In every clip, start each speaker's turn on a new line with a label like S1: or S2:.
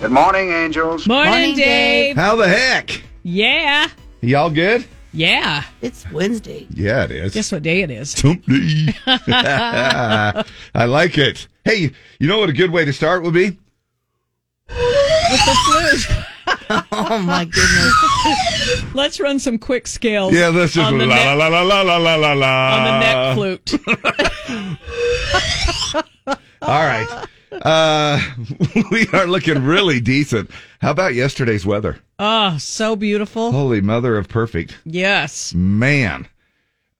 S1: Good morning, angels.
S2: Morning,
S3: Morning, Dave.
S2: Dave.
S4: How the heck?
S2: Yeah.
S4: Y'all good?
S2: Yeah.
S3: It's Wednesday.
S4: Yeah, it is.
S2: Guess what day it is?
S4: Hump day. I like it. Hey, you know what a good way to start would be?
S3: Oh my goodness.
S2: Let's run some quick scales.
S4: Yeah, let's just
S2: on
S4: la
S2: the,
S4: la
S2: neck,
S4: la la la la la la la.
S2: on the neck flute.
S4: All right. Uh, we are looking really decent. How about yesterday's weather?
S2: Oh, so beautiful.
S4: Holy mother of perfect.
S2: Yes.
S4: Man.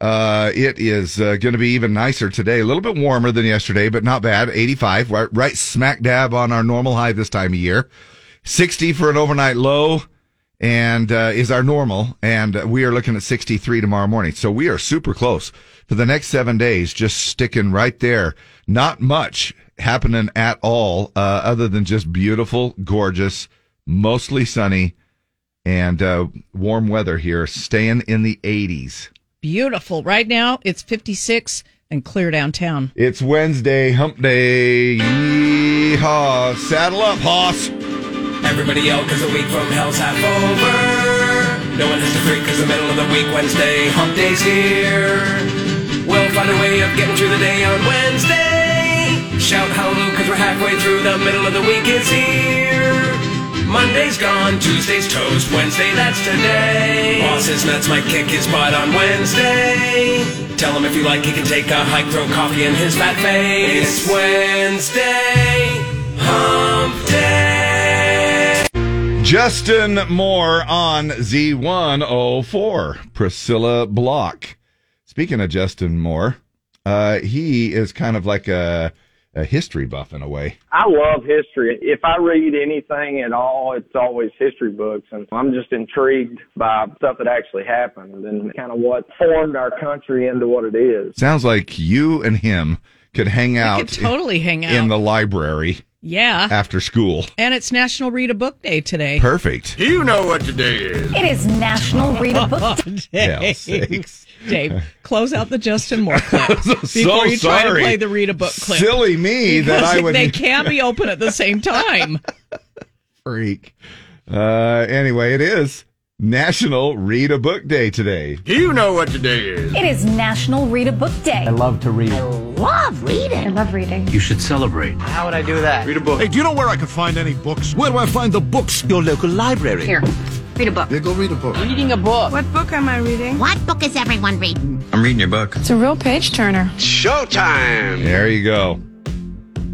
S4: Uh, it is uh, going to be even nicer today. A little bit warmer than yesterday, but not bad. 85, right, right smack dab on our normal high this time of year. 60 for an overnight low and uh, is our normal. And uh, we are looking at 63 tomorrow morning. So we are super close for the next seven days, just sticking right there. Not much happening at all, uh, other than just beautiful, gorgeous, mostly sunny and uh, warm weather here, staying in the 80s.
S2: Beautiful. Right now it's 56 and clear downtown.
S4: It's Wednesday, hump day. Yeehaw. Saddle up, hoss.
S5: Everybody out cause the week from hell's half over. No one has to freak cause the middle of the week, Wednesday, hump day's here. We'll find a way of getting through the day on Wednesday. Shout hallelujah cause we're halfway through, the middle of the week is here. Monday's gone, Tuesday's toast, Wednesday that's today. Boss's nuts might kick his butt on Wednesday. Tell him if you like, he can take a hike, throw coffee in his fat face. It's Wednesday, hump day.
S4: Justin Moore on Z104. Priscilla Block. Speaking of Justin Moore, uh, he is kind of like a, a history buff in a way.
S6: I love history. If I read anything at all, it's always history books, and I'm just intrigued by stuff that actually happened and kind of what formed our country into what it is.
S4: Sounds like you and him could hang
S2: We
S4: out
S2: could totally hang out.
S4: in the library
S2: yeah.
S4: after school.
S2: And it's National Read a Book Day today.
S4: Perfect.
S1: You know what today is.
S7: It is National Read a Book
S4: Hell's
S2: Dave,
S4: sakes.
S2: Dave, close out the Justin Moore clip before
S4: so
S2: you try
S4: sorry.
S2: to play the read a book clip.
S4: Silly me that I would
S2: they can be open at the same time.
S4: freak. Uh, anyway, it is National Read a Book Day today.
S1: You know what today is.
S7: It is National Read a Book Day. I love to read. I love reading. I love reading.
S8: You should celebrate.
S9: Hey, do you know where I can find any books? Where do I find the books? Your local library.
S10: Here, read a book.
S9: Yeah, go read a book.
S10: What book am I reading?
S7: What book is everyone reading?
S8: I'm reading your book.
S10: It's a real page turner.
S1: Showtime.
S4: There you go.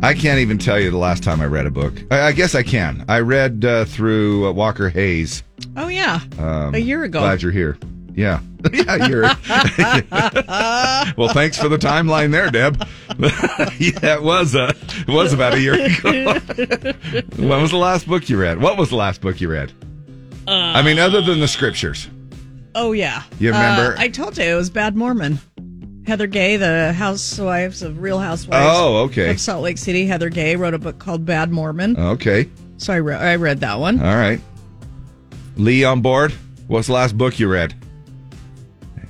S4: I can't even tell you the last time I read a book. I, I guess I can. I read uh, through uh, Walker Hayes. Um,
S2: Oh yeah, a year ago.
S4: Glad you're here. Yeah. yeah, you're. well, thanks for the timeline there, Deb. yeah, it was uh, it was about a year ago. when was the last book you read? What was the last book you read? I mean, other than the scriptures.
S2: Uh, Oh yeah,
S4: You remember-
S2: Uh, I told you it was Bad Mormon. Heather Gay, the housewives of Real Housewives.
S4: Oh, okay. Oh.
S2: Of Salt Lake City, Heather Gay wrote a book called Bad Mormon.
S4: Okay.
S2: so I, re- I read that one.
S4: All right. Lee on board. What's the last book you read?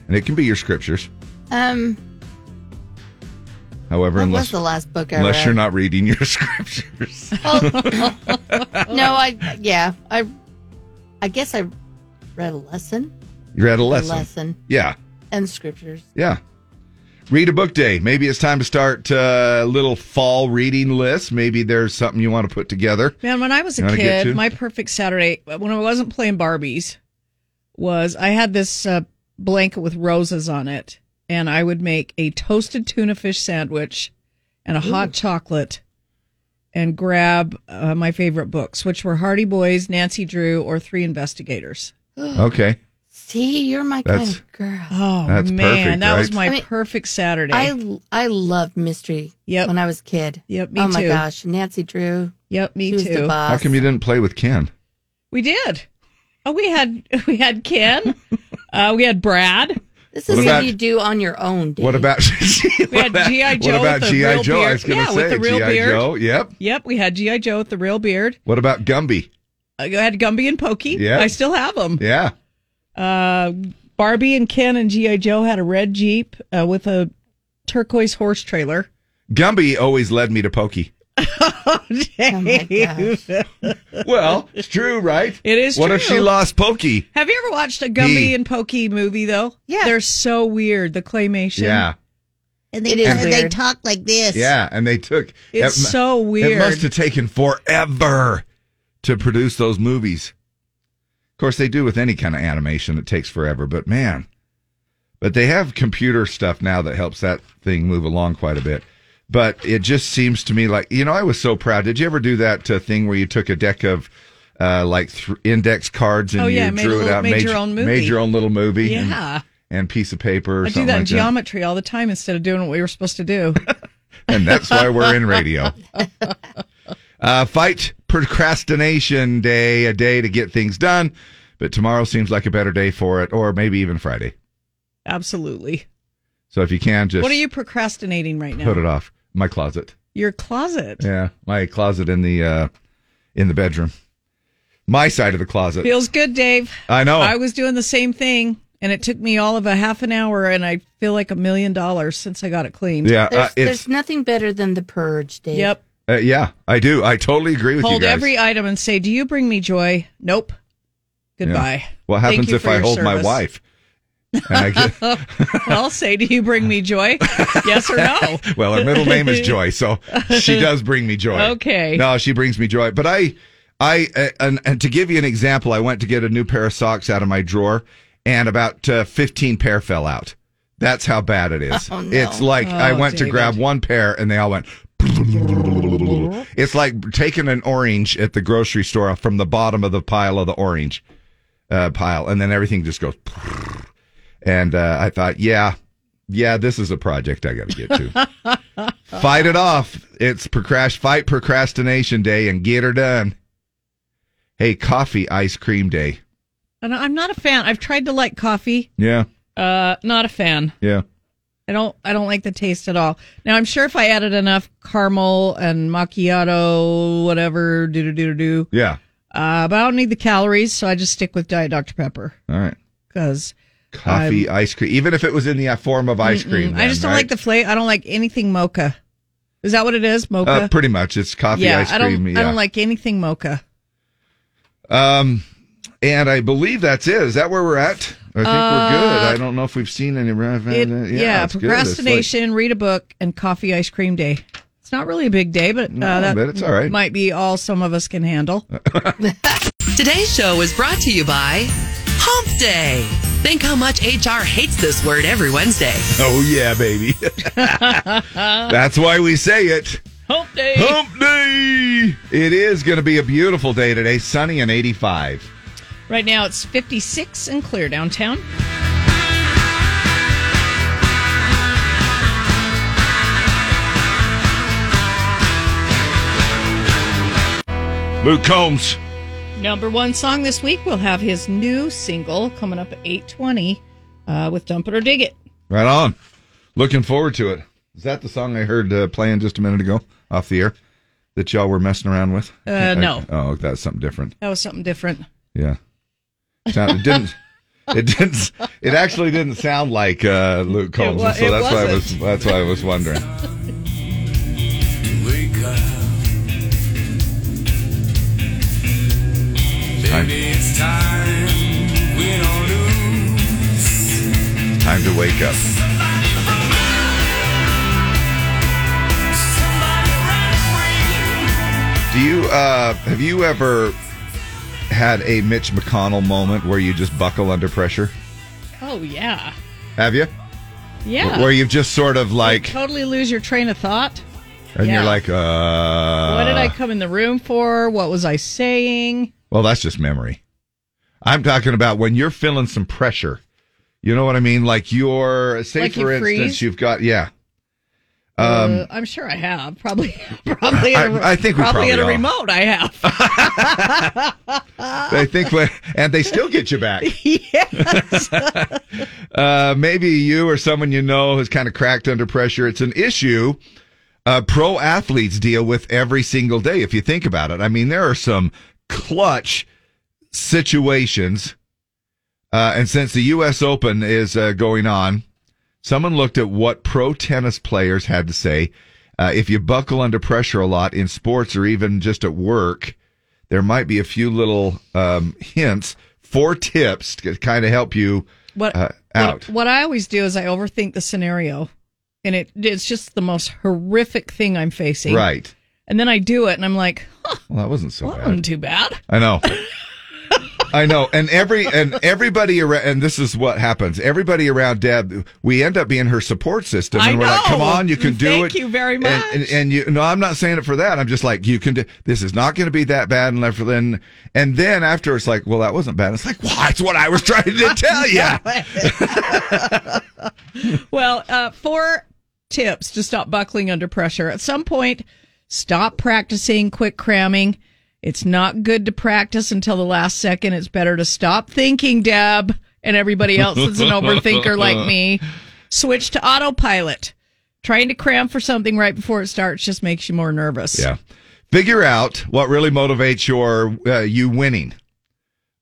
S4: And it can be your scriptures.
S3: Um,
S4: However,
S3: what was
S4: unless
S3: the last book I
S4: unless
S3: read?
S4: you're not reading your scriptures.
S3: No, I yeah, I I guess I read a lesson,
S4: You read a
S3: a
S4: lesson.
S3: lesson
S4: Yeah.
S3: and scriptures.
S4: Yeah. Read a book day. Maybe it's time to start uh, a little fall reading list. Maybe there's something you want to put together.
S2: Man, when I was
S4: You
S2: a
S4: wanna get to?
S2: kid, my perfect Saturday when I wasn't playing Barbies was I had this uh, blanket with roses on it, and I would make a toasted tuna fish sandwich and a hot chocolate, and grab uh, my favorite books, which were Hardy Boys, Nancy Drew, or Three Investigators.
S4: Okay.
S3: See, you're my
S4: That's-
S3: kind of girl.
S2: Oh
S4: That's
S2: man,
S4: perfect,
S2: that was
S4: right?
S2: my
S3: I mean,
S2: perfect Saturday.
S3: I I loved mystery.
S2: Yep.
S3: When I was a kid.
S2: Yep, me
S3: oh my
S2: too.
S3: gosh, Nancy Drew.
S2: yep, me
S3: she was the
S2: too.
S3: boss.
S4: How come you didn't play with Ken?
S2: We did. Oh, we had we had Ken, uh, we had Brad.
S3: This is
S4: What
S3: what,
S4: about-
S3: you do on your own. Dave.
S4: What about
S2: We had G.I.
S4: What
S2: Joe
S4: about
S2: with the
S4: GI
S2: real
S4: Joe? I was
S2: beard.
S4: going to say
S2: Yeah, with the real
S4: GI
S2: beard.
S4: Joe. Yep.
S2: Yep, we had GI Joe with the real beard.
S4: What about Gumby?
S2: I had Gumby and Pokey.
S4: Yeah.
S2: I still have them.
S4: Yeah.
S2: Uh, Barbie and Ken and GI Joe had a red Jeep uh, with a turquoise horse trailer. Oh,
S4: Gumby always led me to Pokey.
S8: Oh,
S2: Dave.
S4: Well, it's true, right?
S2: It is
S4: What if
S2: true.
S4: she lost Pokey?
S2: Have you ever watched a Gumby
S4: Me.
S2: and Pokey movie though?
S3: Yeah.
S2: they're so weird. The claymation.
S4: Yeah.
S8: And they,
S2: It is
S8: and they
S2: weird.
S8: talk like this.
S4: Yeah, and they took.
S2: It's
S4: mu-
S2: so
S4: It
S2: weird.
S4: must have taken forever to produce those movies. Of course, they do with any kind of animation; it takes forever. But man, but they have computer stuff now that helps that thing move along quite a bit. But it just seems to me like you know, I was so proud. Did you ever do that uh, thing where you took a deck of uh, like th- index cards and
S2: Oh, yeah,
S4: you
S2: made a
S4: drew it
S2: little-
S4: out,
S2: made your own movie.
S4: made your own little movie, and-
S2: Yeah.
S4: and, piece of paper. Or
S2: I do
S4: something
S2: that in
S4: like
S2: geometry all the time instead of doing what we were supposed to do.
S4: and that's why we're in radio. Uh, fight procrastination day, a day to get things done, but tomorrow seems like a better day for it, or maybe even Friday.
S2: Absolutely.
S4: So if you can, just
S2: what are you procrastinating right now?
S4: put it off. My closet,
S2: Your closet
S4: yeah, my closet in the uh, in the bedroom, my side of the closet.
S2: feels good, Dave.
S4: I know.
S2: I was doing the same thing, and it took me all of a half an hour, and I feel like a million dollars since I got it cleaned.
S4: Yeah,
S3: There's,
S4: uh, it's
S3: there's nothing better than the purge, Dave.
S2: Yep.
S4: uh, yeah, I do. I totally agree with you
S2: hold
S4: guys.
S2: every item and say, "Do you bring me joy?" Nope.
S4: Yeah.
S2: Goodbye.
S4: What
S2: Thank
S4: happens
S2: you
S4: if
S2: for
S4: I
S2: your
S4: hold my
S2: service.
S4: wife? And I get,
S2: I'll say, "Do you bring me joy?" yes or no?
S4: well, her middle name is Joy, so she does bring me joy.
S2: Okay.
S4: No, she brings me joy. But I, I, uh, and, and to give you an example, I went to get a new pair of socks out of my drawer, and about uh, fifteen pair fell out. That's how bad it is.
S3: Oh, no.
S4: It's like I
S2: Oh,
S4: went to
S2: David.
S4: grab one pair, and they all went. It's like taking an orange at the grocery store from the bottom of the pile of the orange uh, pile, and then everything just goes. And uh, I thought, yeah, yeah, this is a project I got to get to. Fight it off. It's procrast- fight procrastination day and get her done. Hey, coffee ice cream day.
S2: And I'm not a fan. I've tried to like coffee.
S4: Yeah,
S2: Uh, not a fan.
S4: yeah.
S2: I don't. I don't like the taste at all. Now I'm sure if I added enough caramel and macchiato, whatever, do do do do do.
S4: Yeah.
S2: Uh, but I don't need the calories, so I just stick with Diet Dr Pepper
S4: All right.
S2: because
S4: Coffee ice cream. Even if it was in the uh, form of ice cream.
S2: I just
S4: then,
S2: don't like the
S4: right?
S2: flavor. I don't like anything mocha. Is that what it is? Mocha.
S4: Uh, pretty much, it's coffee
S2: yeah,
S4: ice cream.
S2: I don't.
S4: yeah.
S2: I don't like anything mocha.
S4: Um, and I believe that's it. Is that where we're at? I think we're good. I don't know if we've seen any.
S2: Uh,
S4: uh,
S2: It-
S4: yeah,
S2: yeah,
S4: it's good. It's like-
S2: procrastination, read a book, and coffee ice cream day. It's not really a big day, but uh,
S4: No,
S2: that
S4: but it's all right.
S2: might be all some of us can handle.
S11: Today's show is brought to you by Hump Day. Think how much HR hates this word every Wednesday.
S4: oh yeah, baby. that's why we say it.
S2: Hump day.
S4: Hump day. It is going to be a beautiful day today. Sunny and 85.
S2: Right now it's 56 and clear downtown.
S4: Luke Combs.
S2: Number one song this week, we'll have his new single coming up at 820 uh, with Dump It or Dig It.
S4: Right on. Looking forward to it. Is that the song I heard uh, playing just a minute ago off the air that y'all were messing around with?
S2: Uh, no.
S4: Oh, that's something different.
S2: That was something different.
S4: Yeah. Sound- it didn't. It didn't. It actually didn't sound like uh, Luke Combs,
S2: wa-
S4: so
S2: it
S4: that's why I was.
S2: wasn't.
S4: That's why I was wondering.
S5: Wake up. Baby, it's time we don't lose.
S4: Time to wake up.
S5: Somebody run free.
S4: Do you uh, have you ever had a Mitch McConnell moment where you just buckle under pressure?
S2: Oh, yeah.
S4: Have you?
S2: Yeah.
S4: Where you've just sort of like,
S2: totally lose your train of thought.
S4: and you're
S2: yeah.
S4: like, uh,
S2: what did I come in the room for? What was I saying?
S4: Well, that's just memory. I'm talking about when you're feeling some pressure. You know what I mean? Like you're, say
S2: Like you
S4: for instance,
S2: freeze?
S4: you've got, yeah. Um,
S2: uh, I'm sure I have. Probably, probably.
S4: I-
S2: at a-
S4: I think we probably
S2: at a
S4: all.
S2: remote. I have.
S4: They think, when, and they still get you back.
S2: yeah.
S4: Uh, maybe you or someone you know has kind of cracked under pressure. It's an issue uh, pro athletes deal with every single day, if you think about it. I mean, there are some clutch situations. Uh, and since the U.S. Open is uh, going on, someone looked at what pro tennis players had to say Uh, if you buckle under pressure a lot in sports or even just at work, there might be a few little um, hints, four tips to kind of help you
S2: What-
S4: uh, out.
S2: What, what I always do is I overthink the scenario, and it it's just the most horrific thing I'm facing.
S4: Right.
S2: And then I do it, and I'm like, huh,
S4: Well, that wasn't so
S2: that
S4: bad.
S2: wasn't too bad.
S4: I know. I know, and every and everybody around, and this is what happens. Everybody around Deb, we end up being her support system, and
S2: I
S4: we're like,
S2: know.
S4: "Come on, you can do it."
S2: Thank you very much.
S4: And, and, and you, no, I'm not saying it for that. I'm just like, you can do. This is not going to be that bad, and left then, and then after it's like, well, that wasn't bad. It's like, well, that's what I was trying to tell you.
S2: Well, uh, four tips to stop buckling under pressure. At some point, stop practicing, quit cramming. It's not good to practice until the last second. It's better to stop thinking, Deb, and everybody else that's an overthinker like me. Switch to autopilot. Trying to cram for something right before it starts just makes you more nervous.
S4: Yeah. Figure out what really motivates your uh, you winning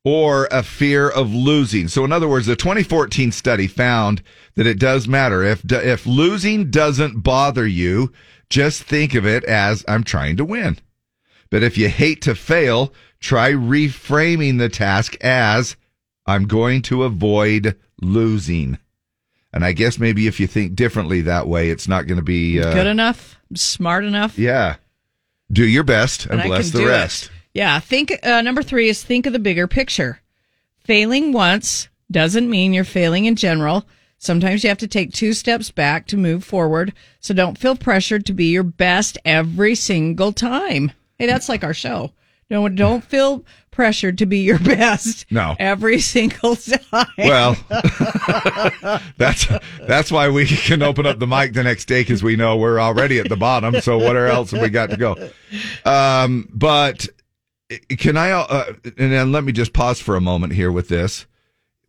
S4: or a fear of losing. So in other words, the 2014 study found that it does matter if if losing doesn't bother you, just think of it as I'm trying to win. But if you hate to fail, try reframing the task as I'm going to avoid losing. And I guess maybe if you think differently that way, it's not going to be uh,
S2: Good enough, smart enough.
S4: yeah. Do your best and,
S2: I
S4: bless
S2: can
S4: the
S2: do
S4: rest.
S2: it. Yeah. Think uh, number three is think of the bigger picture. Failing once doesn't mean you're failing in general. Sometimes you have to take two steps back to move forward. So don't feel pressured to be your best every single time. Hey, that's like our show. No, don't feel pressured to be your best.
S4: No.
S2: every single time.
S4: Well, that's that's why we can open up the mic the next day because we know we're already at the bottom. So what else have we got to go? Um, but can I? Uh, and then let me just pause for a moment here with this.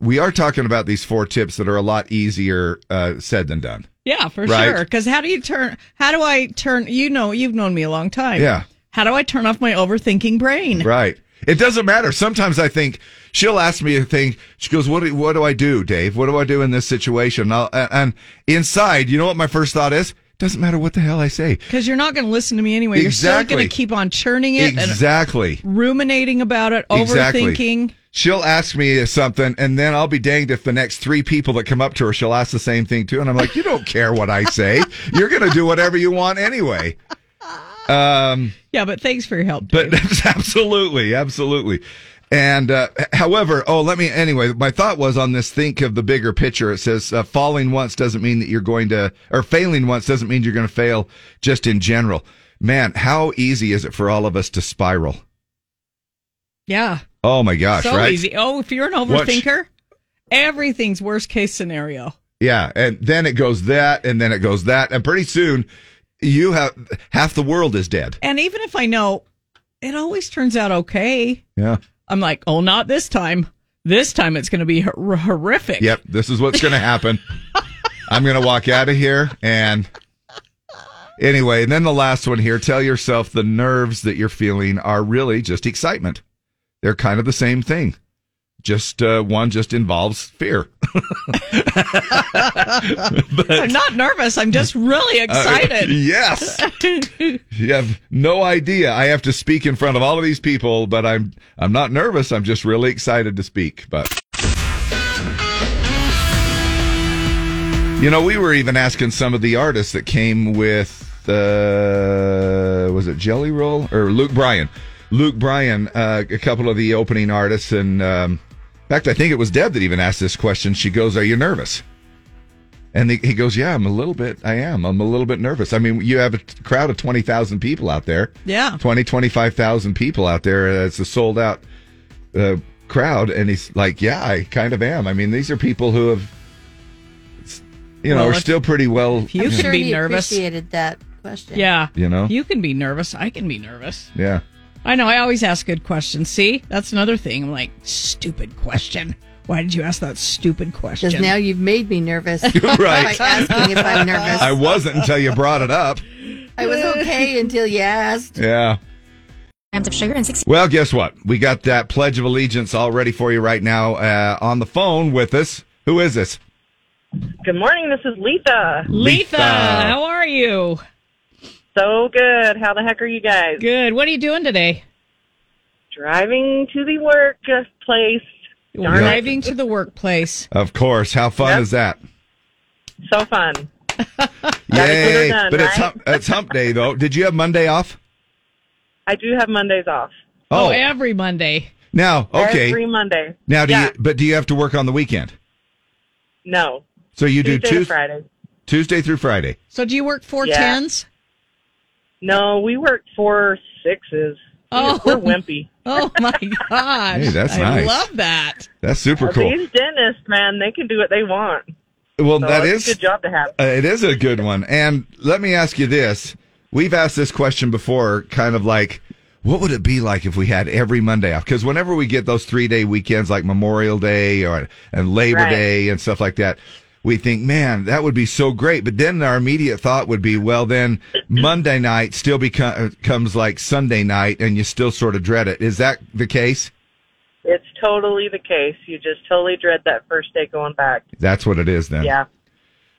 S4: We are talking about these four tips that are a lot easier uh, said than done.
S2: Yeah, for
S4: Right.
S2: sure. Because how do you turn? How do I turn? You know, you've known me a long time.
S4: Yeah.
S2: How do I turn off my overthinking brain?
S4: Right. It doesn't matter. Sometimes I think she'll ask me a thing. She goes, "What? Do, what do I do, Dave? What do I do in this situation?" And, I'll, and- and inside, you know what my first thought is? Doesn't matter what the hell I say.
S2: Because you're not going to listen to me anyway. You're still
S4: Exactly.
S2: going to keep on churning it
S4: Exactly.
S2: and ruminating about it,
S4: Exactly.
S2: overthinking.
S4: She'll ask me something, and then I'll be danged if the next three people that come up to her, she'll ask the same thing too. And I'm like, "You don't care what I say. You're going to do whatever you want anyway." Um.
S2: Yeah, but thanks for your help.
S4: But absolutely, absolutely. And uh, h- however, oh, let me anyway. My thought was on this. Think of the bigger picture. It says uh, falling once doesn't mean that you're going to, or failing once doesn't mean you're going to fail. Just in general, man, how easy is it for all of us to spiral?
S2: Yeah.
S4: Oh my gosh,
S2: so
S4: right?
S2: easy. Oh, if you're an
S4: Watch.
S2: overthinker, everything's worst case scenario.
S4: Yeah, and then it goes that, and then it goes that, and pretty soon you have half the world is dead.
S2: And even if I know, it always turns out okay.
S4: Yeah.
S2: I'm like, oh, not this time. This time it's going to be hor- horrific.
S4: Yep, this is what's going to happen. I'm going to walk out of here and anyway, and then the last one here, tell yourself the nerves that you're feeling are really just excitement. They're kind of the same thing. Just uh, one just involves fear.
S2: I'm not nervous. I'm just really excited.
S4: Uh, yes. You have no idea. I have to speak in front of all of these people, but I'm I'm not nervous. I'm just really excited to speak. But you know, we were even asking some of the artists that came with uh, was it Jelly Roll or Luke Bryan? Luke Bryan, uh, a couple of the opening artists, and um, in fact, I think it was Deb that even asked this question. She goes, "Are you nervous?" And he, he goes, "Yeah, I'm a little bit. I am. I'm a little bit nervous. I mean, you have a t- crowd of twenty thousand people out there.
S2: Yeah.
S4: 20, 25,000 people out there. Uh, It's a sold out uh, crowd." And he's like, "Yeah, I kind of am. I mean, these are people who have, s- you know,
S2: Well,
S4: are
S2: if-
S4: still pretty well.
S2: you
S3: I'm
S2: can
S3: sure
S2: be
S3: he
S2: nervous.
S3: appreciated that question.
S2: Yeah.
S4: You know?
S2: You can be nervous. I can be nervous.
S4: yeah,
S2: I know. I always ask good questions. See, that's another thing. I'm like, stupid question. Why did you ask that stupid question?
S3: Because now you've made me nervous. uh,
S4: Right.
S3: By asking if I'm nervous.
S4: I wasn't until you brought it up.
S3: I was okay until you asked.
S4: Yeah."
S7: Grams of sugar and six.
S4: Well, guess what? We got that Pledge of Allegiance all ready for you right now uh, on the phone with us. Who is this?
S8: Good morning. This is Letha.
S2: Letha, how are you?
S8: So good. How the heck are you guys?
S2: Good. What are you doing today?
S8: Driving to the workplace. Darn it.
S2: Driving to the workplace.
S4: Of course. How fun is that?
S8: So fun.
S4: Yay!
S8: done,
S4: but it's
S8: right?
S4: hump, it's hump day though. Did you have Monday off?
S8: I do have Mondays off.
S4: Oh. Oh,
S2: every Monday.
S4: Now, okay.
S8: Every Monday.
S4: Now, do
S8: yeah.
S4: you? But do you have to work on the weekend?
S8: No.
S4: So you
S8: Tuesday
S4: do
S8: to
S4: Tues-
S8: Friday.
S4: Tuesday through Friday.
S2: So do you work four
S8: Yeah.
S2: tens?
S8: No, we work four sixes.
S2: Oh.
S8: We're wimpy.
S2: Oh my gosh.
S4: Hey, that's
S2: I
S4: nice.
S2: love that.
S4: That's super
S8: Uh,
S4: cool.
S8: These dentists, man, they can do what they want.
S4: Well,
S8: So
S4: that
S8: it's
S4: is
S8: a good job to have.
S4: Uh, it is a good one. And let me ask you this. We've asked this question before, kind of like, what would it be like if we had every Monday off? Because whenever we get those three day weekends like Memorial Day or and Labor
S12: Right.
S4: Day and stuff like that, we think, man, that would be so great. But then our immediate thought would be, well, then Monday night still beco- becomes like Sunday night and you still sort of dread it. Is that the case?
S8: It's totally the case. You just totally dread that first day going back.
S4: That's what it is then.
S8: Yeah.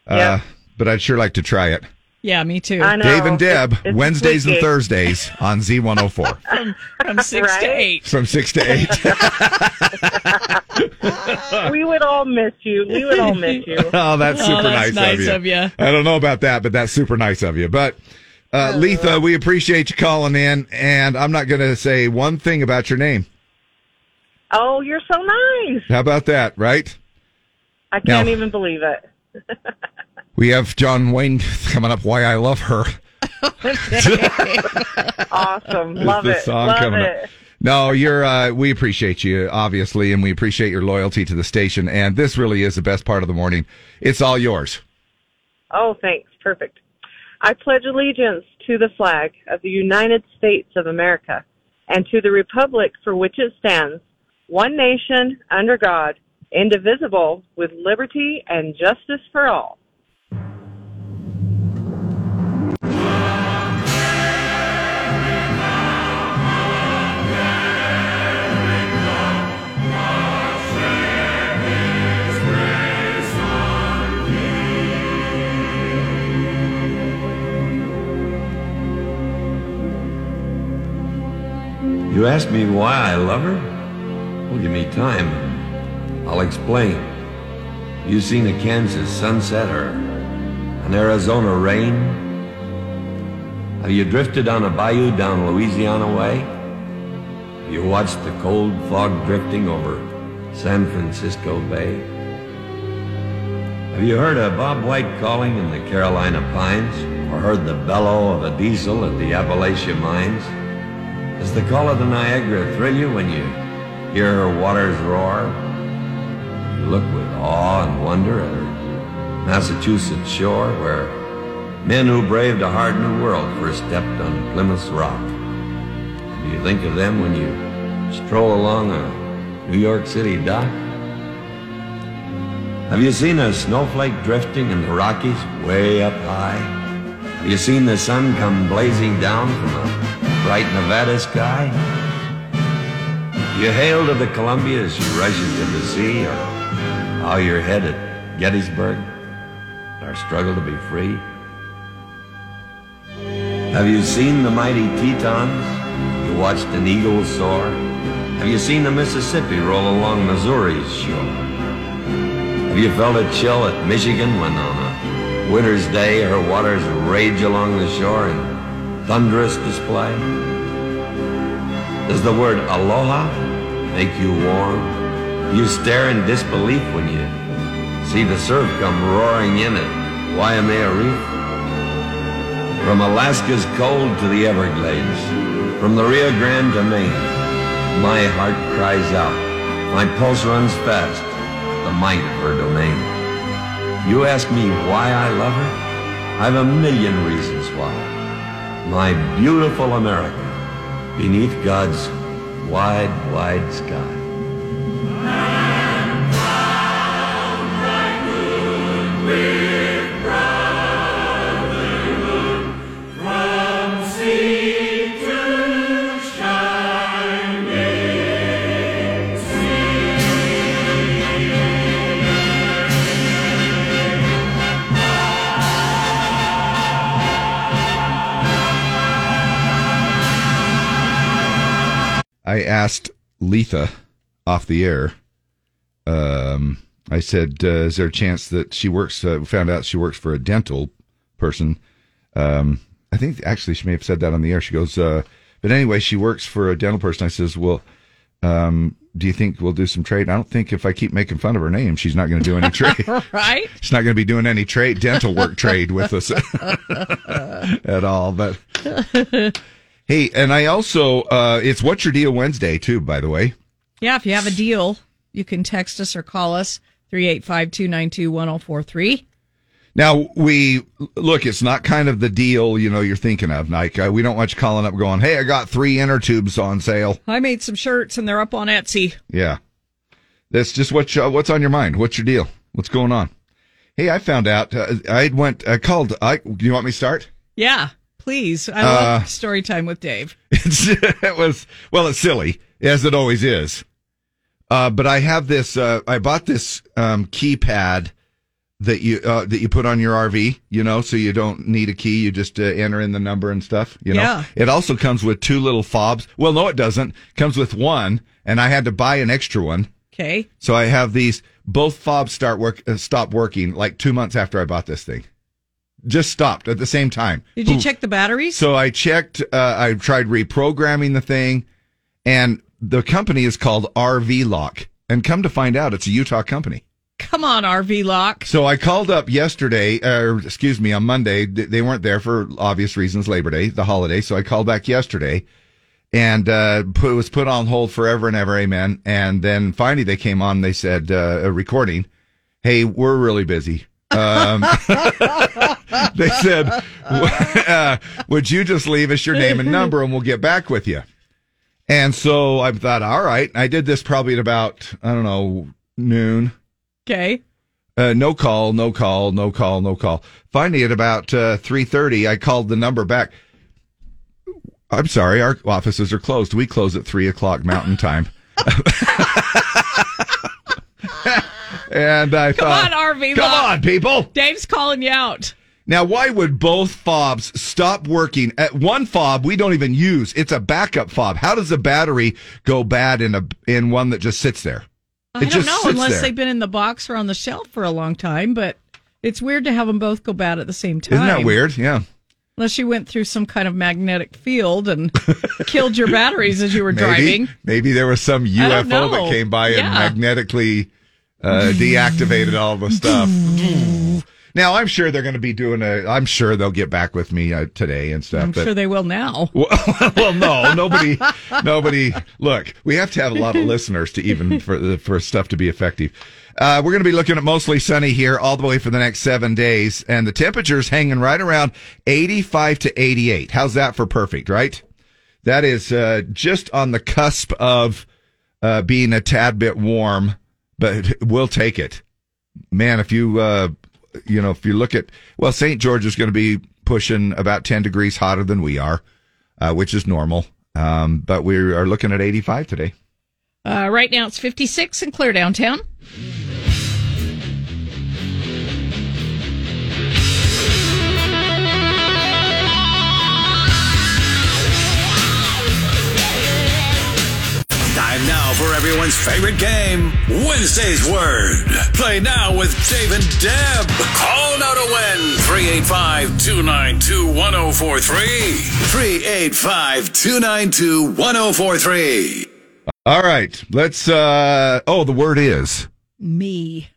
S4: Uh, but I'd sure like to try it.
S2: Yeah, me too.
S8: I know.
S4: Dave and Deb,
S8: It's- it's
S4: Wednesdays and
S8: wicked.
S4: Thursdays on Z104.
S2: From, from six to eight.
S4: From six to eight.
S8: we would all miss you. We would all miss you.
S4: oh, that's super nice, of, you. I don't know about that, but that's super nice of you. But uh, Letha, we appreciate you calling in, and I'm not going to say one thing about your name.
S8: Oh, you're so nice.
S4: How about that? Right?
S8: I can't
S4: Now-
S8: even believe it.
S4: We have John Wayne coming up. Why I love her.
S8: awesome.
S4: It's
S8: Love
S4: the
S8: it.
S4: song
S8: Love
S4: coming
S8: it.
S4: up. No, you're. Uh, we appreciate you, obviously, and we appreciate your loyalty to the station. And this really is the best part of the morning. It's all yours.
S8: Oh, thanks. Perfect. I pledge allegiance to the flag of the United States of America and to the republic for which it stands, one nation under God, indivisible, with liberty and justice for all.
S13: You asked me why I love her? Well, give me time. I'll explain. You've seen a Kansas sunset or an Arizona rain? Have you drifted on a bayou down Louisiana way? Have you watched the cold fog drifting over San Francisco Bay? Have you heard a Bob White calling in the Carolina pines or heard the bellow of a diesel at the Appalachia mines? Does the call of the Niagara thrill you when you hear her waters roar? You look with awe and wonder at her Massachusetts shore where men who braved a hard new world first stepped on Plymouth Rock. Do you think of them when you stroll along a New York City dock? Have you seen a snowflake drifting in the Rockies way up high? Have you seen the sun come blazing down from a bright Nevada sky? You hail to the Columbia as she rushes into the sea, or how you're headed Gettysburg, our struggle to be free. Have you seen the mighty Tetons? You watched an eagle soar. Have you seen the Mississippi roll along Missouri's shore? Have you felt a chill at Michigan when on a winter's day her waters rage along the shore in thunderous display? Does the word aloha make you warm? Do you stare in disbelief when you see the surf come roaring in at Waimea Reef? From Alaska's cold to the Everglades, from the Rio Grande to Maine, my heart cries out. My pulse runs fast the might of her domain. You ask me why I love her? I've a million reasons why. My beautiful America, beneath God's wide, wide sky.
S14: From sea to shining sea.
S4: I asked Letha off the air. Um, I said, uh, "Is there a chance that she works?" Uh, found out she works for a dental person. Um, I think actually she may have said that on the air. She goes, uh, "But anyway, she works for a dental person." I says, "Well, um, do you think we'll do some trade?" I don't think if I keep making fun of her name, she's not going to do any trade.
S2: right?
S4: She's not going to be doing any trade dental work trade with us at all. But hey, and I also uh, it's what's your deal Wednesday too. By the way,
S2: Yeah, if you have a deal, you can text us or call us 385 292 1043.
S4: now we look. It's not kind of the deal you know you're thinking of. Like uh, we don't want you calling up going, "Hey, I got three inner tubes on sale."
S2: I made some shirts and they're up on Etsy.
S4: Yeah, that's just what you, what's on your mind. What's your deal? What's going on? Hey, I found out. Uh, I went. I called. I. Do you want me to start?
S2: Yeah, please. I love
S4: Uh,
S2: story time with Dave.
S4: It's, it was well, it's silly as it always is. Uh, but I have this. Uh, I bought this um, keypad that you uh, that you put on your RV. You know, so you don't need a key. You just uh, enter in the number and stuff. You know,
S12: Yeah.
S4: it also comes with two little fobs. Well, no, it doesn't. Comes with one, and I had to buy an extra one.
S2: Okay.
S4: So I have these. Both fobs start work uh, stop working like two months after I bought this thing. Just stopped at the same time.
S2: Did you
S4: Boom.
S2: check the batteries?
S4: So I checked. Uh, I tried reprogramming the thing, and the company is called RV Lock. And come to find out, it's a Utah company.
S2: Come on, RV Lock.
S4: So I called up yesterday, or excuse me, on Monday. Th- They weren't there for obvious reasons, Labor Day, the holiday. So I called back yesterday, and uh, put, it was put on hold forever and ever. Amen. And then finally they came on. They said, uh, a recording. Hey, we're really busy. Um, they said, w- uh, would you just leave us your name and number and we'll get back with you? And so I thought, all right. I did this probably at about, I don't know, noon.
S2: Okay.
S4: Uh, no call, no call, no call, no call. Finally, at about uh, three thirty, I called the number back. I'm sorry, our offices are closed. We close at three o'clock Mountain Time. and I
S2: Come
S4: thought,
S2: on, RV
S4: Uh, come
S2: Lock.
S4: on, people.
S2: Dave's calling you out.
S4: Now, why would both fobs stop working? At one fob we don't even use; it's a backup fob. How does the battery go bad in a in one that just sits there?
S2: I don't know unless
S4: there.
S2: they've been in the box or on the shelf for a long time, but it's weird to have them both go bad at the same time.
S4: Isn't that weird? Yeah.
S2: Unless you went through some kind of magnetic field and killed your batteries as you were driving.
S4: Maybe there was some
S2: I don't
S4: UFO
S2: know.
S4: that came by and
S2: Yeah.
S4: magnetically uh, deactivated all the stuff. now I'm sure they're going to be doing a. I'm sure they'll get back with me uh, today and stuff.
S2: I'm
S4: but
S2: sure they will now.
S4: well, well, no, nobody, nobody. Look, we have to have a lot of listeners to even for the for stuff to be effective. Uh, we're going to be looking at mostly sunny here all the way for the next seven days, and the temperature's hanging right around 85 to 88. How's that for perfect, right? That is uh, just on the cusp of uh, being a tad bit warm, but we'll take it man, if you uh, you know, if you look at well, St. George is going to be pushing about ten degrees hotter than we are, uh, which is normal. Um, but we are looking at 85 today.
S2: Uh, right now it's 56 and clear downtown.
S15: Time now for everyone's favorite game, Wednesday's Word. Play now with Dave and Deb. Call now to win 385 292 1043. 385 292 1043.
S4: All right, let's. Uh, oh, the word is
S2: Me.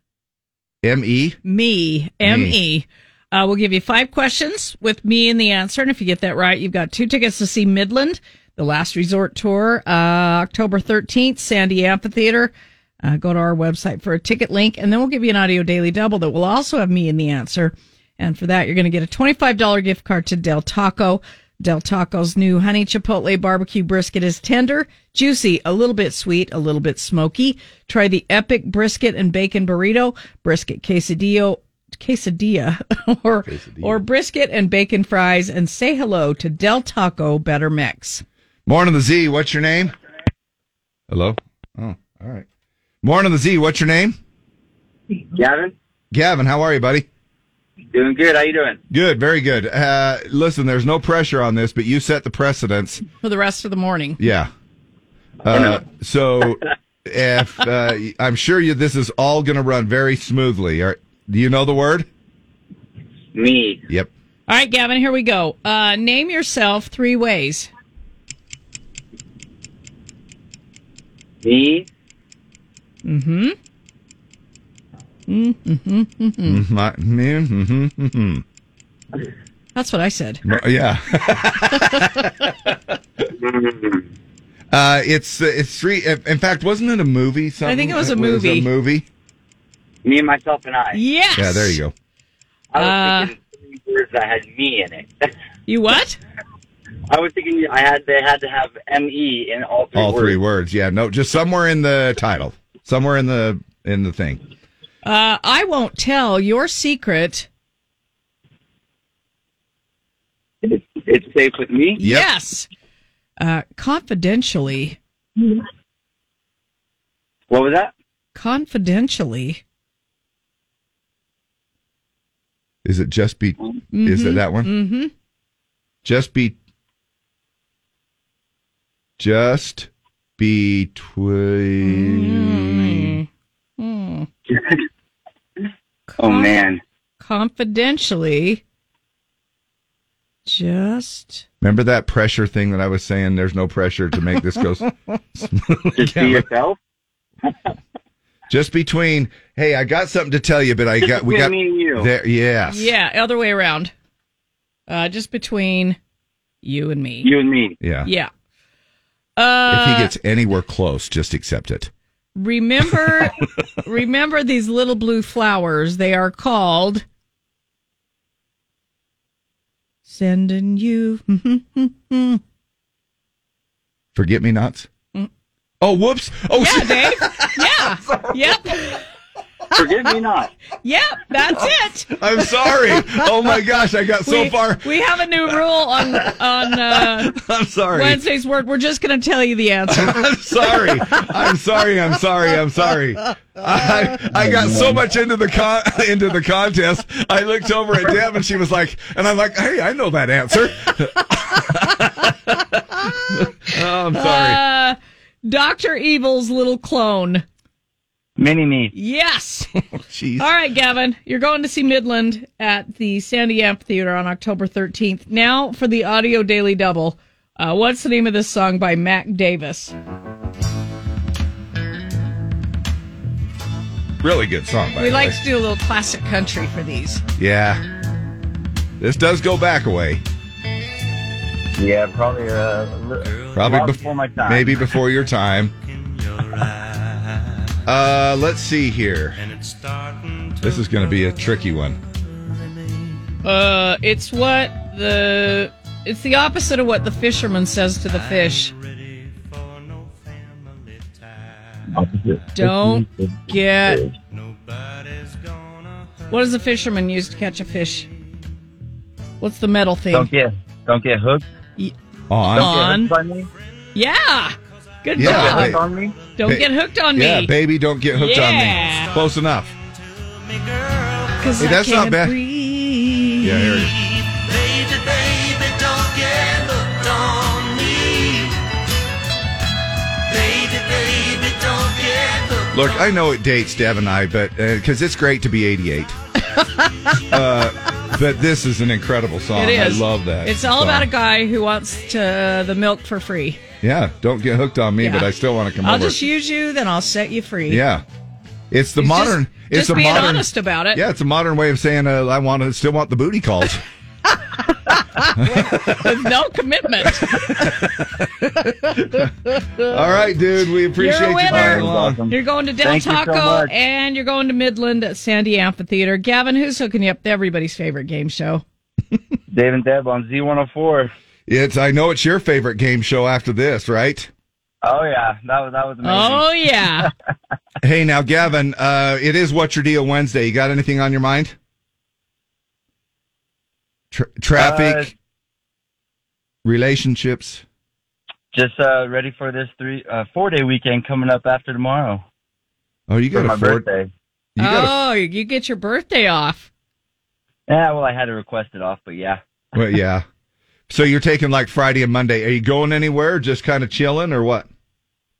S4: M E.
S2: Me. M E. Uh, we'll give you five questions with me in the answer. And if you get that right, you've got two tickets to see Midland, the last resort tour, uh, October 13th, Sandy Amphitheater. Uh, go to our website for a ticket link. And then we'll give you an audio daily double that will also have me in the answer. And for that, you're going to get a $25 gift card to Del Taco. Del Taco's new honey chipotle barbecue brisket is tender, juicy, a little bit sweet, a little bit smoky. Try the epic brisket and bacon burrito, brisket quesadillo, quesadilla, or, or brisket and bacon fries, and say hello to Del Taco Better Mex.
S4: Morning the Z. What's your name? Hello. Oh, all right. Morning the Z. What's your name?
S16: Gavin,
S4: Gavin. How are you, buddy?
S16: doing good. How you doing?
S4: Good. Very good. Uh, listen, there's no pressure on this, but you set the precedence.
S2: For the rest of the morning.
S4: Yeah. Uh, so, if uh, I'm sure you, this is all going to run very smoothly. Are, do you know the word?
S16: Me.
S4: Yep.
S2: All right, Gavin, here we go. Uh, name yourself three ways.
S16: Me.
S2: Mm-hmm. Mm-hmm. mm-hmm.
S4: Mm, my- mm, mhm, mhm.
S2: That's what I said.
S4: No, Mm-hmm. Yeah. uh, it's uh, it's three. In in fact, wasn't it a movie? Something?
S2: think it was a
S4: a
S2: movie.
S4: movie.
S16: Me and myself and I.
S2: Yes.
S4: Yeah. There you go.
S2: Uh,
S16: I was thinking three words that had me in it.
S2: You what?
S16: I was thinking I had they had to have M E in all three
S4: All
S16: words.
S4: three words. Yeah. No. Just somewhere in the title. Somewhere in the in the thing.
S2: Uh, I won't tell your secret.
S16: It's safe with me.
S2: Yes. Uh, confidentially.
S16: What was that?
S2: Confidentially.
S4: Is it just be? Is it
S2: Mhm,
S4: that one?
S2: mhm.
S4: Just be. Just between.
S2: Hmm.
S16: Oh man.
S2: Confidentially. Just.
S4: Remember that pressure thing that I was saying? There's no pressure to make this go s- smoothly.
S16: Just be
S4: Gavin.
S16: yourself.
S4: Just between. Hey, I got something to tell you, but I
S2: Just
S4: got we
S2: between
S4: got
S2: me and you.
S4: There, yes.
S2: Yeah, other way around. Uh, just between you and me.
S16: and me.
S4: Yeah.
S2: Yeah.
S4: If
S2: Uh,
S4: he gets anywhere close, just accept it.
S2: remember, remember these little blue flowers. They are called sending you.
S4: Forget me nots.
S2: Mm.
S4: Oh, whoops. Oh,
S2: yeah, Dave. Yeah. yep.
S16: Forgive me not.
S2: Yep. That's it.
S4: I'm sorry. Oh my gosh, I got so
S2: We-
S4: far.
S2: We have a new rule on on uh,
S4: I'm sorry.
S2: Wednesday's word. We're just going to tell you the answer.
S4: I'm sorry. I'm sorry. I'm sorry. I'm sorry. I, I got so much into the con- into the contest. I looked over at Deb and she was like, and I'm like, hey, I know that answer. oh, I'm sorry.
S2: Uh, Doctor Evil's little clone.
S16: Mini me.
S2: Yes.
S4: Jeez.
S2: All right, Gavin, you're going to see Midland at the Sandy Amphitheater on October 13th. Now for the audio daily double. Uh, what's the name of this song by Mac Davis?
S4: Really good song, by
S2: we
S4: the
S2: like
S4: way.
S2: to do a little classic country for these.
S4: Yeah. This does go back a way.
S16: Yeah, probably uh, li-
S4: Probably
S16: long
S4: bef-
S16: before my time.
S4: Maybe before your time. Uh, let's see here. This is going to be a tricky one.
S2: Uh, it's what the it's the opposite of what the fisherman says to
S4: Ah.
S2: the fish. Don't get. What does the fisherman use to catch a fish? What's the metal thing?
S16: Don't get don't get hooked.
S4: On.
S16: Don't
S2: On.
S16: get hooked on me.
S2: Yeah. Good
S4: Yeah, Don't
S2: job.
S4: get hooked
S16: on me.
S2: Don't get hooked on
S4: Yeah,
S2: me.
S4: baby, don't get hooked on
S2: Yeah.
S4: me. Close enough.
S2: 'Cause
S4: Hey,
S2: I
S4: that's not
S2: can't
S4: bad.
S2: breathe.
S4: Yeah, here it is.
S14: Baby, baby, don't get hooked on me. Baby, baby, don't get hooked
S4: Look, I know it dates Deb and I, but because it's great to be 88. uh, but this is an incredible song.
S2: It is.
S4: I love that.
S2: It's all
S4: song.
S2: about a guy who wants to, uh, the milk for free.
S4: Yeah, don't get hooked on me,
S2: Yeah.
S4: but I still want to come
S2: I'll
S4: over.
S2: just use you, then I'll set you free.
S4: yeah, it's the
S2: He's just-
S4: modern. it's
S2: just
S4: the
S2: being
S4: modern.
S2: honest about it.
S4: Yeah, it's a modern way of saying uh, I want to still want the booty calls.
S2: with no commitment.
S4: All right, dude. We appreciate
S2: You're a
S4: you
S2: winner.
S4: playing along.
S2: You're going to Del
S4: Thank you so
S2: Taco
S4: much.
S2: and you're going to Midland at Sandy Amphitheater. Gavin, who's hooking you up to everybody's favorite game show?
S16: Dave and Deb on Z104.
S4: It's. I know it's your favorite game show after this, right?
S16: Oh yeah, that was that was amazing.
S2: Oh yeah.
S4: Hey, now, Gavin. Uh, it is what's your deal Wednesday. You got anything on your mind? Tra-
S16: Uh,
S4: traffic, relationships.
S16: Just uh, ready for this three uh, four day weekend coming up after tomorrow.
S4: Oh, you
S16: for
S4: got
S16: my
S4: a four.
S16: birthday.
S4: You got
S2: oh, you get your birthday off.
S16: Yeah, well, I had to request it off, but yeah.
S4: a, well, yeah. So you're taking like Friday and Monday. Are you going anywhere? Just kind of chilling, or what?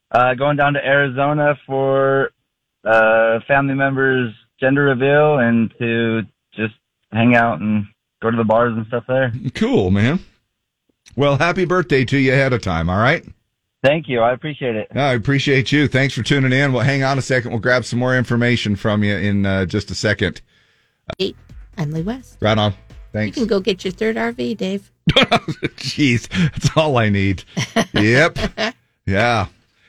S16: Uh, going down to Arizona for uh, family members' gender reveal and to just hang out and go to the bars and stuff there.
S4: Cool, man. Well, happy birthday to you ahead of time, all right?
S16: Thank you. I appreciate it.
S4: I appreciate you. Thanks for tuning in. Well, hang on a second. We'll grab some more information from you in uh, just a second.
S3: Eight. I'm Lee West.
S4: Right on.
S3: You
S4: Thanks.
S3: can go get your third RV, Dave.
S4: Jeez, that's all I need. yep. Yeah.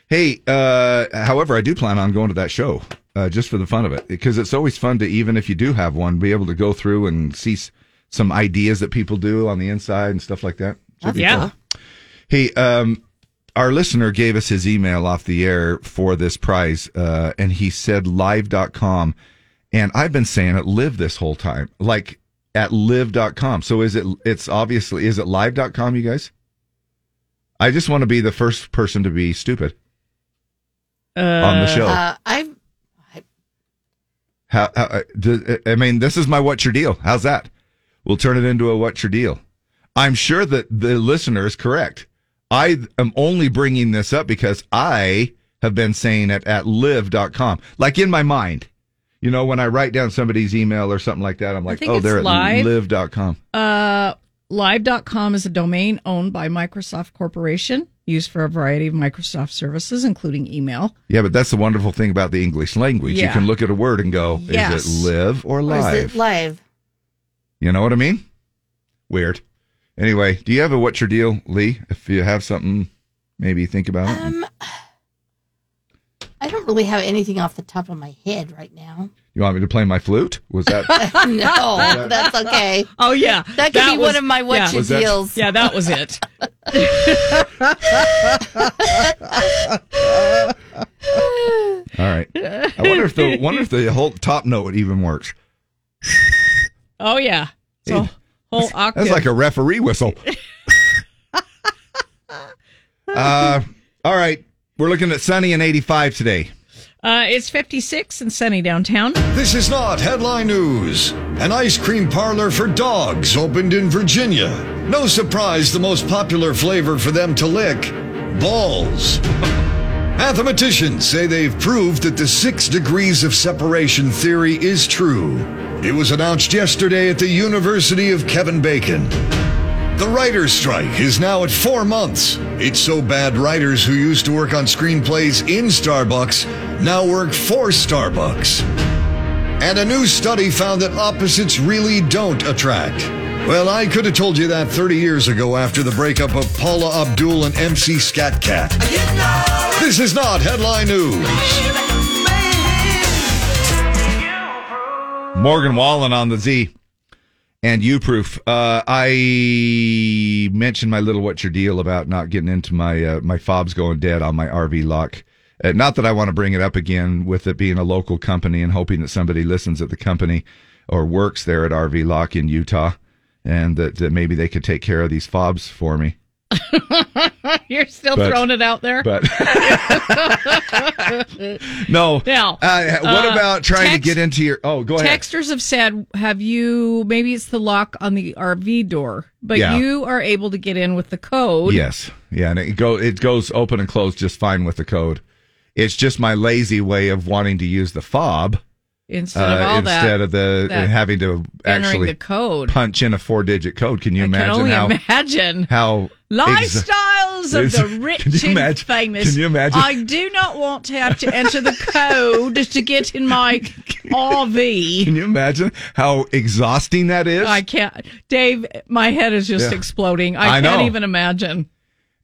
S4: Hey, uh, however, I do plan on going to that show uh, just for the fun of it because it's always fun to, even if you do have one, be able to go through and see s- some ideas that people do on the inside and stuff like that. Should be
S2: Yeah.
S4: cool. Hey, um, our listener gave us his email off the air for this prize, uh, and he said live.com. And I've been saying it live this whole time, like at live.com. So is it, it's obviously, is it live.com, you guys? I just want to be the first person to be stupid. On the show.
S3: Uh, I
S4: How, how uh, do, I mean, this is my what's your deal? How's that? We'll turn it into a what's your deal. I'm sure that the listener is correct. I am only bringing this up because I have been saying it at live.com, like in my mind. You know, when I write down somebody's email or something like that, I'm like,
S2: think
S4: oh,
S2: it's
S4: they're
S2: live.
S4: at live.com.
S2: Uh, live.com is a domain owned by Microsoft Corporation, used for a variety of Microsoft services, including email.
S4: Yeah, but that's the wonderful thing about the English language. You
S2: Yeah.
S4: can look at a word and go,
S2: Yes.
S4: is it live or
S3: or
S4: live?
S3: is it live?
S4: You know what I mean? Weird. Anyway, do you have a what's your deal, Lee? If you have something, maybe think about it.
S3: Um, I don't really have anything off the top of my head right now.
S4: you want me to play my flute? Was that
S3: no, that's okay.
S2: Oh yeah,
S3: that could be one of my what
S4: yeah.
S3: you
S4: Was that-
S3: deals.
S2: Yeah, that was it.
S4: all right? I wonder if the wonder if the whole top note even works.
S2: Oh yeah, so
S4: Hey,
S2: whole octave.
S4: That's like a referee whistle. uh, all right, we're looking at sunny and eighty-five today.
S2: uh, it's 56 and sunny downtown.
S12: This is not headline news. An ice cream parlor for dogs opened in Virginia. No surprise, the most popular flavor for them to lick balls. Mathematicians say they've proved that the six degrees of separation theory is true. It was announced yesterday at the University of Kevin Bacon. The writer's strike is now at four months. It's so bad writers who used to work on screenplays in Starbucks now work for Starbucks. And a new study found that opposites really don't attract. Well, I could have told you that 30 years ago after the breakup of Paula Abdul and MC Scat Cat. This is not headline news.
S4: Morgan Wallen on the Z and you proof. Uh, I mentioned my little what's your deal about not getting into my uh, my fobs going dead on my RV lock. Uh, not that I want to bring it up again with it being a local company and hoping that somebody listens at the company or works there at RV Lock in Utah and that, that maybe they could take care of these fobs for me.
S2: You're still
S4: But-
S2: throwing it out there.
S4: But no.
S2: Now,
S4: Uh, what
S2: uh,
S4: about trying
S2: text-
S4: to get into your? Oh, go ahead.
S2: Texters have said, "Have you? Maybe it's the lock on the RV door, but
S4: Yeah.
S2: you are able to get in with the code."
S4: Yes. Yeah, and it go it goes open and close just fine with the code. It's just my lazy way of wanting to use the fob uh,
S2: instead of all that.
S4: instead of the
S2: that
S4: having to
S2: entering
S4: actually
S2: the code.
S4: punch in a four digit code. Can you
S2: I can
S4: imagine
S2: only
S4: how
S2: imagine
S4: how exa-
S2: lifestyles of
S4: Is-
S2: the rich
S4: can you
S2: and
S4: imagine-
S2: famous.
S4: can you imagine?
S2: I do not want to have to enter the code to get in my RV.
S4: Can you imagine how exhausting that is?
S2: I can't, Dave. My head is just
S4: Yeah.
S2: exploding. I,
S4: I
S2: can't
S4: know.
S2: even imagine.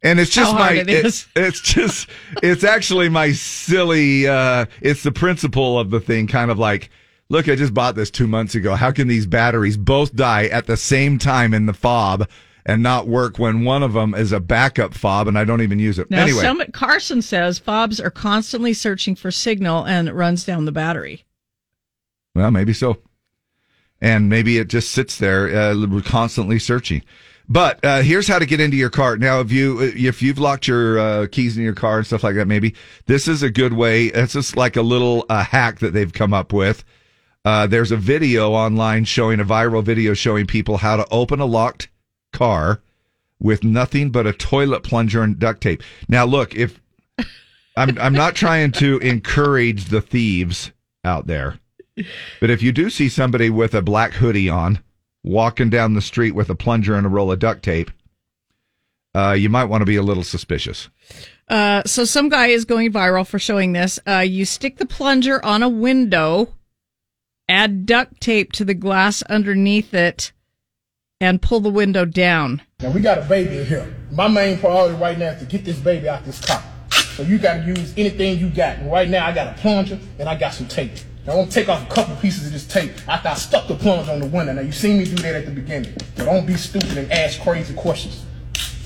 S4: and it's just
S2: how
S4: my
S2: hard it
S4: it-
S2: is.
S4: it's just it's actually my silly uh it's the principle of the thing kind of like look i just bought this two months ago how can these batteries both die at the same time in the fob and not work when one of them is a backup fob and i don't even use it
S2: Now,
S4: anyway
S2: some, Carson says fobs are constantly searching for signal and it runs down the battery.
S4: Well, maybe so. And maybe it just sits there uh, constantly searching. But uh, here's how to get into your car. Now, if you if you've locked your uh, keys in your car and stuff like that, maybe this is a good way. It's just like a little uh, hack that they've come up with. Uh, there's a video online showing a viral video showing people how to open a locked car with nothing but a toilet plunger and duct tape. Now, look if I'm I'm not trying to encourage the thieves out there, but if you do see somebody with a black hoodie on walking down the street with a plunger and a roll of duct tape, uh, you might want to be a little suspicious.
S2: Uh, so some guy is going viral for showing this. Uh, you stick the plunger on a window, add duct tape to the glass underneath it, and pull the window down.
S17: Now we got a baby in here. My main priority right now is to get this baby out this car. So you gotta use anything you got. And right now I got a plunger and I got some tape. Now I'm gonna take off a couple pieces of this tape after I stuck the plunger on the window. Now you seen me do that at the beginning. So don't be stupid and ask crazy questions.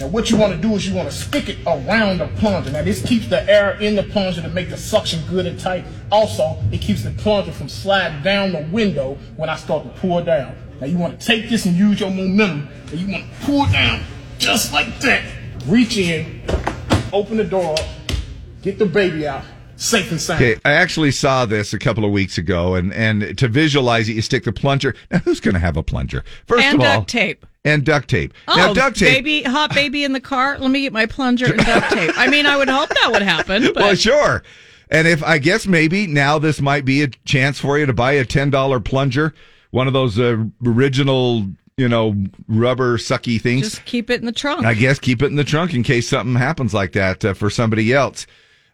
S17: Now what you wanna do is you wanna stick it around the plunger. Now this keeps the air in the plunger to make the suction good and tight. Also, it keeps the plunger from sliding down the window when I start to pour down. Now you wanna take this and use your momentum and you wanna pull down just like that. Reach in, open the door up, get the baby out, safe and sound.
S4: Okay, I actually saw this a couple of weeks ago, and and to visualize it, you stick the plunger. Now, who's going to have a plunger? First
S2: and
S4: of all,
S2: duct tape.
S4: and duct tape.
S2: Oh,
S4: now, duct tape.
S2: baby, hot baby in the car. Let me get my plunger and duct tape. I mean, I would hope that would happen. But
S4: Well, sure. And if I guess maybe now this might be a chance for you to buy a ten dollar plunger, one of those uh, original, you know, rubber sucky things.
S2: just keep it in the trunk.
S4: I guess keep it in the trunk in case something happens like that uh, for somebody else.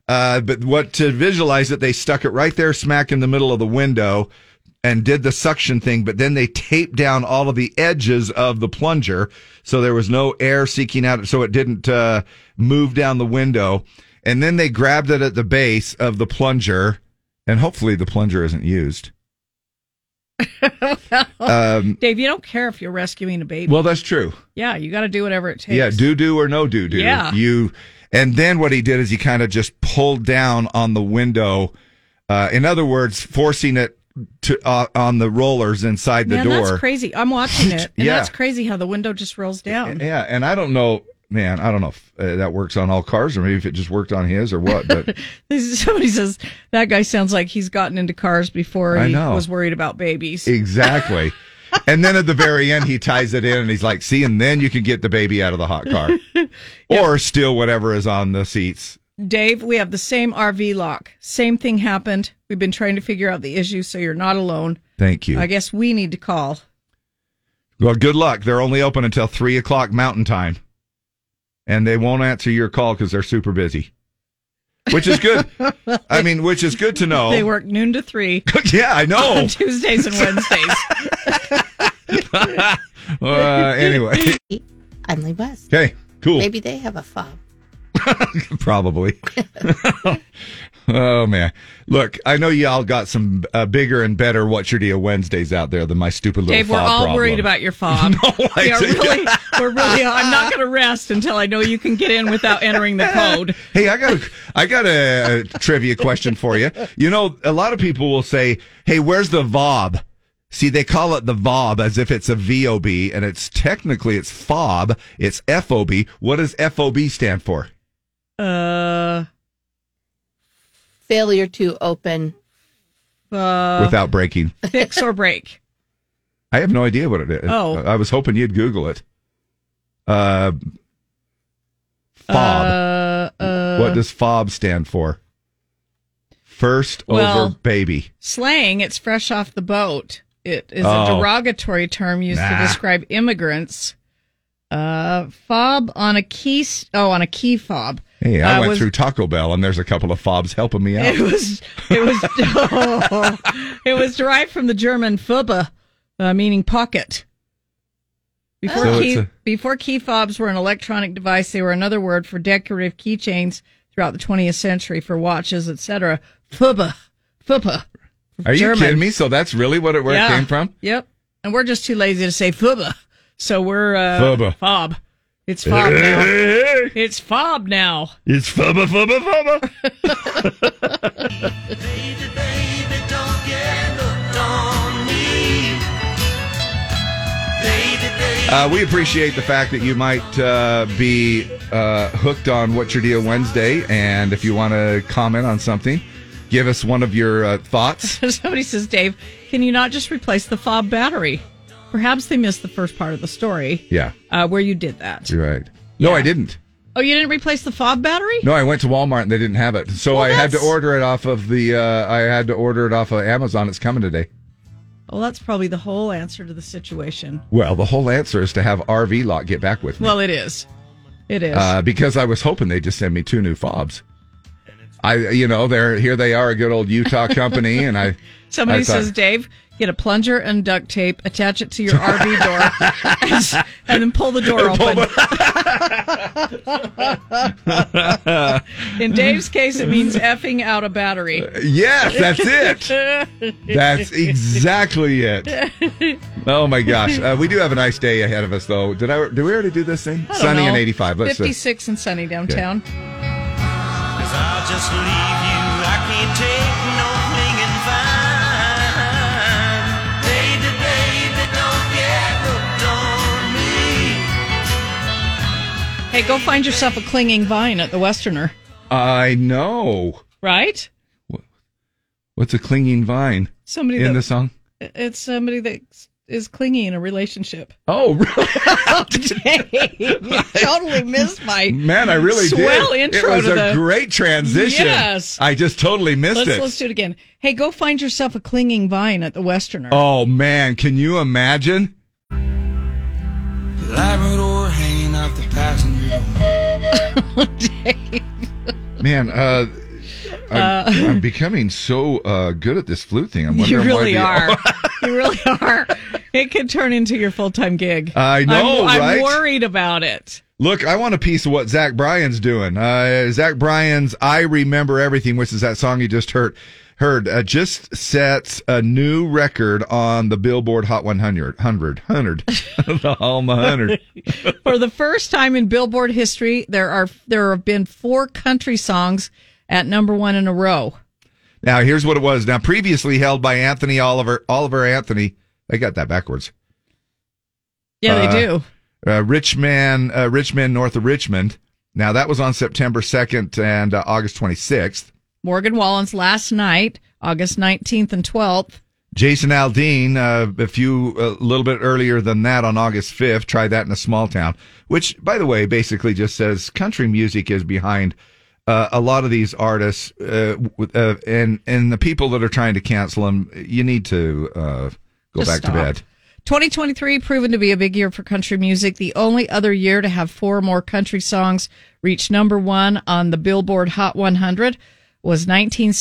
S4: Uh, but what to visualize it, they stuck it right there, smack in the middle of the window, and did the suction thing. But then they taped down all of the edges of the plunger, so there was no air seeking out, so it didn't uh, move down the window. And then they grabbed it at the base of the plunger, and hopefully the plunger isn't used. um,
S2: Dave, you don't care if you're rescuing a baby.
S4: well, that's true.
S2: yeah, you got to do whatever it takes.
S4: Yeah, do do or no do do.
S2: Yeah.
S4: You and then what he did is he kind of just pulled down on the window. Uh, in other words, forcing it to uh, on the rollers inside the
S2: Man,
S4: door.
S2: that's crazy. I'm watching it, and
S4: Yeah.
S2: that's crazy how the window just rolls down.
S4: Yeah, and I don't know, man. I don't know if uh, that works on all cars or maybe if it just worked on his or what. But
S2: This is- Somebody says that guy sounds like he's gotten into cars before
S4: I
S2: he
S4: know.
S2: was worried about babies.
S4: exactly. And then at the very end, he ties it in and he's like, "See, and then you can get the baby out of the hot car, or steal whatever is on the seats."
S2: Dave, we have the same RV lock. Same thing happened. We've been trying to figure out the issue, so you're not alone.
S4: Thank you.
S2: I guess we need to call.
S4: Well, good luck. They're only open until three o'clock Mountain Time, and they won't answer your call because they're super busy. Which is good. I mean, which is good to know.
S2: They work noon to three.
S4: yeah, I know.
S2: on Tuesdays and Wednesdays.
S4: Uh, anyway,
S3: I'm Lee West.
S4: okay, cool.
S3: Maybe they have a fob.
S4: Probably. oh man, look, I know y'all got some uh, bigger and better What's Your Deal Wednesdays out there than my stupid little.
S2: Dave, we're
S4: fob
S2: all
S4: problem.
S2: worried about your fob.
S4: I
S2: we are
S4: did-
S2: really, we're really. I'm not going to rest until I know you can get in without entering the code.
S4: Hey, I got a, I got a, trivia question for you. You know, a lot of people will say, "Hey, where's the vob?" See, they call it the vob as if it's a vob, and it's technically it's fob. It's fob. What does fob stand for?
S2: Uh,
S3: failure to open.
S2: Uh,
S4: Without breaking.
S2: fix or break.
S4: I have no idea what it is.
S2: Oh.
S4: I was hoping you'd Google it. Uh, fob.
S2: Uh, uh,
S4: what does fob stand for? First
S2: Well,
S4: over baby.
S2: slang? It's fresh off the boat. It is a
S4: Oh.
S2: derogatory term used
S4: Nah.
S2: to describe immigrants. Uh, fob on a key. s- Oh, on a key fob.
S4: Hey, I
S2: Uh,
S4: went
S2: was-
S4: through Taco Bell, and there's a couple of fobs helping me out.
S2: It was it was oh, it was derived from the German "Fubbe," uh, meaning pocket. Before
S4: So
S2: key
S4: it's a-
S2: before key fobs were an electronic device, they were another word for decorative keychains throughout the 20th century for watches, etc. Fubbe, Fubbe.
S4: Are you
S2: German.
S4: kidding me? So that's really what it, where
S2: Yeah.
S4: it came from?
S2: Yep. And we're just too lazy to say Fubbe, so we're uh,
S4: Fubbe.
S2: fob. It's fob now. It's fob now.
S4: It's fubba fubba fubba.
S14: Baby, don't get hooked on me. Baby, baby.
S4: Uh, we appreciate the fact that you might uh, be uh, hooked on What's Your Deal Wednesday. And if you want to comment on something, give us one of your uh, thoughts.
S2: Somebody says, Dave, can you not just replace the fob battery? Perhaps they missed the first part of the story
S4: Yeah,
S2: uh, where you did that.
S4: you're right. No, I didn't.
S2: Oh, you didn't replace the fob battery?
S4: No, I went to Walmart and they didn't have it, so I had to order it off of the. Uh, I had to order it off of Amazon. It's coming today.
S2: Well, that's probably the whole answer to the situation.
S4: Well, the whole answer is to have RV Lot get back with me
S2: Well, it is. It is.
S4: uh, because I was hoping they'd just send me two new fobs. I, you know, they're here. They are a good old Utah company, and I.
S2: Somebody
S4: I thought-
S2: says, Dave, get a plunger and duct tape, attach it to your RV door, and, and then pull the door open. In Dave's case, it means effing out a battery.
S4: Yes, that's
S2: it.
S4: That's exactly it. Oh my gosh, uh, we do have a nice day ahead of us, though. Did I? Did we already do this thing?
S2: I don't
S4: Sunny
S2: know.
S4: and eighty-five. Let's. uh,
S2: 56 and sunny downtown.
S14: Cause I'll just leave you. I can't take no clinging vine. Baby, baby, don't get hooked on me.
S2: Hey, go find yourself a clinging vine at the Westerner,
S4: I know.
S2: right?
S4: What's a clinging vine?
S2: Somebody
S4: in
S2: that-
S4: the song.
S2: It's somebody that is clingy in a relationship.
S4: Oh,
S2: really? you totally missed my
S4: Man, I really
S2: swell
S4: did.
S2: intro
S4: it was
S2: to
S4: a
S2: the-
S4: great transition.
S2: Yes.
S4: I just totally missed
S2: Let's,
S4: it.
S2: let's do it again. Hey, go find yourself a clinging vine at the Westerner.
S4: Oh man, can you imagine?
S14: Labrador hanging off the passenger.
S4: Man, uh, I'm,
S2: Uh,
S4: I'm becoming so uh, good at this flute thing. I'm
S2: you
S4: wondering
S2: really
S4: why the-
S2: are. you really are. It could turn into your full time gig.
S4: I know,
S2: I'm,
S4: right?
S2: I'm worried about it.
S4: Look, I want a piece of what Zach Bryan's doing. Uh, Zach Bryan's "I Remember Everything," which is that song you just heard, heard uh, just sets a new record on the Billboard Hot 100, 100, 100, the Alma 100.
S2: For the first time in Billboard history, there are there have been four country songs at number one in a row.
S4: Now, here's what it was. Now, previously held by Anthony Oliver, Oliver Anthony. They got that backwards.
S2: Yeah, they
S4: Uh,
S2: do.
S4: Uh, Richmond, uh, Richmond, north of Richmond. Now, that was on September 2nd and uh, August 26th.
S2: Morgan Wallen's last night, August nineteenth and twelfth.
S4: Jason Aldean, uh, a few, a little bit earlier than that on August 5th, tried that in a small town, which, by the way, basically just says country music is behind uh, a lot of these artists uh, with- uh, and, and the people that are trying to cancel them. You need to uh, go
S2: Just
S4: back
S2: stop.
S4: to bed.
S2: 2023 proven to be a big year for country music. The only other year to have four or more country songs reach number one on the Billboard Hot 100 was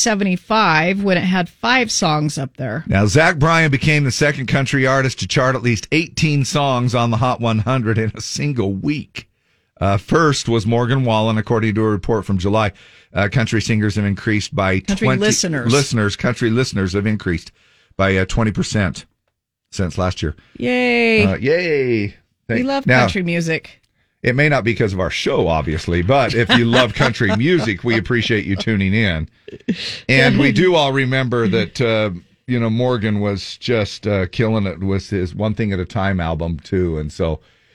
S2: 1975 when it had five songs up there.
S4: Now, Zach Bryan became the second country artist to chart at least 18 songs on the Hot 100 in a single week. Uh, first was Morgan Wallen, according to a report from July. Uh, country singers have increased by
S2: Country
S4: 20
S2: listeners.
S4: Listeners, country listeners have increased by uh, 20% since last year.
S2: Yay.
S4: Uh, yay.
S2: we
S4: Thank-
S2: love
S4: Now,
S2: country music.
S4: It may not be because of our show, obviously, but if you love country music, we appreciate you tuning in. And we do all remember that, uh, you know, Morgan was just uh, killing it with his One Thing at a Time album, too. And so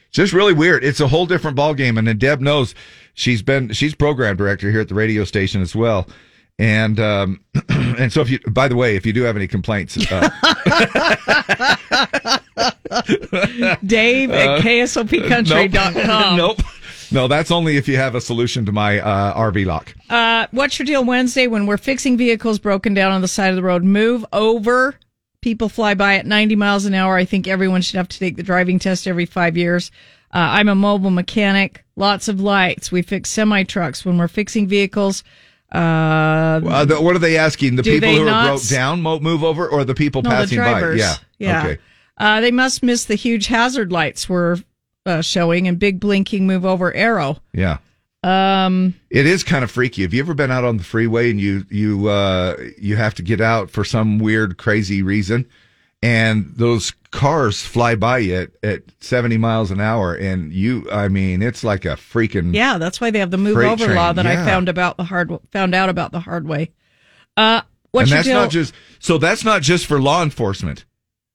S4: it's just really weird. It's a whole different ballgame. And then Deb knows she's been, she's program director here at the radio station as well. And, um, and so if you, by the way, if you do have any complaints, uh,
S2: Dave
S4: Uh,
S2: at ksopcountry.com.
S4: Nope. nope. No, that's only if you have a solution to my uh, RV lock.
S2: Uh, what's your deal Wednesday when we're fixing vehicles broken down on the side of the road? Move over. People fly by at 90 miles an hour. I think everyone should have to take the driving test every five years. Uh, I'm a mobile mechanic. Lots of lights. We fix semi trucks when we're fixing vehicles. Uh,
S4: Uh, the, what are they asking? The
S2: Do
S4: people
S2: they
S4: who
S2: not
S4: are broke
S2: s-
S4: down mo- move over, or the people
S2: no,
S4: passing
S2: the drivers.
S4: by? Yeah.
S2: yeah.
S4: Okay.
S2: Uh, they must miss the huge hazard lights we're uh, showing and big blinking move over arrow.
S4: Yeah.
S2: Um,
S4: It is kind of freaky. Have you ever been out on the freeway and you you uh, you have to get out for some weird crazy reason, and those cars fly by you at, at seventy miles an hour, and you I mean it's like a freaking
S2: Yeah, that's why they have the move
S4: Freight
S2: over
S4: train,
S2: law that
S4: yeah.
S2: I found about the hard found out about the hard way. Uh, what's
S4: and
S2: your
S4: that's
S2: deal?
S4: not just so that's not just for law enforcement.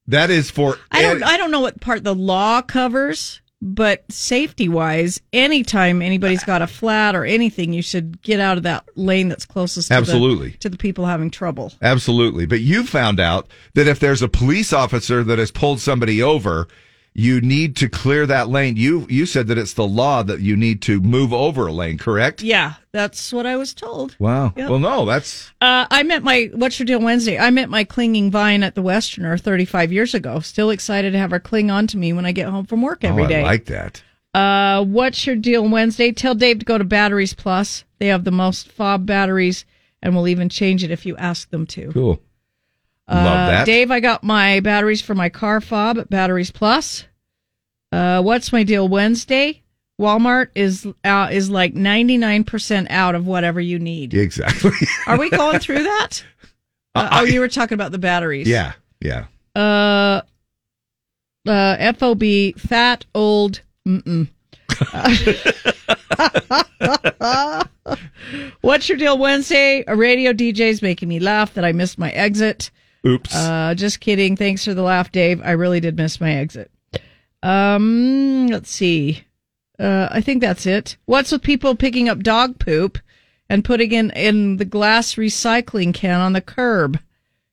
S4: That is for e-,
S2: I don't I don't know what part the law covers, but safety wise, anytime anybody's got a flat or anything, you should get out of that lane that's closest. to
S4: Absolutely.
S2: the, to the people having trouble.
S4: Absolutely. But you found out that if there's a police officer that has pulled somebody over, you need to clear that lane. You you said that it's the law that you need to move over a lane, correct?
S2: Yeah, that's what I was told.
S4: Wow.
S2: Yep.
S4: Well, no, that's
S2: Uh, I met my What's Your Deal Wednesday. I met my clinging vine at the Westerner 35 years ago. Still excited to have her cling on to me when I get home from work every
S4: oh,
S2: day.
S4: I like that.
S2: uh, What's Your Deal Wednesday? Tell Dave to go to Batteries Plus. They have the most fob batteries, and will even change it if you ask them to.
S4: Cool.
S2: Uh,
S4: Love that.
S2: Dave, I got my batteries for my car fob at Batteries Plus. Uh, what's my deal Wednesday? Walmart is uh, is like 99% out of whatever you need.
S4: Exactly.
S2: Are we going through that? Uh, oh, you were talking about the batteries.
S4: Yeah. Yeah.
S2: Uh, uh, FOB, fat, old, mm-mm. Uh, What's your deal Wednesday? A radio DJ's making me laugh that I missed my exit.
S4: Oops.
S2: Uh, just kidding. Thanks for the laugh, Dave. I really did miss my exit. Um, let's see. Uh, I think that's it. What's with people picking up dog poop and putting it in the glass recycling can on the curb?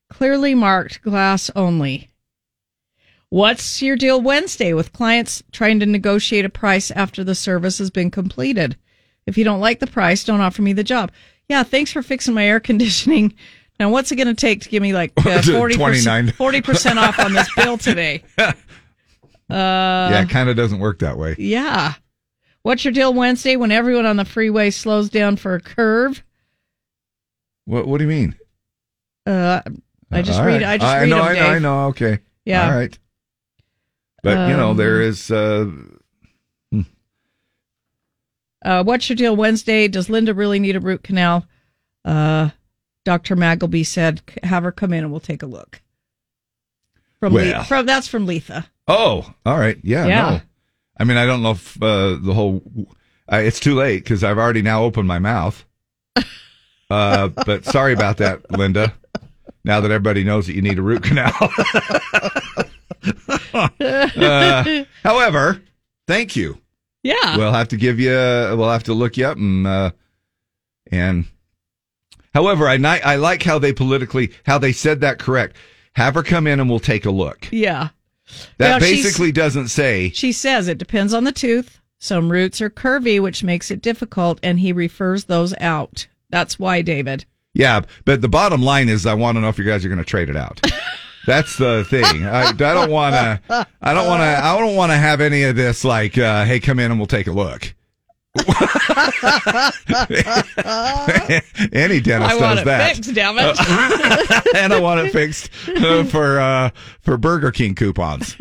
S2: Clearly marked glass only. What's your deal Wednesday with clients trying to negotiate a price after the service has been completed? If you don't like the price, don't offer me the job. Yeah, thanks for fixing my air conditioning. Now, what's it going to take to give me like uh,
S4: 29.
S2: 40%, 40% off on this bill today? Uh,
S4: yeah, it kind of doesn't work that way.
S2: yeah. What's your deal Wednesday when everyone on the freeway slows down for a curve?
S4: What What do you mean?
S2: Uh, I just
S4: All
S2: read.
S4: right.
S2: I just
S4: I
S2: read
S4: know,
S2: them,
S4: I know,
S2: Dave.
S4: I know. Okay.
S2: Yeah.
S4: All right. But you know,
S2: Um,
S4: there is. Uh,
S2: Uh, what's your deal Wednesday? Does Linda really need a root canal? Uh, Dr. Magleby said, "C- have her come in and we'll take a look. From, Le-
S4: Well.
S2: from that's from Letha.
S4: oh, all right. Yeah.
S2: Yeah.
S4: No. I mean, I don't know if uh, the whole. Uh, it's too late because I've already now opened my mouth. Uh, but sorry about that, Linda. Now that everybody knows that you need a root canal. Uh, however, thank you.
S2: yeah.
S4: We'll have to give you. We'll have to look you up and uh, and. However, I ni- I like how they politically how they said that correct. Have her come in and we'll take a look.
S2: yeah.
S4: That
S2: Well, she's-
S4: basically doesn't say
S2: She says it depends on the tooth. Some roots are curvy, which makes it difficult, and he refers those out. That's why, David.
S4: yeah, but the bottom line is I want to know if you guys are going to trade it out. That's the thing. I, I don't want to. I don't want to. I don't want to have any of this like, uh, hey, come in and we'll take a look. any dentist
S14: I want
S4: does
S14: it
S4: that. Uh,
S14: fixed, damn it.
S4: and I want it fixed uh, for uh, for Burger King coupons.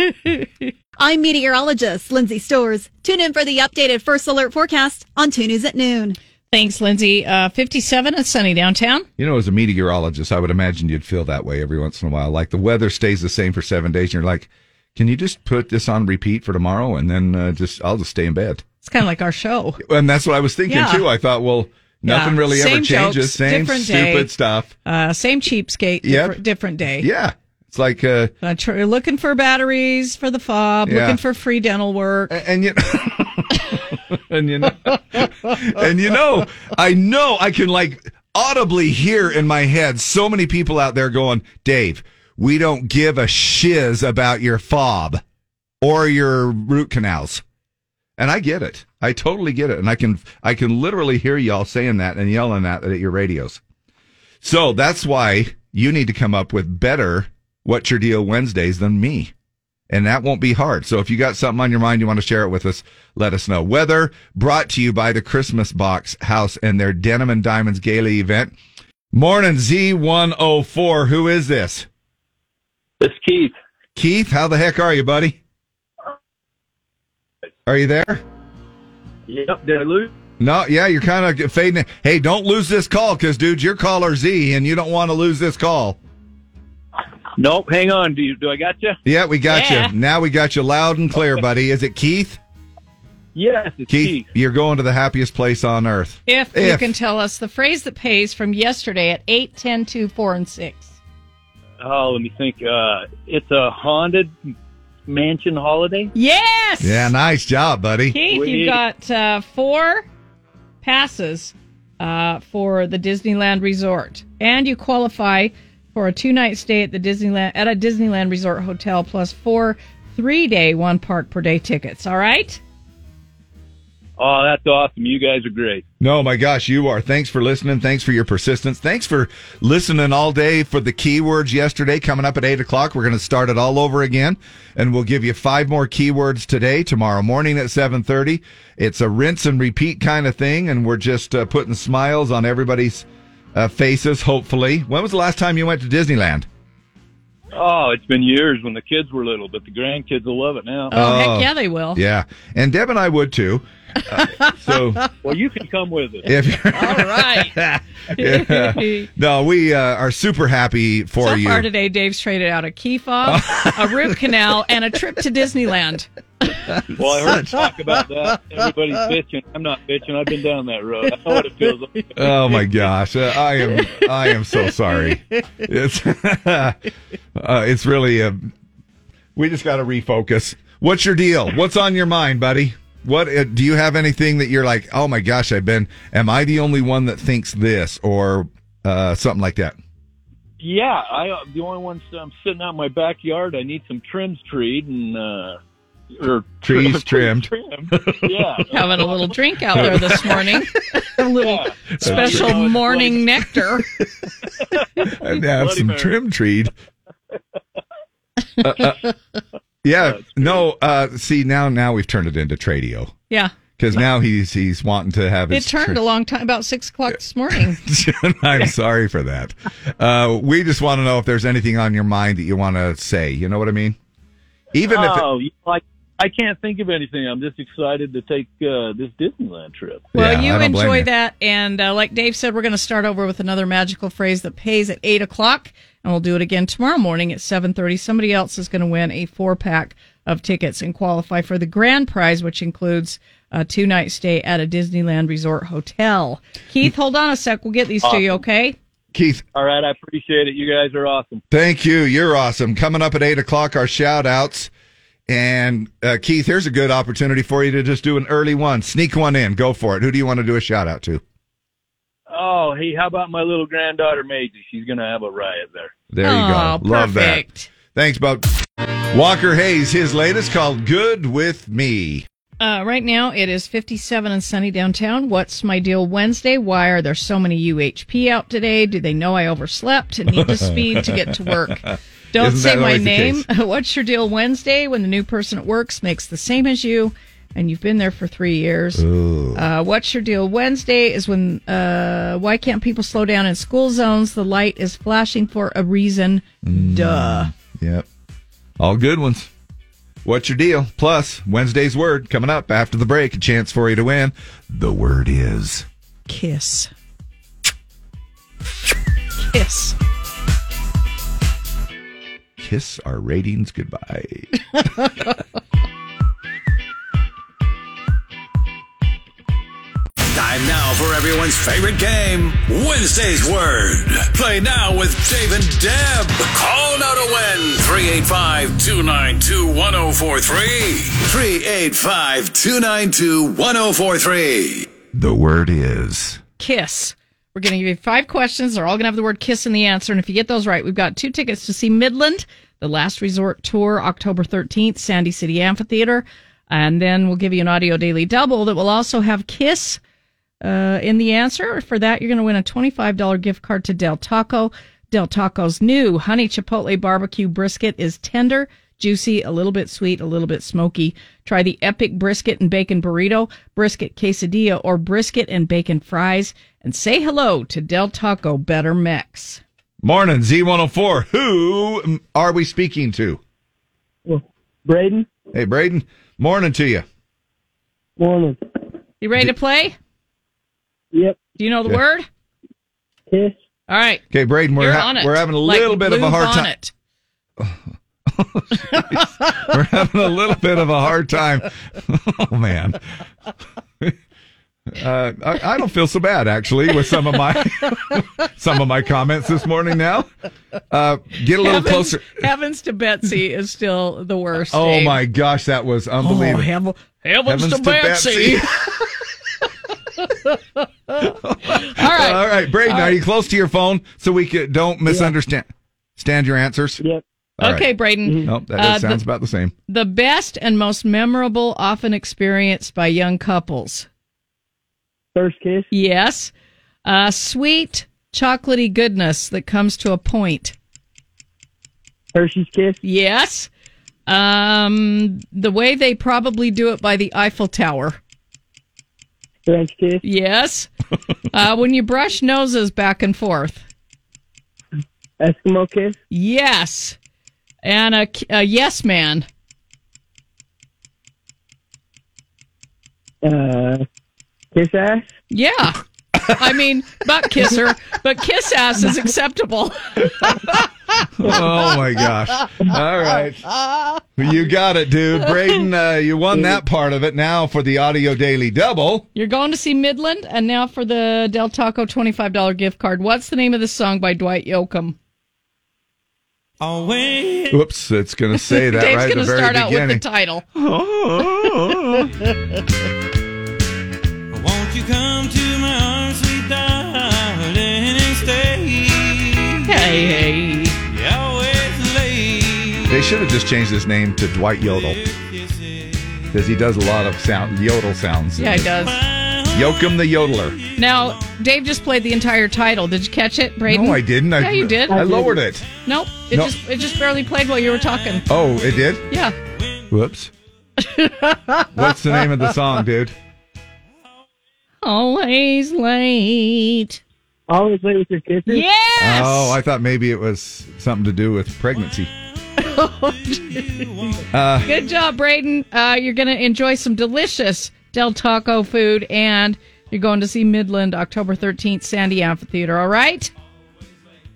S18: I'm meteorologist Lindsay Stores. Tune in for the updated first alert forecast on 2 News at noon.
S2: Thanks, Lindsay. Uh, 57 at sunny downtown.
S4: You know, as a meteorologist, I would imagine you'd feel that way every once in a while. Like the weather stays the same for seven days, and you're like, "Can you just put this on repeat for tomorrow?" And then uh, just I'll just stay in bed.
S2: It's kind of like our show.
S4: And that's what I was thinking
S2: Yeah.
S4: too. I thought, well, nothing
S2: Yeah.
S4: really ever
S2: Same
S4: changes.
S2: jokes,
S4: same
S2: different
S4: stupid
S2: day.
S4: stuff.
S2: Uh, same cheapskate,
S4: Yep.
S2: different, different day.
S4: Yeah, it's like uh,
S2: Uh, tr- looking for batteries for the fob,
S4: Yeah.
S2: looking for free dental work.
S4: And, you and you know, and you know, I know I can like audibly hear in my head so many people out there going, Dave, we don't give a shiz about your fob or your root canals. And I get it. I totally get it. And I can, I can literally hear y'all saying that and yelling that at your radios. So that's why you need to come up with better What's Your Deal Wednesdays than me. And that won't be hard. So if you got something on your mind, you want to share it with us, let us know. Weather brought to you by the Christmas Box House and their Denim and Diamonds Gaily event. Morning Z104. Who is this?
S19: It's Keith.
S4: Keith, how the heck are you, buddy? Are you there?
S19: Yep. Did I lose?
S4: No, yeah, you're kind of fading. it. Hey, don't lose this call because, dude, you're caller Z and you don't want to lose this call.
S19: Nope. Hang on. Do you? Do I got you?
S4: Yeah, we got
S19: Yeah.
S4: you. Now we got you loud and clear, buddy. Is it Keith?
S19: Yes, it's
S4: Keith, you're going to the happiest place on earth.
S2: If, you can tell us the phrase that pays from yesterday at 8, 10, 2, 4, and 6.
S19: Oh, let me think. Uh, it's a haunted mansion holiday.
S2: Yes!
S4: Yeah, nice job, buddy.
S2: Keith, you've got uh, four passes uh, for the Disneyland Resort, and you qualify for a two-night stay at the Disneyland at a Disneyland Resort hotel, plus four three day, one park per day tickets. All right?
S19: Oh, that's awesome. You guys are great.
S4: No, my gosh, you are. Thanks for listening. Thanks for your persistence. Thanks for listening all day for the keywords yesterday. Coming up at 8 o'clock, we're going to start it all over again, and we'll give you five more keywords today, tomorrow morning at 7.30. It's a rinse and repeat kind of thing, and we're just uh, putting smiles on everybody's uh, faces, hopefully. When was the last time you went to Disneyland?
S19: Oh, it's been years when the kids were little, but the grandkids will love it now.
S4: Oh. Yeah, and Deb and I would too. Uh, so...
S19: Well, you can come with us.
S4: If you're... Yeah. No, we uh, are super happy for
S2: so
S4: you.
S2: far today, Dave's traded out a key fob, a root canal, and a trip to Disneyland.
S19: Well, I heard talk about that. Everybody's bitching. I'm not bitching. I've been down that road. I know what it feels like.
S4: oh my gosh, uh, I am I am so sorry. It's uh, it's really a. We just got to refocus. What's your deal? What's on your mind, buddy? What uh, do you have anything that you're like? Oh my gosh, I've been. Am I the only one that thinks this or uh, something like that?
S19: Yeah, I uh, the only ones I'm sitting out in my backyard. I need some trims treed and uh, or
S4: Trees trimmed.
S19: yeah,
S2: Having a little drink out there this morning. a little special
S19: Yeah.
S2: morning nectar.
S4: And have
S2: Bloody
S4: some
S2: Mary.
S4: trim treed. Uh, uh, yeah, no. Uh, see now, now we've turned it into tradio
S2: Yeah.
S4: because now he's he's wanting to have
S2: It
S4: his.
S2: turned
S4: trim-
S2: a long time, about six o'clock this morning.
S4: I'm sorry for that. Uh, we just want to know if there's anything on your mind that you want to say. You know what I mean? Even if it,
S19: oh, you know, I, I can't think of anything. I'm just excited to take uh, this Disneyland trip.
S2: Well,
S4: Yeah, I
S2: you
S4: don't blame
S2: enjoy
S4: you.
S2: that. And uh, like Dave said, we're going to start over with another magical phrase that pays at 8 o'clock. And we'll do it again tomorrow morning at 7.30. Somebody else is going to win a four-pack of tickets and qualify for the grand prize, which includes a two-night stay at a Disneyland Resort hotel. Keith, hold on a sec. We'll get these to you,
S19: Awesome.
S2: okay?
S4: Keith,
S19: All right, I appreciate it. You guys are awesome.
S4: Thank you. You're awesome. Coming up at eight o'clock, our shout outs. And uh, Keith, here's a good opportunity for you to just do an early one. Sneak one in. Go for it. Who do you want to do a shout out to?
S19: Oh, hey, how about my little granddaughter Maisie? She's gonna have a riot there.
S4: There you
S2: Oh,
S19: Aw,
S4: go. Love that.
S19: perfect.
S4: Thanks, Bob. Walker Hayes, his latest called Good With Me.
S2: Uh, right now it is 57 and sunny downtown. What's my deal Wednesday? Why are there so many UHP out today? Do they know I overslept and need to speed to get to work? Don't
S14: Isn't
S2: say
S14: that
S2: my
S14: always the
S2: name.
S14: case?
S2: What's your deal Wednesday when the new person at works makes the same as you and you've been there for three years? Uh, what's your deal Wednesday is when, uh, why can't people slow down in school zones? The light is flashing for a reason. Duh.
S4: Yep. All good ones. What's your deal? Plus, Wednesday's word coming up after the break. A chance for you to win. The word is.
S2: Kiss. Kiss.
S4: Kiss our ratings goodbye.
S15: Time now for everyone's favorite game, Wednesday's Word. Play now with Dave and Deb. Call now to win 385 292 1043. 385 292 1043.
S4: The word is.
S2: Kiss. We're going to give you five questions. They're all going to have the word kiss in the answer. And if you get those right, we've got two tickets to see Midland, the last resort tour, October 13th, Sandy City Amphitheater. And then we'll give you an audio daily double that will also have kiss uh, in the answer. For that, you're going to win a $25 gift card to Del Taco. Del Taco's new honey chipotle barbecue brisket is tender, juicy, a little bit sweet, a little bit smoky. Try the epic brisket and bacon burrito, brisket quesadilla, or brisket and bacon fries. And say hello to Del Taco Better Mex.
S4: Morning, Z104. Who are we speaking to?
S20: Braden.
S4: Hey, Braden. Morning to you.
S20: Morning.
S2: You ready to play?
S20: Yep.
S2: Do you know the
S4: Yeah.
S2: word?
S20: Kiss.
S2: All right.
S4: Okay, Braden, we're,
S2: You're
S4: ha-
S2: on it.
S4: we're having a
S2: Like
S4: little bit of
S2: Blue
S4: a hard time.
S2: Bonnet.
S4: We're having a little bit of a hard time. Oh, man. Uh, I, I don't feel so bad actually with some of my some of my comments this morning. Now, uh, get a little
S2: Heavens-
S4: closer.
S2: Heavens to Betsy is still the worst.
S4: Oh
S2: Dave.
S4: my gosh, that was unbelievable.
S2: heaven- heavens, to, Betsy. All right.
S4: All right, Braden,
S2: All
S4: are
S2: right.
S4: you close to your phone so we could don't misunderstand stand your answers?
S20: Yep.
S4: All right. Mm-hmm.
S2: Okay, Braden.
S4: Nope, that
S2: Uh,
S4: that sounds
S2: the,
S4: about the same.
S2: the best and most memorable often experienced by young couples.
S20: First kiss?
S2: Yes. Uh, sweet, chocolatey goodness that comes to a point.
S20: Hershey's kiss?
S2: Yes. Um, the way they probably do it by the Eiffel Tower.
S20: French kiss?
S2: Yes. uh, when you brush noses back and forth.
S20: Eskimo kiss?
S2: Yes. And a, a yes man.
S20: Uh, kiss ass?
S2: Yeah. I mean, butt kisser, but kiss ass is acceptable.
S4: Oh my gosh! All right, you got it, dude. Braden, uh, you won that part of it. Now for the audio daily double.
S2: You're going to see Midland, and now for the Del Taco $25 gift card. What's the name of the song by Dwight Yoakam?
S14: Always.
S4: Oops, it's going to say that
S2: Dave's
S4: right at
S2: gonna
S4: the very
S2: start out with the
S4: beginning.
S2: title.
S4: Oh.
S14: Won't you come to my arms, sweet darling, and stay?
S2: Hey, hey.
S14: You're always late.
S4: They should have just changed his name to Dwight Yodel because he does a lot of sound yodel sounds.
S2: Yeah, it does.
S4: Yoakum the yodeler.
S2: Now, Dave just played the entire title. Did you catch it, Braden?
S4: No, I didn't. I,
S2: yeah, you did.
S4: I lowered it.
S2: Nope. It
S4: No.
S2: just it just barely played while you were talking.
S4: Oh, it did.
S2: Yeah.
S4: Whoops. What's the name of the song, dude?
S2: Always late.
S20: Always late with your kisses?
S2: Yeah!
S4: Oh, I thought maybe it was something to do with pregnancy. Uh,
S2: Good job, Braden. Uh, you're going to enjoy some delicious Del Taco food, and you're going to see Midland October 13th, Sandy Amphitheater. All right?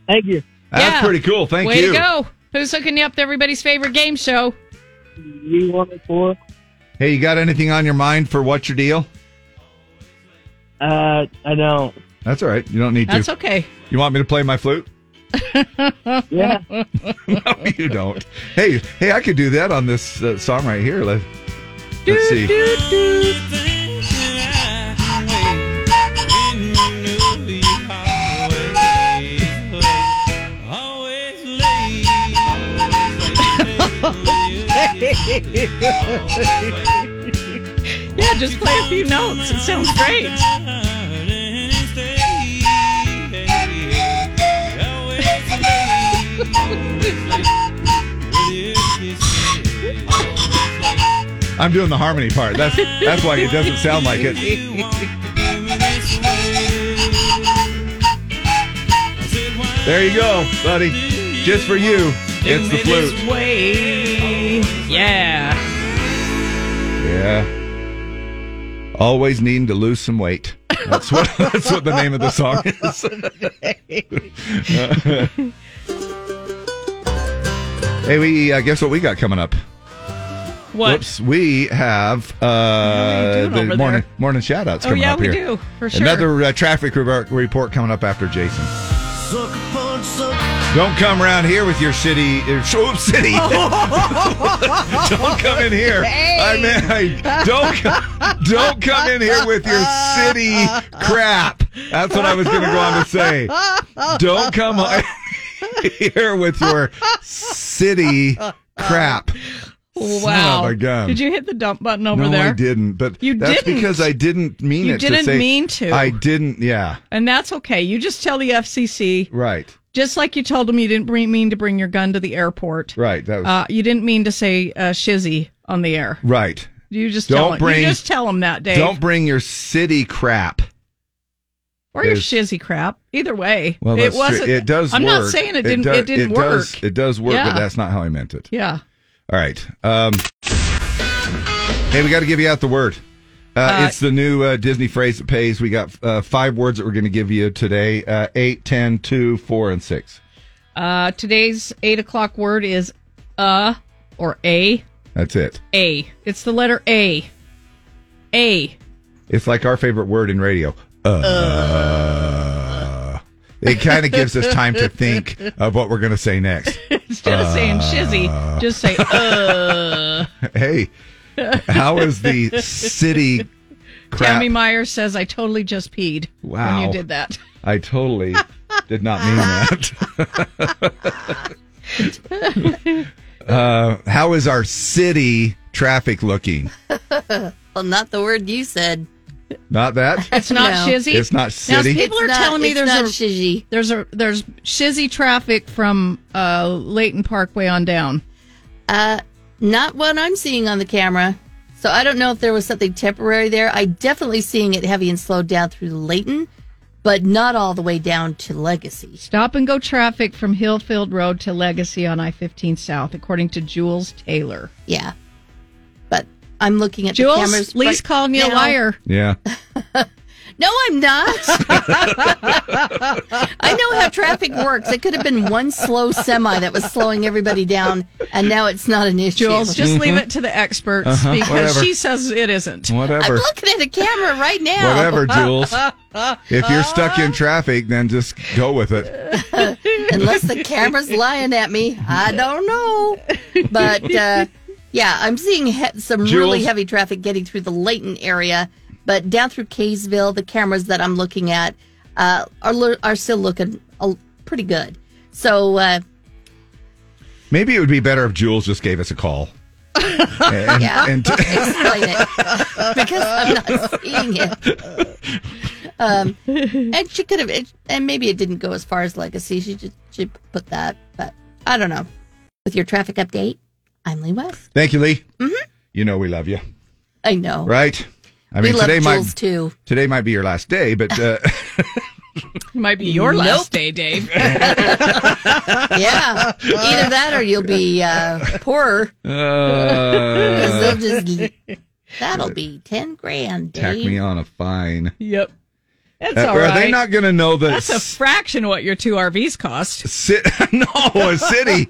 S20: Thank you.
S4: That's pretty cool. Thank
S2: Way
S4: you.
S2: to go. Who's hooking you up to everybody's favorite game show?
S20: You want it for?
S4: Hey, you got anything on your mind for what's your deal?
S20: Uh, I don't.
S4: That's all right. You don't need to.
S2: That's okay.
S4: You want me to play my flute?
S20: Yeah.
S4: no, you don't. Hey, hey, I could do that on this uh, song right here. Let, let's see.
S2: yeah, just play a few notes. It sounds great.
S4: I'm doing the harmony part. That's that's why it doesn't sound like it. There you go, buddy. Just for you. It's the flute.
S2: Way. Yeah.
S4: Yeah. Always needing to lose some weight. That's what that's what the name of the song is. hey, we uh, guess what we got coming up?
S2: What?
S4: Whoops, we have
S2: are
S4: uh,
S2: you doing over
S4: the
S2: there?
S4: morning morning shout outs
S2: Oh,
S4: coming
S2: yeah,
S4: up
S2: we
S4: here.
S2: do, for sure.
S4: Another uh, traffic re- report coming up after Jason.
S14: Sucker punch, sucker.
S4: Don't come around here with your city. Your, oops, city. don't come in here. I mean, I, don't co- don't come in here with your city crap. That's what I was going to go on to say. Don't come here with your city crap.
S2: Wow.
S4: Son of a gun.
S2: Did you hit the dump button over
S4: no,
S2: there?
S4: I didn't. But
S2: You
S4: that's
S2: didn't.
S4: because I didn't mean
S2: You
S4: it.
S2: didn't
S4: to say,
S2: mean to.
S4: I didn't. Yeah.
S2: And that's okay. You just tell the FCC,
S4: Right.
S2: just like you told them you didn't bring, mean to bring your gun to the airport.
S4: Right. That was
S2: Uh, you didn't mean to say uh, shizzy on the air.
S4: right.
S2: You just
S4: Don't
S2: tell 'em-
S4: bring-
S2: you just tell them that, Dave,
S4: Don't bring your city crap.
S2: or your
S4: There's-
S2: shizzy crap. Either way,
S4: Well,
S2: it
S4: that's
S2: wasn't.
S4: True. It does.
S2: I'm
S4: work.
S2: not saying it didn't.
S4: does-
S2: It, didn't
S4: it
S2: work.
S4: Does, it does work,
S2: Yeah.
S4: but that's not how I meant it.
S2: yeah.
S4: All right. Um, hey, we got to give you out the word. Uh,
S2: Uh,
S4: it's the new uh, Disney phrase that pays. We got uh, five words that we're going to give you today: uh, eight, ten, two, four, and six.
S2: Uh, today's eight o'clock word is uh or a
S4: That's it.
S2: a. It's the letter A. A.
S4: It's like our favorite word in radio. Uh,
S2: Uh.
S4: It kind of gives us time to think of what we're going to say next.
S2: Instead of saying shizzy, just say uh.
S4: Hey, how is the city crap?
S2: Tammy Meyer says I totally just peed
S4: Wow.
S2: when you did that.
S4: I totally did not mean that. Uh, how is our city traffic looking?
S3: well, not the word you said.
S4: Not that.
S2: It's not shizzy.
S4: It's not city.
S2: Now, people are
S3: It's not-
S2: telling me
S3: it's
S2: there's
S3: not
S2: a shizzy. There's a there's shizzy traffic from uh, Leighton Parkway on down.
S3: Uh, not what I'm seeing on the camera. So I don't know if there was something temporary there. I definitely seeing it heavy and slowed down through Layton, but not all the way down to Legacy.
S2: Stop and go traffic from Hillfield Road to Legacy on I-15 South, according to Jules Taylor.
S3: Yeah, but I'm looking at
S2: Jules,
S3: the cameras.
S2: Lee's
S3: right
S2: calling you a
S3: now.
S2: liar.
S4: yeah.
S3: No, I'm not. I know how traffic works. It could have been one slow semi that was slowing everybody down, and now it's not an issue.
S2: Jules, just leave it to the experts
S4: Mm-hmm. Uh-huh,
S2: because
S4: whatever.
S2: she says it isn't.
S4: Whatever.
S3: I'm looking at a camera right now.
S4: Whatever, Jules. If you're stuck in traffic, then just go with it.
S3: unless the camera's lying at me. I don't know. But uh, yeah, I'm seeing he- some really
S4: Jules?
S3: heavy traffic getting through the Layton area, but down through Kaysville, the cameras that I'm looking at uh, are lo- are still looking uh, pretty good. So uh,
S4: Maybe it would be better if Jules just gave us a call. And-
S3: yeah,
S4: and t-
S3: explain it because I'm not seeing it. Um, and she could have, it, and maybe it didn't go as far as Legacy. She should, should put that, but I don't know. With your traffic update, I'm Lee West.
S4: Thank you, Lee.
S3: Mhm.
S2: Mm-hmm.
S4: You know we love you,
S3: I
S2: Oh.
S3: know.
S4: right? I
S3: We
S4: mean,
S3: love
S4: today
S3: Jules,
S4: might
S3: too.
S4: today might be your last day, but uh,
S2: Might be your
S3: Nope.
S2: last day, Dave.
S3: Yeah. Either that or you'll be uh, poorer.
S4: Uh,
S3: Because they'll just, that'll be 10 grand,
S4: tack
S3: Dave.
S4: me on a fine.
S2: Yep. That's
S4: Uh,
S2: all
S4: are
S2: right.
S4: they not going to know that
S2: That's a fraction of what your two RVs cost.
S4: Ci- no, oh, a city.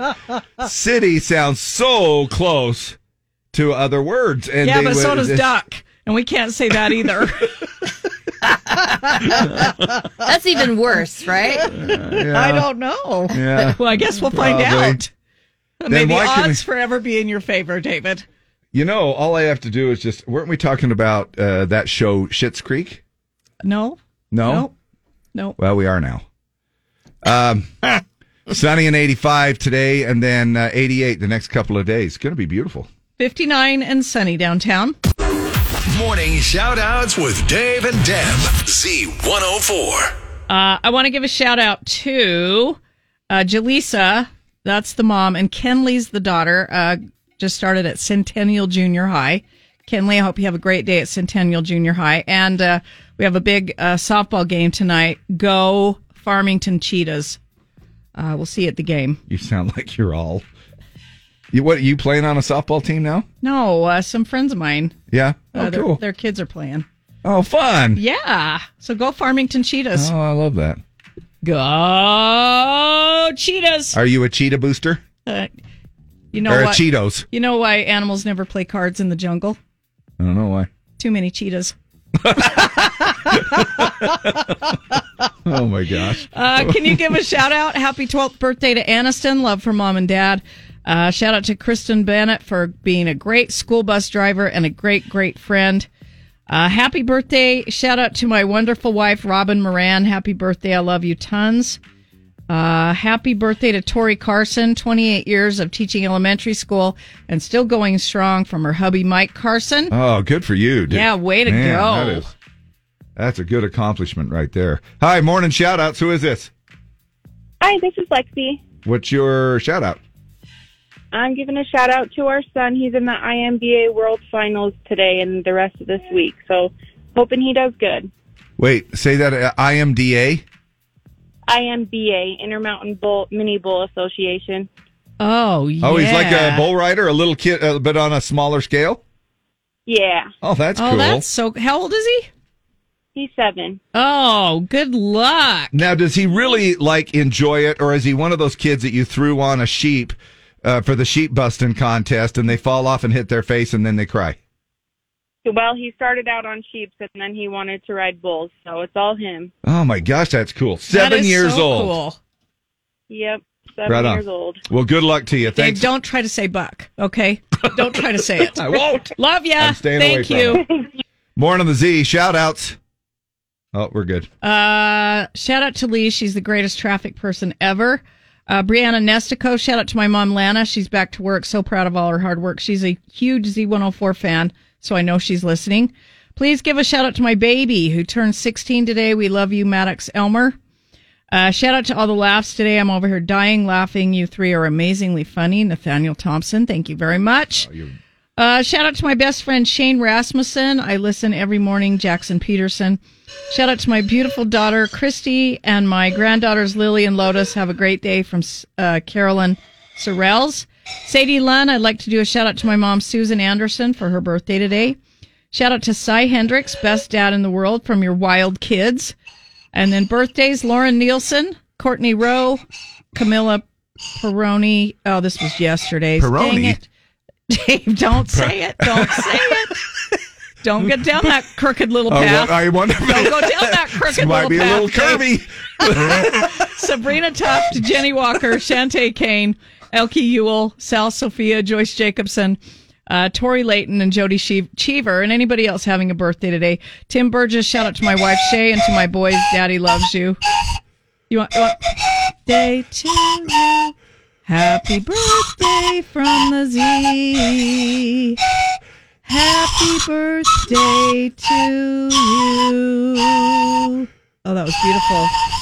S4: city sounds so close to other words, and
S2: yeah,
S4: they
S2: but so
S4: would-
S2: does duck, and we can't say that either.
S3: That's even worse, right?
S4: yeah. I don't
S2: know.
S4: Yeah.
S2: well, I guess we'll find
S4: Probably.
S2: out.
S4: Then
S2: May the
S4: why can we-
S2: odds forever be in your favor, David.
S4: You know, all I have to do is just. Weren't we talking about uh, that show, Shit's Creek?
S2: No,
S4: No.
S2: No. no.
S4: Well, we are now. Um, sunny and 85 today, and then uh, 88 the next couple of days. Going to be beautiful.
S2: 59 and sunny downtown.
S15: Morning shout outs with Dave and Deb. Z104.
S2: Uh, I want to give a shout out to uh, Jaleesa, that's the mom, and Kenley's the daughter. Uh, just started at Centennial Junior High. Kenley, I hope you have a great day at Centennial Junior High. And uh, we have a big uh, softball game tonight. Go Farmington Cheetahs. Uh, we'll see you at the game.
S4: You sound like you're all. You what? You playing on a softball team now?
S2: No, uh, some friends of mine.
S4: Yeah.
S2: Uh,
S4: oh,
S2: their,
S4: cool.
S2: their kids are playing.
S4: Oh, fun.
S2: Yeah. So go Farmington Cheetahs.
S4: Oh, I love that.
S2: Go Cheetahs.
S4: Are you a cheetah booster?
S2: Uh, you know
S4: Or a
S2: what?
S4: Cheetos.
S2: You know why animals never play cards in the jungle?
S4: I don't know why.
S2: Too many cheetahs.
S4: Oh my gosh.
S2: Uh, can you give a shout out? Happy 12th birthday to Aniston. Love from mom and dad. Uh, shout out to Kristen Bennett for being a great school bus driver and a great, great friend. Uh, happy birthday. Shout out to my wonderful wife, Robin Moran. Happy birthday. I love you tons. Uh, happy birthday to Tori Carson, 28 years of teaching elementary school and still going strong from her hubby, Mike Carson.
S4: Oh, good for you, dude.
S2: Yeah, way to
S4: Man,
S2: go.
S4: That is, that's a good accomplishment right there. Hi, morning shout outs. Who is this?
S21: Hi, this is Lexi.
S4: What's your shout out?
S21: I'm giving a shout out to our son. He's in the IMBA World Finals today and the rest of this week. So, hoping he does good.
S4: Wait, say that uh, IMDA.
S21: IMBA, Intermountain Bowl Mini Bowl Association.
S2: Oh, yeah.
S4: Oh, he's like a bull rider, a little kid, uh, but on a smaller scale.
S21: Yeah.
S4: Oh, that's
S2: oh,
S4: cool.
S2: that's so. How old is he?
S21: He's seven.
S2: Oh, good luck.
S4: Now, does he really like enjoy it, or is he one of those kids that you threw on a sheep uh, for the sheep busting contest, and they fall off and hit their face, and then they cry?
S21: Well, he started out on sheep and then he wanted to ride bulls. So, it's all him.
S4: Oh my gosh, that's cool. Seven
S21: is
S4: years
S21: so
S4: old.
S21: cool. Yep. Seven
S4: Right on.
S21: years old.
S4: Well, good luck to you.
S2: Dave,
S4: Thanks.
S2: don't try to say buck, okay? Don't try to say it.
S4: I won't.
S2: Love ya.
S4: I'm staying
S2: Thank
S4: away from
S2: you.
S4: Morning on the Z. Shout outs. Oh, we're good.
S2: Uh, shout out to Lee. She's the greatest traffic person ever. Uh, Brianna Nestico, shout out to my mom, Lana. She's back to work. So proud of all her hard work. She's a huge Z104 fan, so I know she's listening. Please give a shout out to my baby who turned 16 today. We love you, Maddox Elmer. Uh, shout out to all the laughs today. I'm over here dying laughing. You three are amazingly funny. Nathaniel Thompson, thank you very much. Uh, shout out to my best friend Shane Rasmussen. I listen every morning. Jackson Peterson. Shout out to my beautiful daughter Christy and my granddaughters Lily and Lotus. Have a great day from uh, Carolyn Sorrells. Sadie Lunn. I'd like to do a shout out to my mom Susan Anderson for her birthday today. Shout out to Cy Hendricks, best dad in the world from your wild kids. And then birthdays Lauren Nielsen, Courtney Rowe, Camilla Peroni. Oh, this was yesterday's. Dang
S4: Peroni?
S2: it. Dave, don't say it. Don't say it. Don't get down that crooked little
S4: Oh,
S2: path.
S4: well, I wonder if
S2: don't
S4: it-
S2: go down that crooked
S4: might
S2: little
S4: be a
S2: path.
S4: little curvy.
S2: Sabrina Tuft, Jenny Walker, Shantae Kane, Elkie Ewell, Sal Sophia, Joyce Jacobson, uh, Tori Layton, and Jody Shee- Cheever, and anybody else having a birthday today. Tim Burgess, shout out to my wife Shay and to my boys. Daddy loves you. You want, you want day to you. Happy birthday from the Z. Happy birthday to you. Oh, that was beautiful.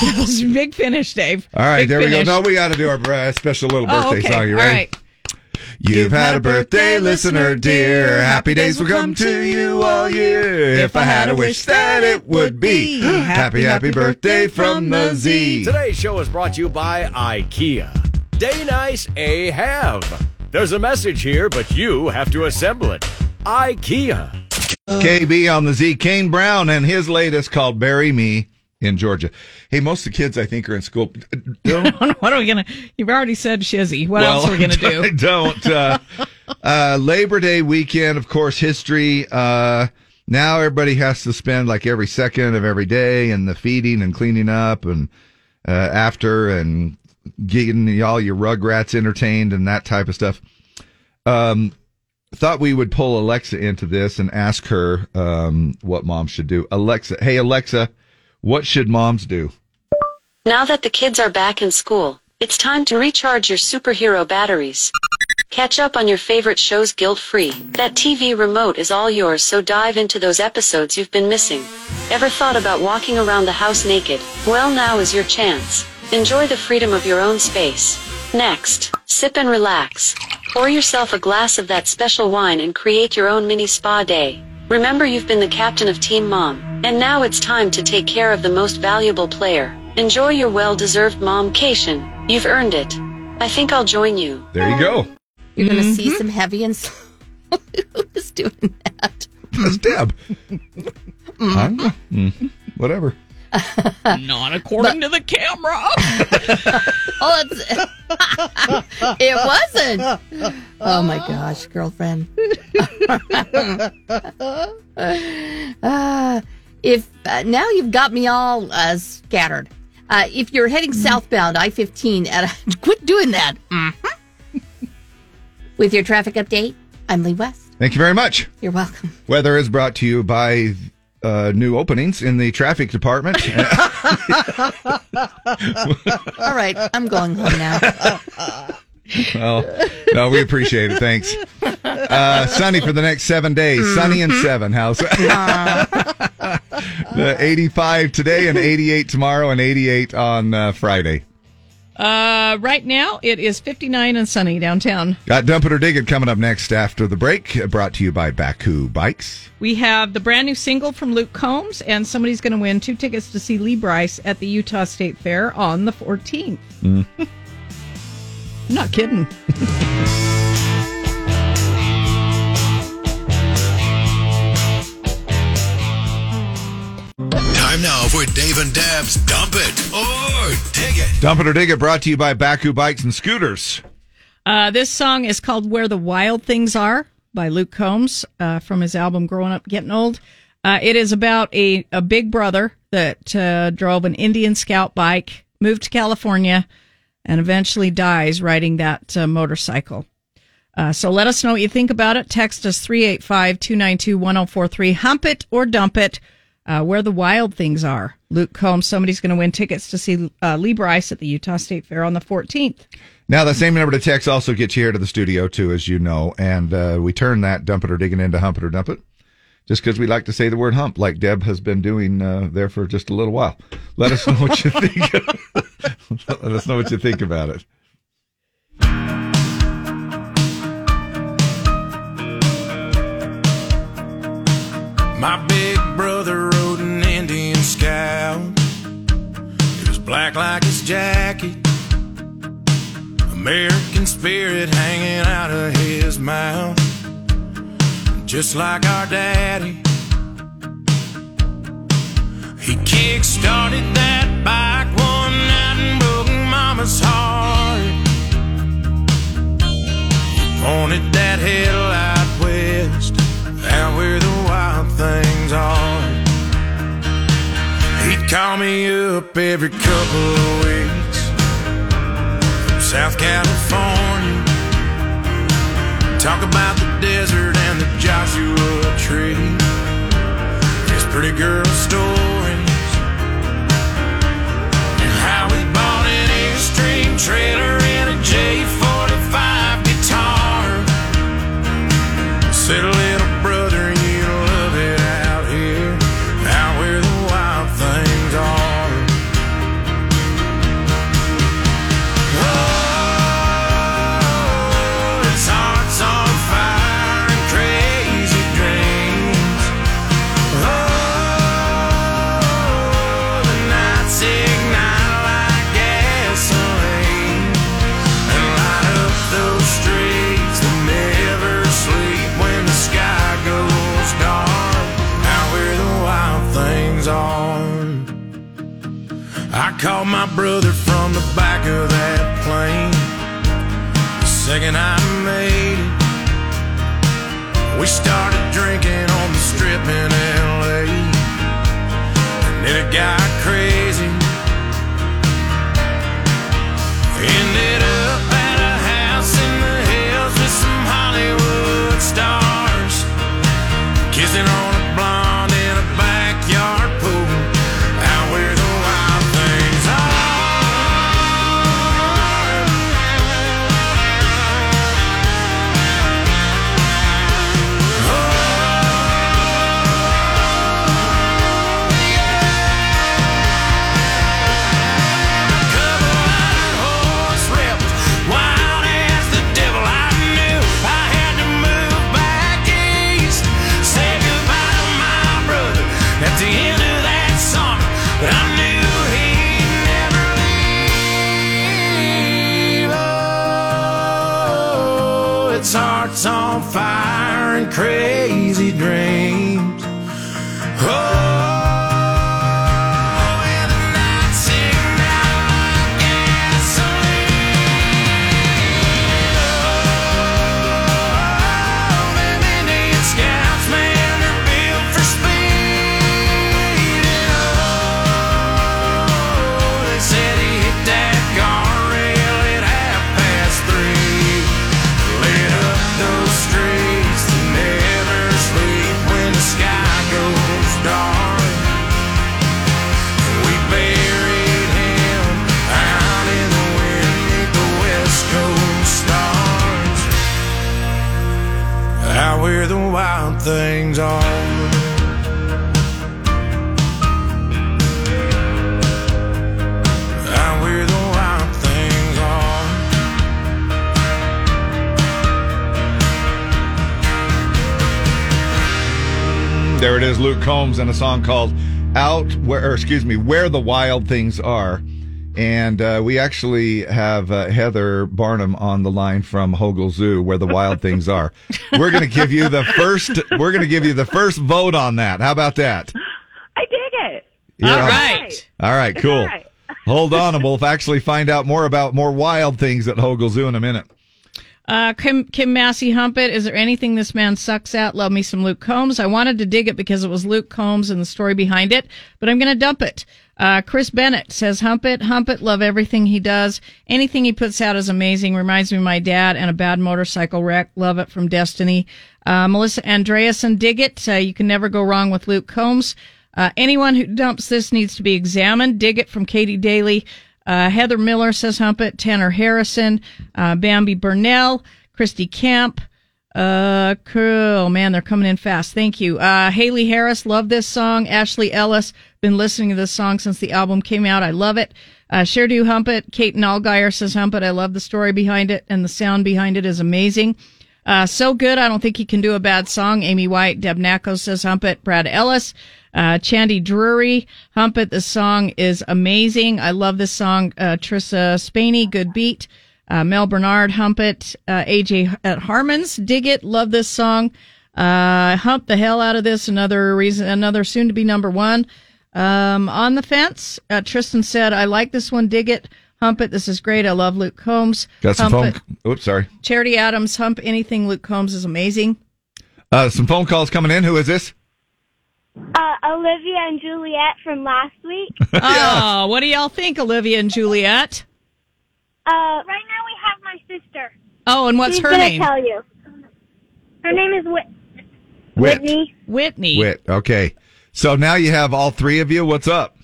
S2: That was a big finish, Dave.
S4: All right,
S2: Big
S4: there we
S2: finish.
S4: go. No, we got to do our uh, special little
S2: Oh,
S4: birthday
S2: okay.
S4: song. You
S2: All
S4: ready?
S2: right.
S4: You've, had a birthday, listener dear. Happy days will come to you all year. If I had a wish that it would be. Happy, happy birthday from the Z.
S6: Today's show is brought to you by IKEA. Day nice, a have. There's a message here, but you have to assemble it. IKEA.
S4: KB on the Z. Kane Brown and his latest called Bury Me in Georgia. Hey, most of the kids I think are in school.
S2: what are we gonna? You've already said shizzy. What else are we gonna do?
S4: don't. Uh, uh, Labor Day weekend, of course, history. Uh, now everybody has to spend like every second of every day and the feeding and cleaning up and uh, after and getting all your rugrats entertained and that type of stuff. Um, thought we would pull Alexa into this and ask her um, what moms should do. Alexa, hey Alexa, what should moms do?
S22: Now that the kids are back in school, it's time to recharge your superhero batteries. Catch up on your favorite shows guilt free. That TV remote is all yours, so dive into those episodes you've been missing. Ever thought about walking around the house naked? Well, now is your chance. Enjoy the freedom of your own space. Next, sip and relax. Pour yourself a glass of that special wine and create your own mini spa day. Remember, you've been the captain of Team Mom, and now it's time to take care of the most valuable player. Enjoy your well deserved momcation. You've earned it. I think I'll join you.
S4: There you go.
S3: You're going to see some heavy and slow. Who's doing that?
S4: That's Deb.
S3: Mm-hmm.
S4: Huh? Mm, whatever.
S2: Not according to the camera.
S3: oh, it's, it wasn't. Oh my gosh, girlfriend. uh, if uh, now you've got me all uh, scattered. Uh, if you're heading
S2: Mm-hmm.
S3: southbound I 15 at a, quit doing that. Mm-hmm. With your traffic update, I'm Lee West.
S4: Thank you very much.
S3: You're welcome.
S4: Weather is brought to you by uh, new openings in the traffic department.
S3: all right, I'm going home now.
S4: well, no, we appreciate it. Thanks. Uh, sunny for the next seven days. Sunny and seven. How's the 85 today and 88 tomorrow and 88 on uh, Friday.
S2: Uh, right now it is 59 and sunny downtown.
S4: Got dump it or dig it coming up next after the break. Brought to you by Baku Bikes.
S2: We have the brand new single from Luke Combs, and somebody's going to win two tickets to see Lee Bryce at the Utah State Fair on the 14th.
S4: Mm.
S2: I'm not kidding.
S15: Time now for Dave and Dab's Dump It or Dig It.
S4: Dump it or dig it. Brought to you by Baku Bikes and Scooters.
S2: Uh, this song is called Where the Wild Things Are by Luke Combs uh, from his album Growing Up, Getting Old. Uh, it is about a, a big brother that uh, drove an Indian scout bike, moved to California, and eventually dies riding that uh, motorcycle. Uh, so let us know oh what you think about it. Text us 385 292 1043. Hump it or dump it. uh, Where the Wild Things Are. Luke Combs, somebody's going to win tickets to see uh, Lee Bryce at the Utah State Fair on the 14th.
S4: Now, the same number to text also gets you here to the studio, too, as you know. And uh, we turn that dump it or digging into hump it or dump it just because we like to say the word hump, like Deb has been doing uh, there for just a little while. Let us know what you think. Let us know what you think about it.
S15: My big brother rode an Indian scout. It was black like his jacket. American spirit hanging out of his mouth. Just like our daddy. He kick started that bike one night and broke mama's heart. He pointed that headlight west out where the wild things are. He'd call me up every couple of weeks from South California. Talk about the desert and the Joshua tree. His pretty girl stories. And how he bought an Airstream trailer and a J45 guitar. Said, little brother, you love it out here, out where the wild things are. Oh, his heart's on fire and crazy dreams. Oh, the nights ignite like gasoline and light up those streets that never sleep when the sky goes dark. Out where the wild things are. I called my brother from the back of that plane. The second I made it, we started drinking on the strip in LA. And then it got crazy. Ended up at a house in the hills with some Hollywood stars. Kissing on a blonde in a backyard pool. Out where the wild things Ah! are. horse ripped wild as the devil I knew. I had to move back east, say goodbye to my brother at the end of that summer. But I knew he'd never leave. Oh, its heart's on fire and crazy dreams. Oh. and the night signal like gasoline. Oh, them Indian scouts, man, they're built for speed. And oh, they said he hit that guardrail at half past three. Lit up those streets that never sleep when the sky goes dark. We buried him out in the wind neath the west coast stars. Out where the wild things are. Out where the wild things are.
S4: There it is, Luke Combs, and a song called "Out Where," or excuse me, "Where the Wild Things Are." And uh, we actually have uh, Heather Barnum on the line from Hogle Zoo, where the wild things are. We're going to give you the first. We're going to give you the first vote on that. How about that?
S9: I dig it.
S4: All
S9: right.
S4: All right, cool. Hold on, and we'll actually find out more about more wild things at Hogle Zoo in a minute.
S2: Uh, Kim, Kim Massey Humpet, is there anything this man sucks at? Love me some Luke Combs. I wanted to dig it because it was Luke Combs and the story behind it, but I'm going to dump it. Uh, Chris Bennett says, hump it, hump it, love everything he does. Anything he puts out is amazing. Reminds me of my dad and a bad motorcycle wreck. Love it from Destiny. Uh, Melissa Andreasen, dig it. Uh, you can never go wrong with Luke Combs. Uh, anyone who dumps this needs to be examined. Dig it from Katie Daly. Uh, Heather Miller says hump it. Tanner Harrison, uh, Bambi Burnell, Christy Camp. Uh, cr- oh man, they're coming in fast. Thank you. Uh, Haley Harris, love this song. Ashley Ellis, been listening to this song since the album came out. I love it. Uh, sure do hump it. Kate Nallgaier says hump it. I love the story behind it and the sound behind it is amazing. Uh, so good. I don't think he can do a bad song. Amy White, Deb Nacko says hump it. Brad Ellis, uh, Chandy Drury, hump it. The song is amazing. I love this song. Uh, Trissa Spaney, good beat. Uh, Mel Bernard, hump it. Uh, AJ at Harmon's, dig it. Love this song. Uh, hump the hell out of this. Another reason, another soon to be number one. Um, on the fence, uh, Tristan said, I like this one. Dig it. Hump it. This is great. I love Luke Combs.
S4: Got some
S2: hump
S4: phone. Oops, sorry.
S2: it. Charity Adams, hump anything Luke Combs is amazing.
S4: Uh, some phone calls coming in. Who is this?
S1: Uh, Olivia and Juliet from last week.
S2: Oh, what do y'all think, Olivia and Juliet?
S1: Uh, right now we have my sister.
S2: Oh, and what's
S1: She's
S2: her
S1: gonna
S2: name?
S1: tell you. Her name is Whit.
S4: Whit.
S2: Whitney.
S4: Whit. Okay. So now you have all three of you. What's up?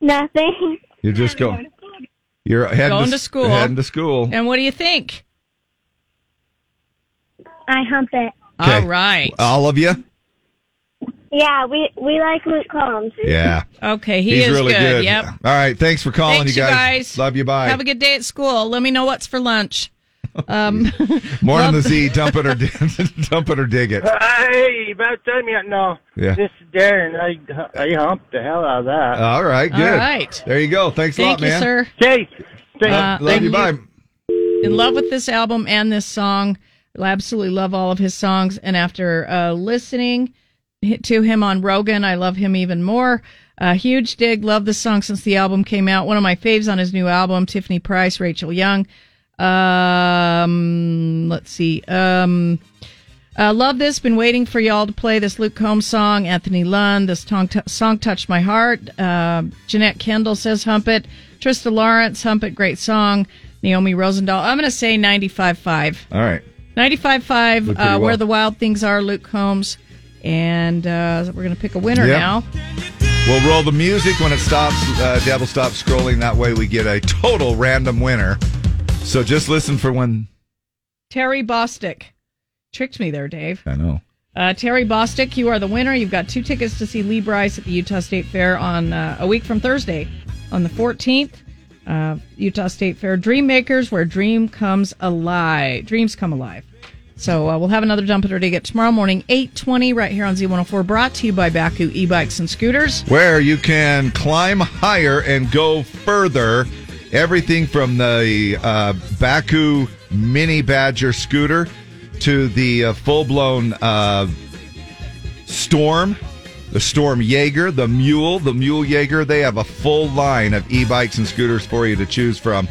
S1: Nothing.
S4: You're just going. You're heading
S2: Going to
S4: s-
S2: school.
S4: Heading to school.
S2: And what do you think?
S1: I hump it.
S4: Okay.
S2: All right.
S4: All of you.
S1: Yeah, we we like Luke Combs.
S4: Yeah.
S2: Okay, he
S4: He's
S2: is
S4: really
S2: good.
S4: good.
S2: Yep.
S4: All right. Thanks for calling,
S2: Thanks,
S4: you, guys.
S2: you guys.
S4: Love you. Bye.
S2: Have a good day at school. Let me know what's for lunch. Um,
S4: More on the
S2: love-
S4: Z. Dump it or dump it or dig it.
S20: Hey, about time you no.
S4: Yeah. Uh,
S20: This is Darren. I I humped the hell out of that.
S4: All right. Good.
S20: All right.
S4: There you go. Thanks a lot,
S2: Thank you,
S4: man. Uh,
S2: sir.
S20: Jake.
S4: Love- love you. Bye.
S2: Uh, in love with this album and this song. I absolutely love all of his songs. And after uh, listening to him on Rogan, I love him even more. Uh, huge dig. Love this song since the album came out. One of my faves on his new album, Tiffany Price, Rachel Young. Um, let's see. Um, uh, love this. Been waiting for y'all to play this Luke Combs song, Anthony Lund. This tong- t- song touched my heart. Uh, Jeanette Kendall says Hump It. Trista Lawrence, Hump It, great song. Naomi Rosendahl. I'm going to say 95.5.
S4: All right.
S2: 95.5,
S4: Did
S2: uh,
S4: pretty well.
S2: Where the Wild Things Are, Luke Combs. And uh, we're going to pick a winner
S4: Yep.
S2: now.
S4: We'll roll the music when it stops. Uh, Deb will stop scrolling. That way we get a total random winner. So just listen for when.
S2: Terry Bostick. Tricked me there, Dave.
S4: I know.
S2: Uh, Terry Bostick, you are the winner. You've got two tickets to see Lee Bryce at the Utah State Fair on uh, a week from Thursday, on the 14th. Uh, Utah State Fair Dream Makers, where dream comes alive. Dreams come alive. So uh, we'll have another dump it or dig it tomorrow morning, 8:20, right here on Z104. Brought to you by Baku E-Bikes and Scooters.
S4: Where you can climb higher and go further. Everything from the uh, Baku Mini Badger scooter to the uh, full blown uh, Storm, the Storm Jaeger, the Mule, the Mule Jaeger. They have a full line of e bikes and scooters for you to choose from.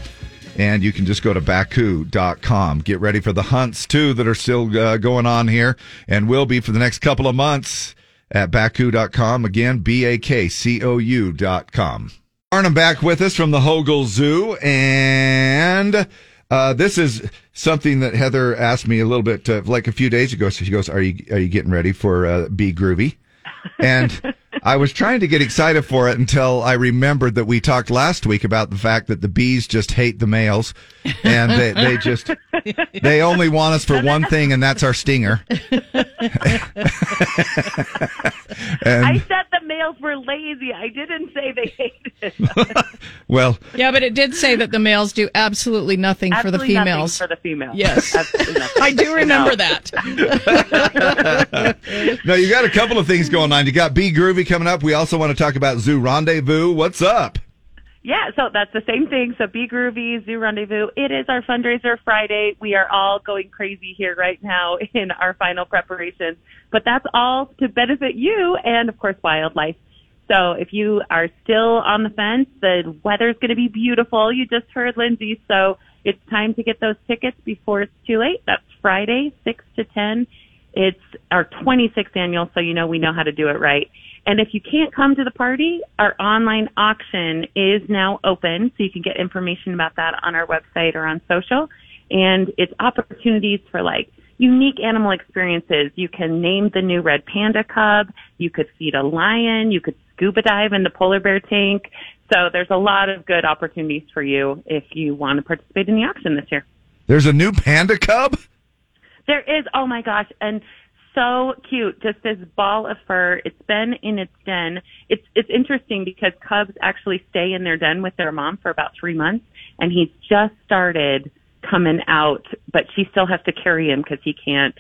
S4: And you can just go to Baku.com. Get ready for the hunts, too, that are still uh, going on here and will be for the next couple of months at Baku.com. Again, B A K C O U.com. Arnhem back with us from the Hogel Zoo. And uh, this is something that Heather asked me a little bit, uh, like a few days ago. So she goes, Are you, are you getting ready for uh, Be Groovy? And I was trying to get excited for it until I remembered that we talked last week about the fact that the bees just hate the males and they, they just, they only want us for one thing, and that's our stinger.
S9: I
S4: and,
S9: said the males were lazy. I didn't say they hated it.
S4: well,
S2: Yeah, but it did say that the males do absolutely nothing for the
S9: Absolutely nothing
S2: females.
S9: for the females.
S2: Yes.
S9: Absolutely nothing.
S2: I do remember
S9: No.
S2: that.
S4: no, you got a couple of things going on. You got Be Groovy coming up. We also want to talk about Zoo Rendezvous. What's up?
S9: Yeah, so that's the same thing. So Be Groovy, Zoo Rendezvous. It is our fundraiser Friday. We are all going crazy here right now in our final preparations. But that's all to benefit you and, of course, wildlife. So if you are still on the fence, the weather's going to be beautiful. You just heard Lindsay. So it's time to get those tickets before it's too late. That's Friday, 6 to 10. It's our 26th annual, so you know we know how to do it right. And if you can't come to the party, our online auction is now open, so you can get information about that on our website or on social. And it's opportunities for like unique animal experiences. You can name the new red panda cub. You could feed a lion. You could scuba dive in the polar bear tank. So there's a lot of good opportunities for you if you want to participate in the auction this year.
S4: There's a new panda cub?
S9: There is, oh my gosh, and so cute. Just this ball of fur. It's been in its den. It's it's interesting because cubs actually stay in their den with their mom for about three months, and he's just started coming out, but she still has to carry him because he can't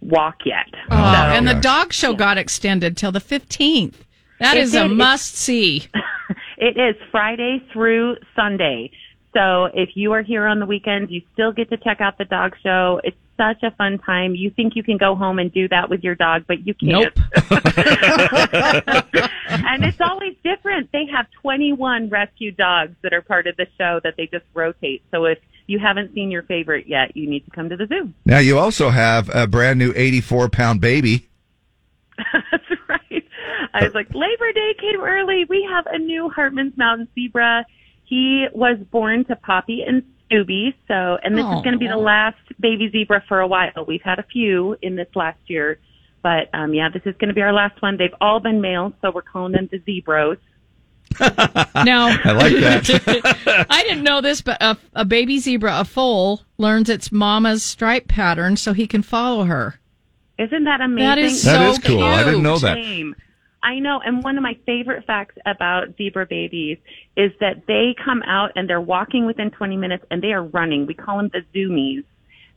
S9: walk yet.
S2: Oh, and the dog show got extended till the 15th. That
S9: It
S2: is
S9: did.
S2: a
S9: It's-
S2: must see.
S9: It is Friday through Sunday. So if you are here on the weekends, you still get to check out the dog show. It's such a fun time. You think you can go home and do that with your dog, but you can't. and it's always different. They have 21 rescue dogs that are part of the show that they just rotate. So if you haven't seen your favorite yet, you need to come to the zoo.
S4: Now you also have a brand new 84 pound baby.
S9: I was like, Labor Day came early. We have a new Hartman's Mountain zebra. He was born to Poppy and Scooby. So, and this
S10: Aw.
S9: is going to be the last baby zebra for a while. We've had a few in this last year, but um, yeah, this is going to be our last one. They've all been male, so we're calling them the zebros.
S2: Now,
S4: I like that.
S2: I didn't know this, but a, a baby zebra, a foal, learns its mama's stripe pattern so he can follow her.
S9: Isn't that amazing?
S2: That is That so is cool. I didn't know that.
S9: Shame. I know. And one of my favorite facts about zebra babies is that they come out and they're walking within 20 minutes and they are running. We call them the zoomies.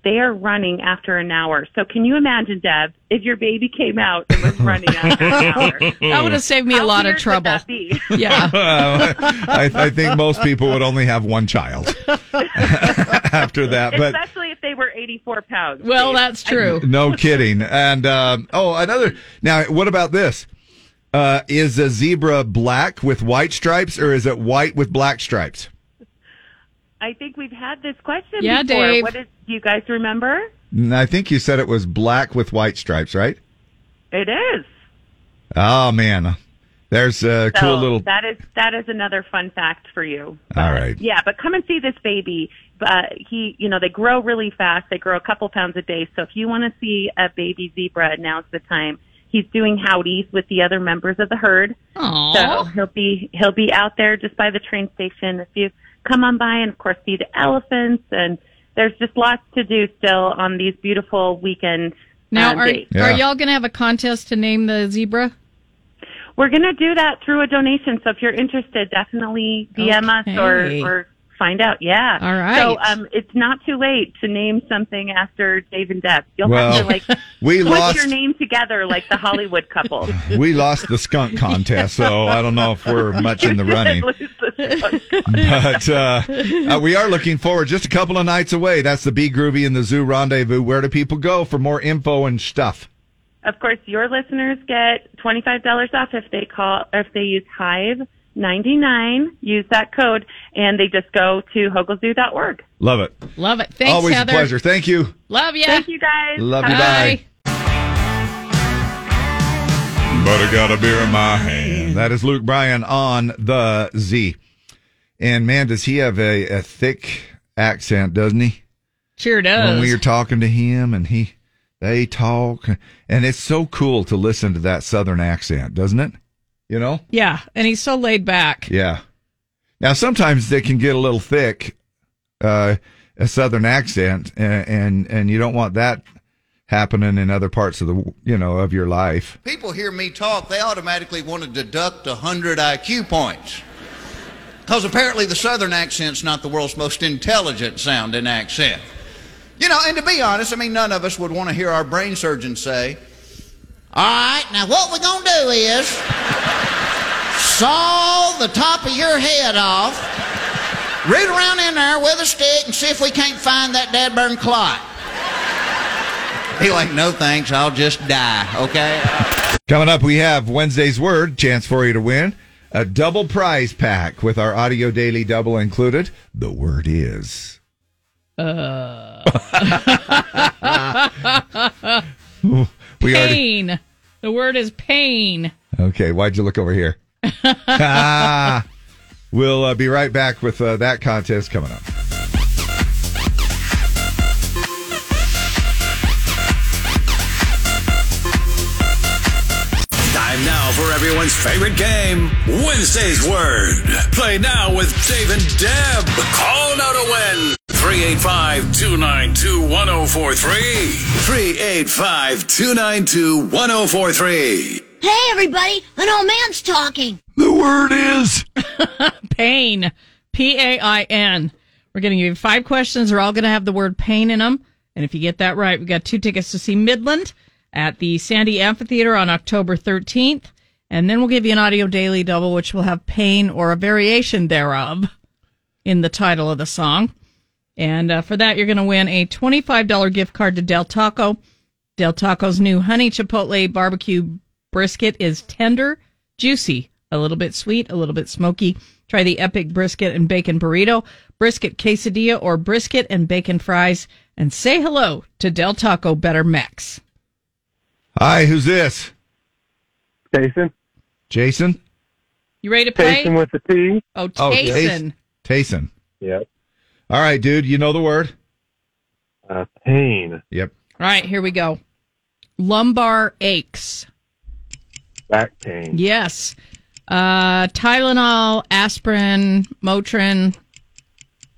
S9: They are running after an hour. So can you imagine, Deb, if your baby came out and was running after an hour?
S2: That would have saved me a
S9: How
S2: lot of
S9: weird would
S2: trouble.
S9: that be?
S2: Yeah.
S4: I, I think most people would only have one child after that. But
S9: Especially if they were 84 pounds.
S2: Well, that's true.
S4: No kidding. And um, oh, another. Now, what about this? Uh, is a zebra black with white stripes, or is it white with black stripes?
S9: I think we've had this question
S2: Yeah,
S9: before.
S2: Dave.
S9: What is, do you guys remember?
S4: And I think you said it was black with white stripes, right?
S9: It is.
S4: Oh man, there's uh, a cool
S9: So
S4: little.
S9: That is that is another fun fact for you.
S4: All right.
S9: Yeah, but come and see this baby. Uh, he, you know, they grow really fast. They grow a couple pounds a day. So if you want to see a baby zebra, now's the time. He's doing howdies with the other members of the herd.
S2: Aw.
S9: So he'll be he'll be out there just by the train station. If you come on by, and of course see the elephants, and there's just lots to do still on these beautiful weekend.
S2: Now,
S9: uh,
S2: are,
S9: days.
S2: are y'all going to have a contest to name the zebra?
S9: We're going to do that through a donation. So if you're interested, definitely DM us
S2: Okay.
S9: or, or find out. Yeah.
S2: All right.
S9: So um, it's not too late to name something after Dave and Deb. You'll have
S4: Well,
S9: to like
S4: we
S9: put
S4: lost-
S9: your name together like the Hollywood couple.
S4: We lost the skunk contest, so I don't know if we're much in the
S9: You did
S4: running.
S9: lose the-
S4: But uh, uh, we are looking forward. Just a couple of nights away. That's the Be Groovy and the Zoo Rendezvous. Where do people go for more info and stuff?
S9: of course, your listeners get twenty five dollars off if they call or if they use Hive ninety nine. Use that code, and they just go to hoglezoo.org.
S4: Love it.
S2: Love it. Thanks,
S4: Always
S2: Heather.
S4: a pleasure. Thank you.
S2: Love you. Thank
S9: you guys.
S4: Love you. Bye. But I got a beer in my hand. That is Luke Bryan on the Z. And man, does he have a, a thick accent, doesn't he?
S2: Sure
S4: When
S2: does.
S4: we were talking to him and he, they talk. And it's so cool to listen to that Southern accent, doesn't it? You know?
S2: yeah, and he's so laid back.
S4: Yeah. Now sometimes they can get a little thick, uh, a southern accent, and, and and you don't want that happening in other parts of the you know of your life.
S11: People hear me talk, they automatically want to deduct 100 IQ points. Because apparently the Southern accent's not the world's most intelligent sounding accent. You know, and to be honest, I mean, none of us would want to hear our brain surgeon say, All right, now what we're going to do is saw the top of your head off, root around in there with a stick, and see if we can't find that dadburn clot. He like, No thanks, I'll just die, okay?
S4: Coming up, we have Wednesday's word chance for you to win a double prize pack with our audio daily double included. The word is.
S2: Uh.
S4: Ah. We already-
S2: pain. The word is pain.
S4: Okay, why'd you look over here? ah, we'll uh, be right back with uh, that contest coming up.
S15: everyone's favorite game, Wednesday's Word. Play now with Dave and Deb. Call now to win. 385 292 1043. 385 292 1043.
S5: Hey, everybody, an old man's talking.
S2: The word is pain. P A I N. We're going to give you five questions. They're all going to have the word pain in them. And if you get that right, we got two tickets to see Midland at the Sandy Amphitheater on October 13th. And then we'll give you an audio daily double, which will have pain or a variation thereof in the title of the song. And uh, for that, you're going to win a $25 gift card to Del Taco. Del Taco's new honey chipotle barbecue brisket is tender, juicy, a little bit sweet, a little bit smoky. Try the epic brisket and bacon burrito, brisket quesadilla, or brisket and bacon fries. And say hello to Del Taco Better Mex.
S4: Hi, who's this?
S20: Jason.
S4: Jason?
S2: You ready to play?
S20: Jason with the T.
S2: Oh,
S4: Oh,
S2: Jason.
S4: Tayson.
S20: Yep.
S4: All right, dude, you know the word?
S20: Uh, pain.
S4: Yep.
S2: All right, here we go. Lumbar aches.
S20: Back pain.
S2: Yes. Uh, Tylenol, aspirin, Motrin.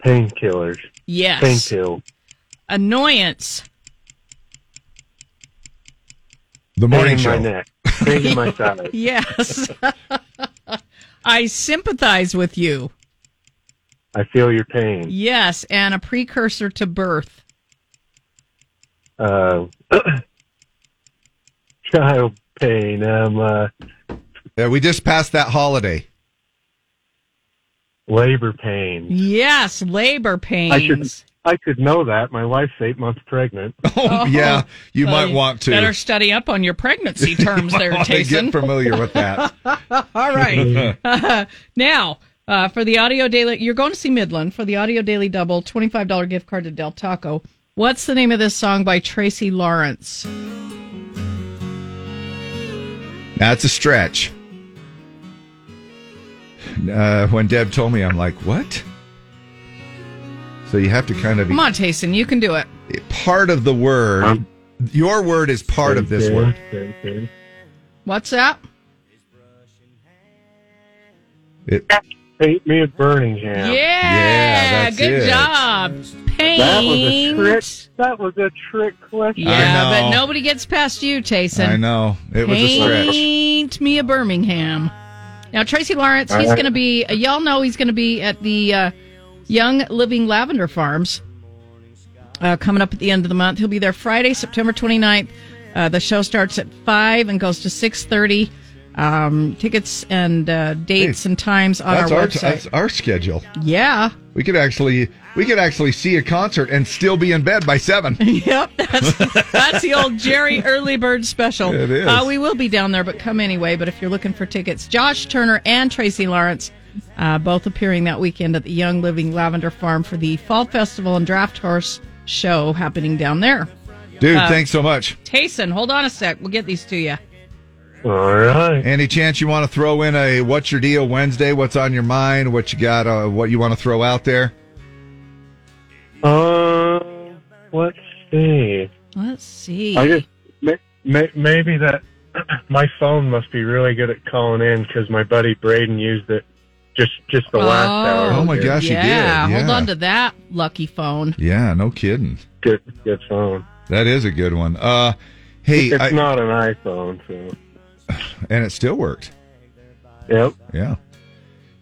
S20: Painkillers.
S2: Yes.
S20: Painkill.
S2: Annoyance.
S4: The
S20: morning show. My neck. Pain in my side.
S2: Yes. I sympathize with you.
S20: I feel your pain.
S2: Yes, and a precursor to birth.
S20: Uh, child pain. Um, uh,
S4: Yeah, we just passed that holiday.
S20: labor pain.
S2: Yes, labor pains.
S20: I should. I could know that. My wife's eight months pregnant.
S2: Oh, well, Better study up on your pregnancy terms there,
S20: might wanna
S2: Tayson.
S20: get familiar with
S4: that.
S2: All right. now, uh, for the Audio Daily, you're going to see Midland for the Audio Daily Double, $25 gift card to Del Taco. What's the name of this song by Tracy Lawrence?
S4: That's a stretch. Uh, when Deb told me, I'm like, what? So you have to kind of
S2: Come on, Tayson, you can do it.
S4: part of the word. your word is part of this word.
S2: What's that?
S20: Paint me a burning hand.
S2: Yeah, good job. Pain.
S20: That was a trick. That was a trick question.
S2: Yeah,
S4: I know.
S2: but nobody gets past you, Tayson.
S4: I know. It was a stretch.
S2: Paint me a Birmingham. Now Tracy Lawrence,
S4: All
S2: he's
S4: right.
S2: going to be. Y'all know he's going to be at the uh, Young Living Lavender Farms uh, coming up at the end of the month. He'll be there Friday, September 29th. Uh, the show starts at five and goes to six thirty. Um, tickets and uh, dates and times on our
S4: That's our,
S2: website.
S4: that's our schedule.
S2: yeah,
S4: We could actually we could actually see a concert and still be in bed by seven.
S2: Yep. that's the old Jerry Early Bird special.
S4: It is.
S2: Uh, we will be down there, but come anyway. But if you're looking for tickets, Josh Turner and Tracy Lawrence, uh, both appearing that weekend at the Young Living Lavender Farm for the Fall Festival and Draft Horse show happening down there.
S4: Dude,
S2: Uh,
S4: thanks so much.
S2: Tayson, hold on a sec. We'll get these to you.
S4: All right. Any chance you want to throw in a what's your deal Wednesday? What's on your mind? What you got? Uh, what you want to throw out there?
S20: Uh, let's see.
S2: Let's see.
S20: I just may, may, maybe that my phone must be really good at calling in because my buddy Braden used it just just the last hour.
S2: Oh.
S4: Oh,
S2: yeah, hold on to that lucky phone.
S4: Yeah, no kidding.
S20: Good, good phone.
S4: That is a good one. Uh, hey,
S20: it's
S4: I-
S20: not an iPhone, so
S4: and it still worked.
S20: Yep.
S4: Yeah.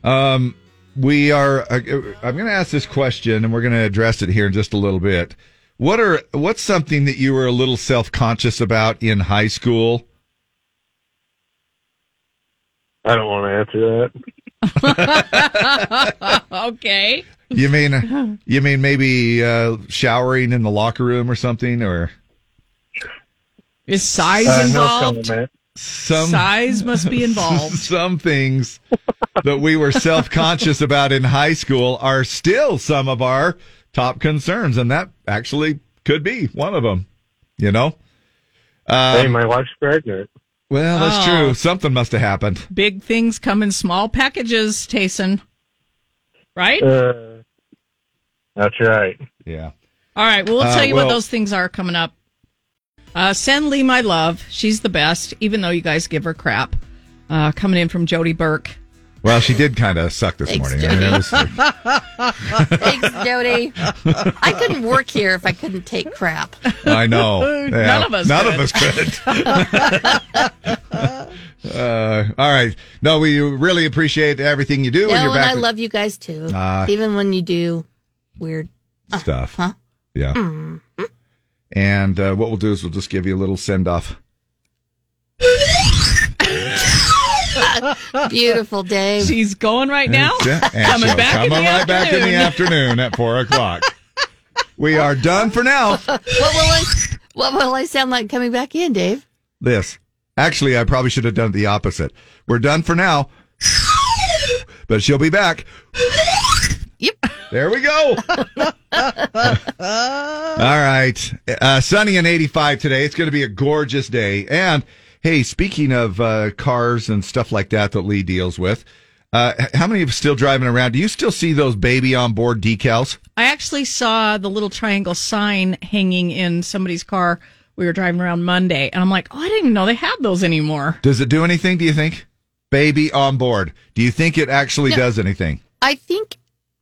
S4: Um, we are. Uh, I'm going to ask this question, and we're going to address it here in just a little bit. What are what's something that you were a little self conscious about in high school?
S20: I don't want to answer that.
S2: okay.
S4: You mean you mean maybe uh, showering in the locker room or something, or
S2: Is size
S4: Uh, no
S2: involved?
S4: comment. some
S2: Size must be involved.
S4: some things that we were self conscious about in high school are still some of our top concerns, and that actually could be one of them. You know, um,
S20: hey, my wife's pregnant.
S4: Well, that's
S2: Oh.
S4: true. Something must have happened.
S2: Big things come in small packages, Tayson. Right?
S20: Uh, that's right.
S4: Yeah.
S2: All right. Well, we'll
S20: Uh,
S2: tell you what
S20: well-
S2: those things are coming up. Uh, send Lee my love. She's the best, even though you guys give her crap. uh, coming in from Jody Burke.
S4: Well, she did kind of suck this morning. I mean, it was-
S3: Thanks, Jody. I couldn't work here if I couldn't take crap.
S4: I know.
S3: None
S4: Yeah,
S3: of us
S4: None
S3: could.
S4: of us could. uh, all right. No, we really appreciate everything you do.
S3: No,
S4: and you're
S3: and
S4: back
S3: I love you guys too.
S4: Ah.
S3: Even when you do weird
S4: with stuff.
S3: huh?
S4: Yeah.
S3: Mm.
S4: And uh, what we'll do is we'll just give you a little send off.
S3: Beautiful day.
S2: She's going right now.
S4: coming coming right back in the afternoon at four o'clock. we are done for now.
S3: what will I? What will I sound like coming back in, Dave?
S4: This. Actually, I probably should have done the opposite. We're done for now. But she'll be back. Yep. There we go. All right. Uh, sunny and 85 today. It's going to be a gorgeous day. And hey, speaking of uh, cars and stuff like that that Lee deals with, uh, h- how many of us still driving around? Do you still see those baby on board decals?
S2: I actually saw the little triangle sign hanging in somebody's car. We were driving around Monday, and I'm like, oh, I didn't even know they had those anymore.
S4: Does it do anything, do you think? Baby on board. Do you think it actually
S3: No.
S4: does anything?
S3: I think,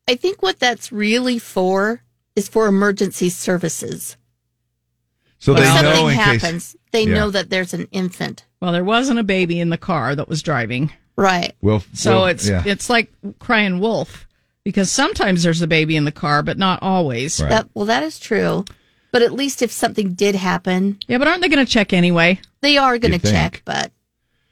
S3: I think what that's really for is for emergency services.
S4: So
S3: if
S4: they
S3: something
S4: know in case.
S3: happens, they
S4: Yeah.
S3: know that there's an infant.
S2: Well, there wasn't a baby in the car that was driving.
S3: Right.
S4: Well,
S2: So
S4: well,
S2: it's
S4: yeah.
S2: it's like crying wolf because sometimes there's a baby in the car, but not always.
S3: That, well, that is true. But at least if something did happen,
S2: yeah. But aren't they going to check anyway?
S3: they are going
S2: You
S3: to
S2: think.
S3: check. But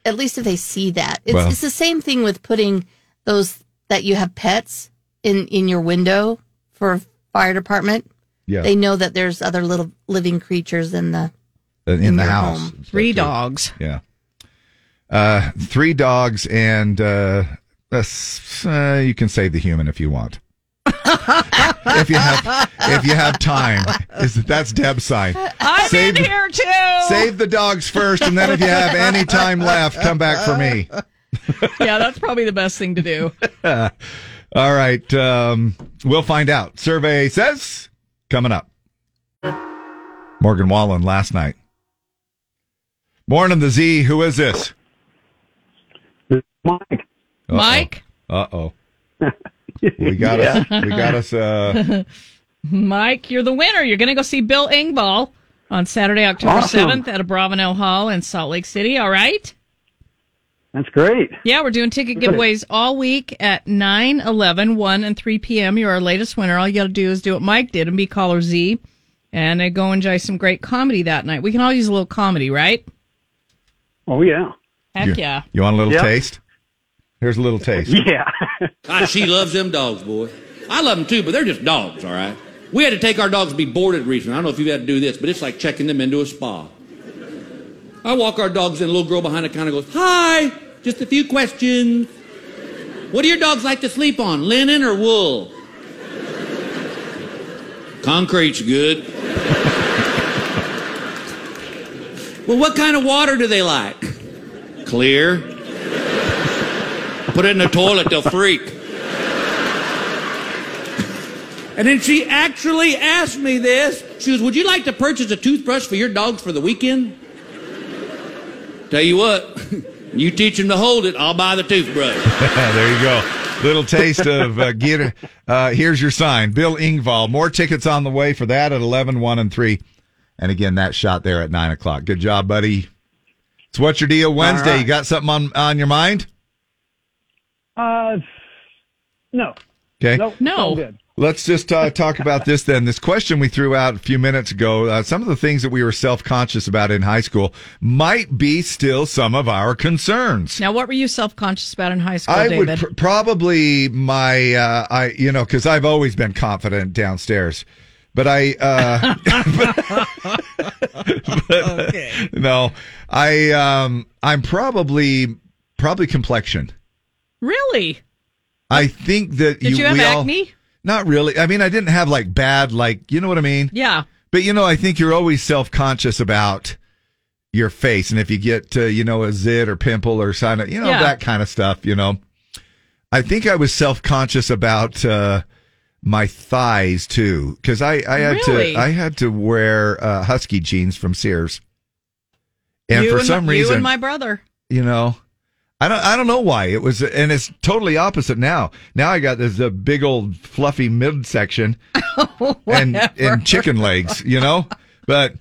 S3: at least if they see that, it's,
S2: Well-
S3: it's the same thing with putting those that you have pets in in your window for fire department.
S4: Yeah.
S3: they know that there's other little living creatures in the
S4: uh, in, the house.
S2: Three dogs.
S4: Yeah. Uh, three dogs and uh, a s- uh, you can save the human if you want. if you have if you have time, is that's Deb's sign.
S2: I'm
S4: Save-
S2: in here too.
S4: Save the dogs first, and then if you have any time left, come back for me.
S2: yeah, that's probably the best thing to do.
S4: All right, um, we'll find out. Survey says coming up. Morgan Wallen last night. Morning, the Z. Who is this?
S7: Mike.
S2: Mike?
S4: Uh oh. We got us. We got us. Uh,
S2: Mike, you're the winner. You're going to go see Bill Engvall on Saturday, October
S7: Awesome.
S2: 7th at Abravanel Hall in Salt Lake City. All right?
S7: That's great.
S2: Yeah, we're doing ticket
S7: Good.
S2: giveaways all week at 9, 11, 1, and 3 p.m. You're our latest winner. All you got to do is do what Mike did and be caller Z and uh, go enjoy some great comedy that night. We can all use a little comedy, right?
S7: Oh yeah.
S2: Heck
S4: you,
S2: yeah.
S4: You want a little
S7: Yep.
S4: taste? Here's a little taste.
S7: Yeah.
S10: God, she loves them dogs, boy. I love them too, but they're just dogs, all right? We had to take our dogs to be boarded recently. I don't know if you've had to do this, but it's like checking them into a spa. I walk our dogs, and a little girl behind the counter goes, Hi, just a few questions. What do your dogs like to sleep on, linen or wool? Concrete's good. well, what kind of water do they like? Clear. Put it in the toilet, they'll freak. And then she actually asked me this. She goes, Would you like to purchase a toothbrush for your dogs for the weekend? Tell you what, you teach them to hold it, I'll buy the toothbrush.
S4: there you go. Little taste of uh, get. Uh, here's your sign, Bill Ingval. More tickets on the way for that at 11, 1, and 3. And again, that shot there at 9 o'clock. Good job, buddy. It's What's Your Deal Wednesday.
S7: right.
S4: You got something on, on your mind?
S7: Uh, no.
S4: Okay.
S13: Oh,
S7: Nope,
S2: No.
S7: all good.
S4: Let's just uh, talk about this then. This question we threw out a few minutes ago, uh, some of the things that we were self conscious about in high school might be still some of our concerns.
S2: Now, what were you self conscious about in high school,
S4: I would
S2: David?
S4: pr- probably my uh, I you know because I've always been confident downstairs, but I uh, but- no I um I'm probably probably complexion.
S2: really?
S4: I think that
S2: Did you have
S4: we all-
S2: acne?
S4: not really. I mean, I didn't have like bad like you know what I mean.
S2: Yeah.
S4: But you know, I think you're always self conscious about your face, and if you get uh, you know a zit or pimple or sign, you know
S23: Yeah.
S4: that kind of stuff. You know, I think I was self conscious about uh, my thighs too, because I I had
S2: Really?
S4: to I had to wear uh, husky jeans from Sears, and
S2: you
S4: for
S2: and
S4: some
S2: my-
S4: reason
S2: You and my brother.
S4: you know I don't. I don't know why it was, and it's totally opposite now. Now I got this uh, big old fluffy midsection and and chicken legs, you know. But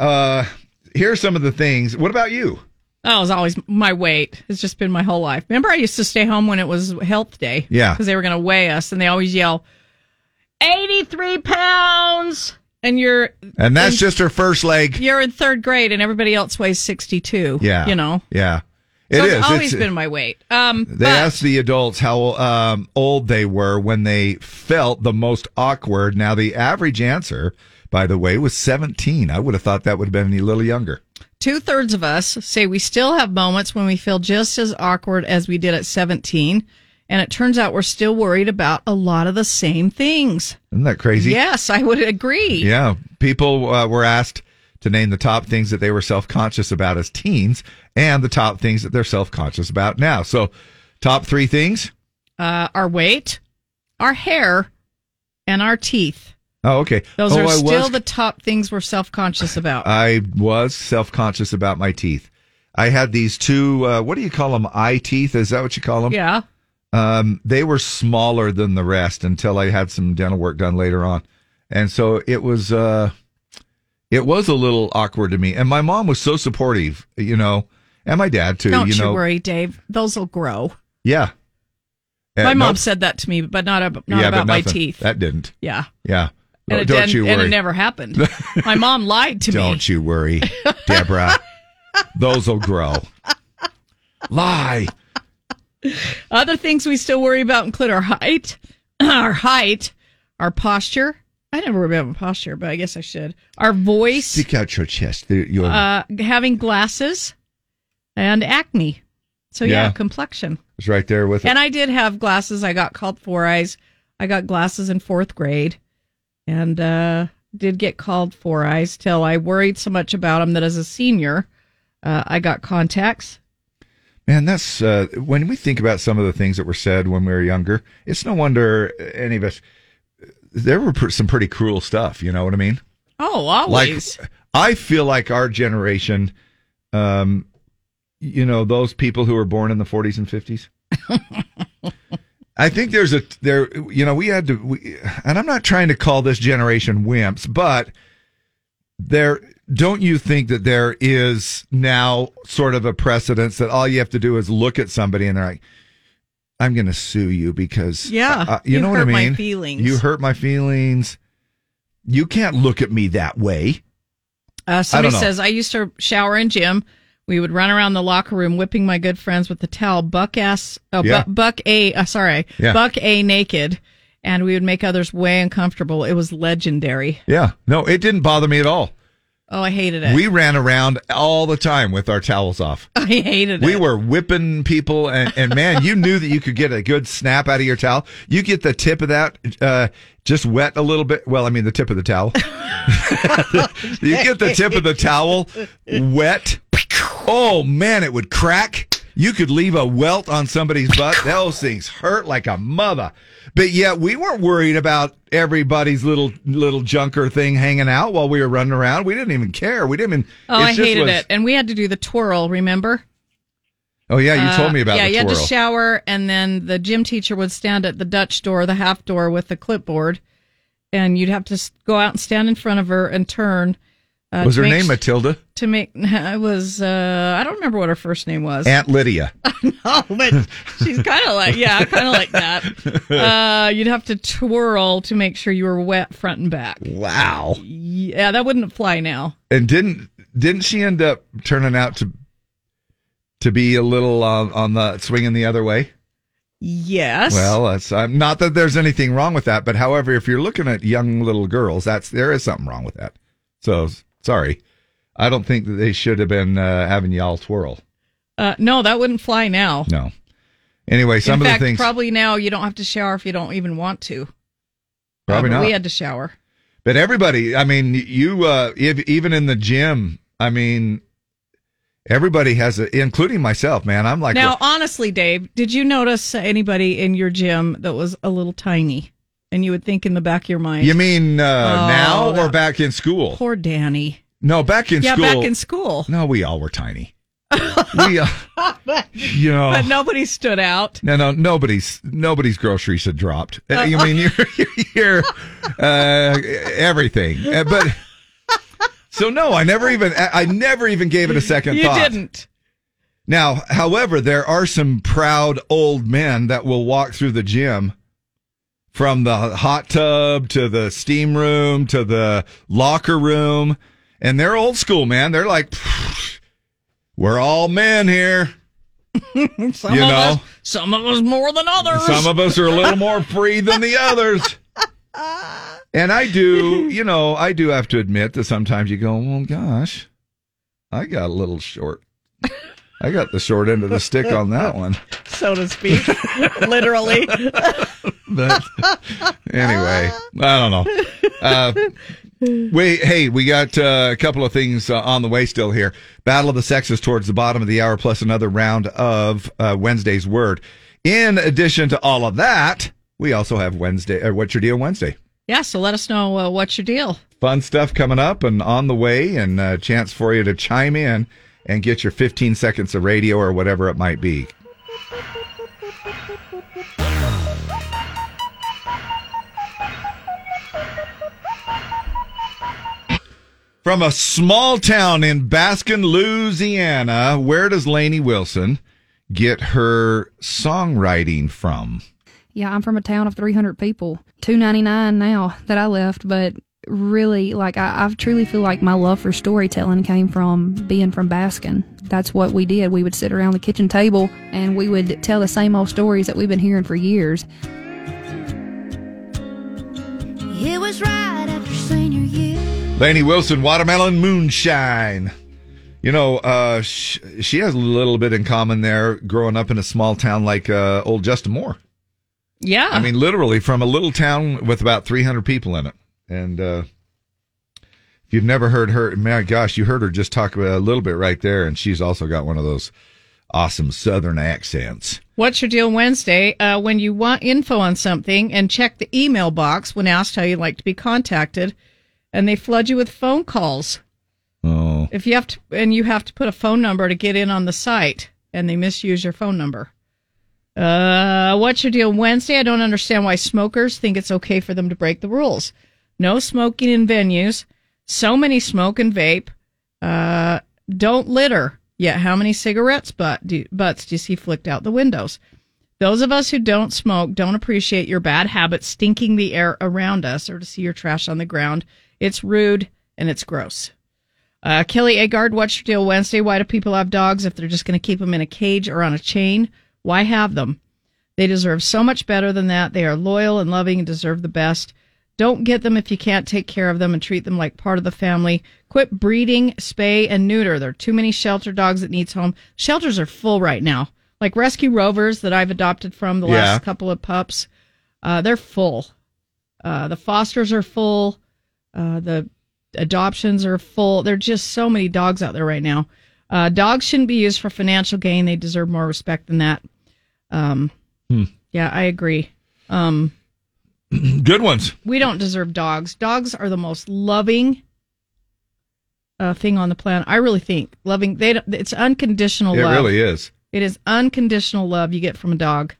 S4: uh here are some of the things. What about you?
S2: Oh, it's always my weight. It's just been my whole life. Remember, I used to stay home when it was health day.
S4: Yeah.
S2: Because they were going to weigh us, and they always yell, 83 pounds. And you're
S4: And that's
S2: And-
S4: just her first leg.
S2: you're in third grade, and everybody else weighs 62.
S4: Yeah.
S2: You know?
S4: Yeah.
S2: So
S4: It
S2: it's
S4: is.
S2: always
S4: It's-
S2: been my weight. Um,
S4: They asked the adults how um, old they were when they felt the most awkward. Now, the average answer, by the way, was 17. I would have thought that would have been a little younger.
S2: Two thirds of us say we still have moments when we feel just as awkward as we did at 17. And it turns out we're still worried about a lot of the same things.
S4: Isn't that crazy?
S2: Yes, I would agree.
S4: Yeah. People uh, were asked to name the top things that they were self conscious about as teens and the top things that they're self conscious about now. So, top three things.
S2: Uh, our weight, our hair, and our teeth.
S4: Oh, okay.
S2: Those
S4: oh,
S2: are
S4: I
S2: still
S4: was
S2: the top things we're self conscious about.
S4: I was self conscious about my teeth. I had these two. Uh, what do you call them? Eye teeth? Is that what you call them?
S2: yeah.
S4: Um, they were smaller than the rest until I had some dental work done later on, and so it was. Uh, it was a little awkward to me, and my mom was so supportive, you know, and my dad too.
S2: Don't
S4: you
S2: you,
S4: know,
S2: worry, Dave. Those will grow.
S4: yeah. Uh,
S2: my mom
S4: nope.
S2: said that to me, but not, ab- not
S4: Yeah, but
S2: about my
S4: nothing.
S2: teeth.
S4: That didn't.
S2: yeah.
S4: Yeah.
S2: And,
S4: No,
S2: it,
S4: don't
S2: didn't-
S4: you worry.
S2: and it never happened. my mom lied to me.
S4: Don't you worry, Deborah. Those will grow. Lie.
S2: Other things we still worry about include our height, our height, our posture. I never remember posture, but I guess I should. Our voice,
S4: Stick out your chest. There- Your,
S2: uh, having glasses, and acne. So yeah,
S4: Yeah.
S2: complexion.
S4: it's right there with it.
S2: And I did have glasses. I got called four eyes. I got glasses in fourth grade, and uh, did get called four eyes till I worried so much about them that as a senior, uh, I got contacts.
S4: Man, that's uh, when we think about some of the things that were said when we were younger. It's no wonder any of us. There were pr- some pretty cruel stuff. You know what I mean?
S2: Oh, always.
S4: Like, I feel like our generation, um, you know, those people who were born in the 40s and 50s. I think there's a there. You know, we had to, we, and I'm not trying to call this generation wimps, but there. Don't you think that there is now sort of a precedence that all you have to do is look at somebody and they're like, "I'm going to sue you because
S2: Yeah,
S4: uh, you,
S2: you
S4: know what I
S2: hurt my
S4: mean?
S2: feelings.
S4: You hurt my feelings. You can't look at me that way."
S2: Uh, somebody
S4: know.
S2: says, I used to shower in gym. We would run around the locker room whipping my good friends with the towel, buck ass, oh,
S4: Yeah.
S2: bu- buck A, uh, sorry,
S4: Yeah.
S2: buck A naked, and we would make others way uncomfortable. It was legendary.
S4: Yeah, no, it didn't bother me at all.
S2: Oh, I hated it.
S4: We ran around all the time with our towels off.
S2: I hated
S4: We
S2: it.
S4: were whipping people, and, and man, you knew that you could get a good snap out of your towel. You get the tip of that uh, just wet a little bit. Well, I mean, the tip of the towel. you get the tip of the towel wet. Oh, man, it would crack. You could leave a welt on somebody's butt. Those things hurt like a mother. But yet we weren't worried about everybody's little little junker thing hanging out while we were running around. We didn't even care. We didn't even.
S2: Oh,
S4: it
S2: I
S4: just
S2: hated
S4: was-
S2: it. And we had to do the twirl, remember?
S4: Oh yeah, you told
S2: Uh,
S4: me about
S2: Yeah,
S4: the
S2: you
S4: twirl.
S2: had to shower, and then the gym teacher would stand at the Dutch door, the half door, with the clipboard, and you'd have to s- go out and stand in front of her and turn. Uh,
S4: was
S2: to
S4: her
S2: make
S4: name
S2: s-
S4: Matilda?
S2: to make I was uh I don't remember what her first name was.
S4: Aunt Lydia.
S2: no, but she's kind of like yeah, kind of like that. Uh you'd have to twirl to make sure you were wet front and back.
S4: Wow.
S2: Yeah, that wouldn't fly now.
S4: And didn't didn't she end up turning out to to be a little uh, on the swinging the other way?
S2: Yes.
S4: Well, that's uh, not that there's anything wrong with that, but however, if you're looking at young little girls, that's there is something wrong with that. So sorry, I don't think that they should have been uh, having y'all twirl.
S2: uh no, that wouldn't fly now.
S4: No. Anyway, some
S2: In
S4: of
S2: fact,
S4: the things
S2: probably now you don't have to shower if you don't even want to.
S4: Probably
S2: Uh, but
S4: not.
S2: We had to shower.
S4: But everybody, I mean, you uh, if, even in the gym, I mean, everybody has, a, including myself, man. I'm like,
S2: now, honestly, Dave, did you notice anybody in your gym that was a little tiny? And you would think in the back of your mind,
S4: you mean uh,
S2: Oh,
S4: now or
S2: that-
S4: back in school?
S2: poor Danny.
S4: No, back in
S2: yeah,
S4: school.
S2: back in school.
S4: No, we all were tiny. we, uh, you know,
S2: But nobody stood out.
S4: No, no, nobody's nobody's groceries had dropped. Uh, I mean, you're, you're, uh, everything, Uh, but so no, I never even I I never even gave it a second
S2: you
S4: thought.
S2: didn't.
S4: Now, however, there are some proud old men that will walk through the gym from the hot tub to the steam room to the locker room, and they're old school, man. They're like, we're all men here.
S2: Some
S4: You know.
S2: of us, some of us more than others.
S4: Some of us are a little more free than the others. And I do, you know, I do have to admit that sometimes you go, well, gosh, I got a little short. I got the short end of the stick on that one.
S2: so to speak, literally.
S4: But anyway, I don't know. Uh, wait, hey, we got uh, a couple of things uh, on the way still here. Battle of the Sexes towards the bottom of the hour, plus another round of uh, Wednesday's Word. In addition to all of that, we also have Wednesday. Or What's your deal Wednesday?
S2: Yeah, so let us know uh, what's your deal.
S4: Fun stuff coming up and on the way, and a chance for you to chime in and get your 15 seconds of radio or whatever it might be. From a small town in Baskin, Louisiana, where does Lainey Wilson get her songwriting from?
S8: Yeah, I'm from a town of 300 people. 299 now that I left, but really, like I, I truly feel like my love for storytelling came from being from Baskin. That's what we did. We would sit around the kitchen table and we would tell the same old stories that we've been hearing for years.
S5: It was right after senior year.
S4: Lainey Wilson, Watermelon Moonshine. You know, uh, sh- she has a little bit in common there growing up in a small town like uh, old Justin Moore.
S2: Yeah.
S4: I mean, literally from a little town with about 300 people in it. And uh, if you've never heard her, my gosh, you heard her just talk a little bit right there. And she's also got one of those awesome Southern accents.
S2: What's your deal Wednesday? Uh, when you want info on something and check the email box when asked how you'd like to be contacted, and they flood you with phone calls.
S4: Oh.
S2: If you have to, and you have to put a phone number to get in on the site, and they misuse your phone number. Uh, what's your deal Wednesday? I don't understand why smokers think it's okay for them to break the rules. No smoking in venues. So many smoke and vape. Uh, don't litter. Yet, how many cigarettes butt do, butts do you see flicked out the windows? Those of us who don't smoke don't appreciate your bad habits stinking the air around us or to see your trash on the ground. It's rude and it's gross. Uh, Kelly Agard, what's your deal Wednesday? Why do people have dogs if they're just going to keep them in a cage or on a chain? Why have them? They deserve so much better than that. They are loyal and loving and deserve the best. Don't get them if you can't take care of them and treat them like part of the family. Quit breeding, spay, and neuter. There are too many shelter dogs that needs home. Shelters are full right now. Like rescue rovers that I've adopted from the
S4: Yeah.
S2: last couple of pups, uh, they're full. Uh, the fosters are full. Uh, the adoptions are full. There are just so many dogs out there right now. Uh, dogs shouldn't be used for financial gain. They deserve more respect than that. Um,
S4: Hmm.
S2: yeah, I agree. Um,
S4: Good ones.
S2: we don't deserve dogs. Dogs are the most loving uh, thing on the planet. I really think loving. They don't, it's unconditional
S4: It
S2: love.
S4: really is.
S2: It is unconditional love you get from a dog.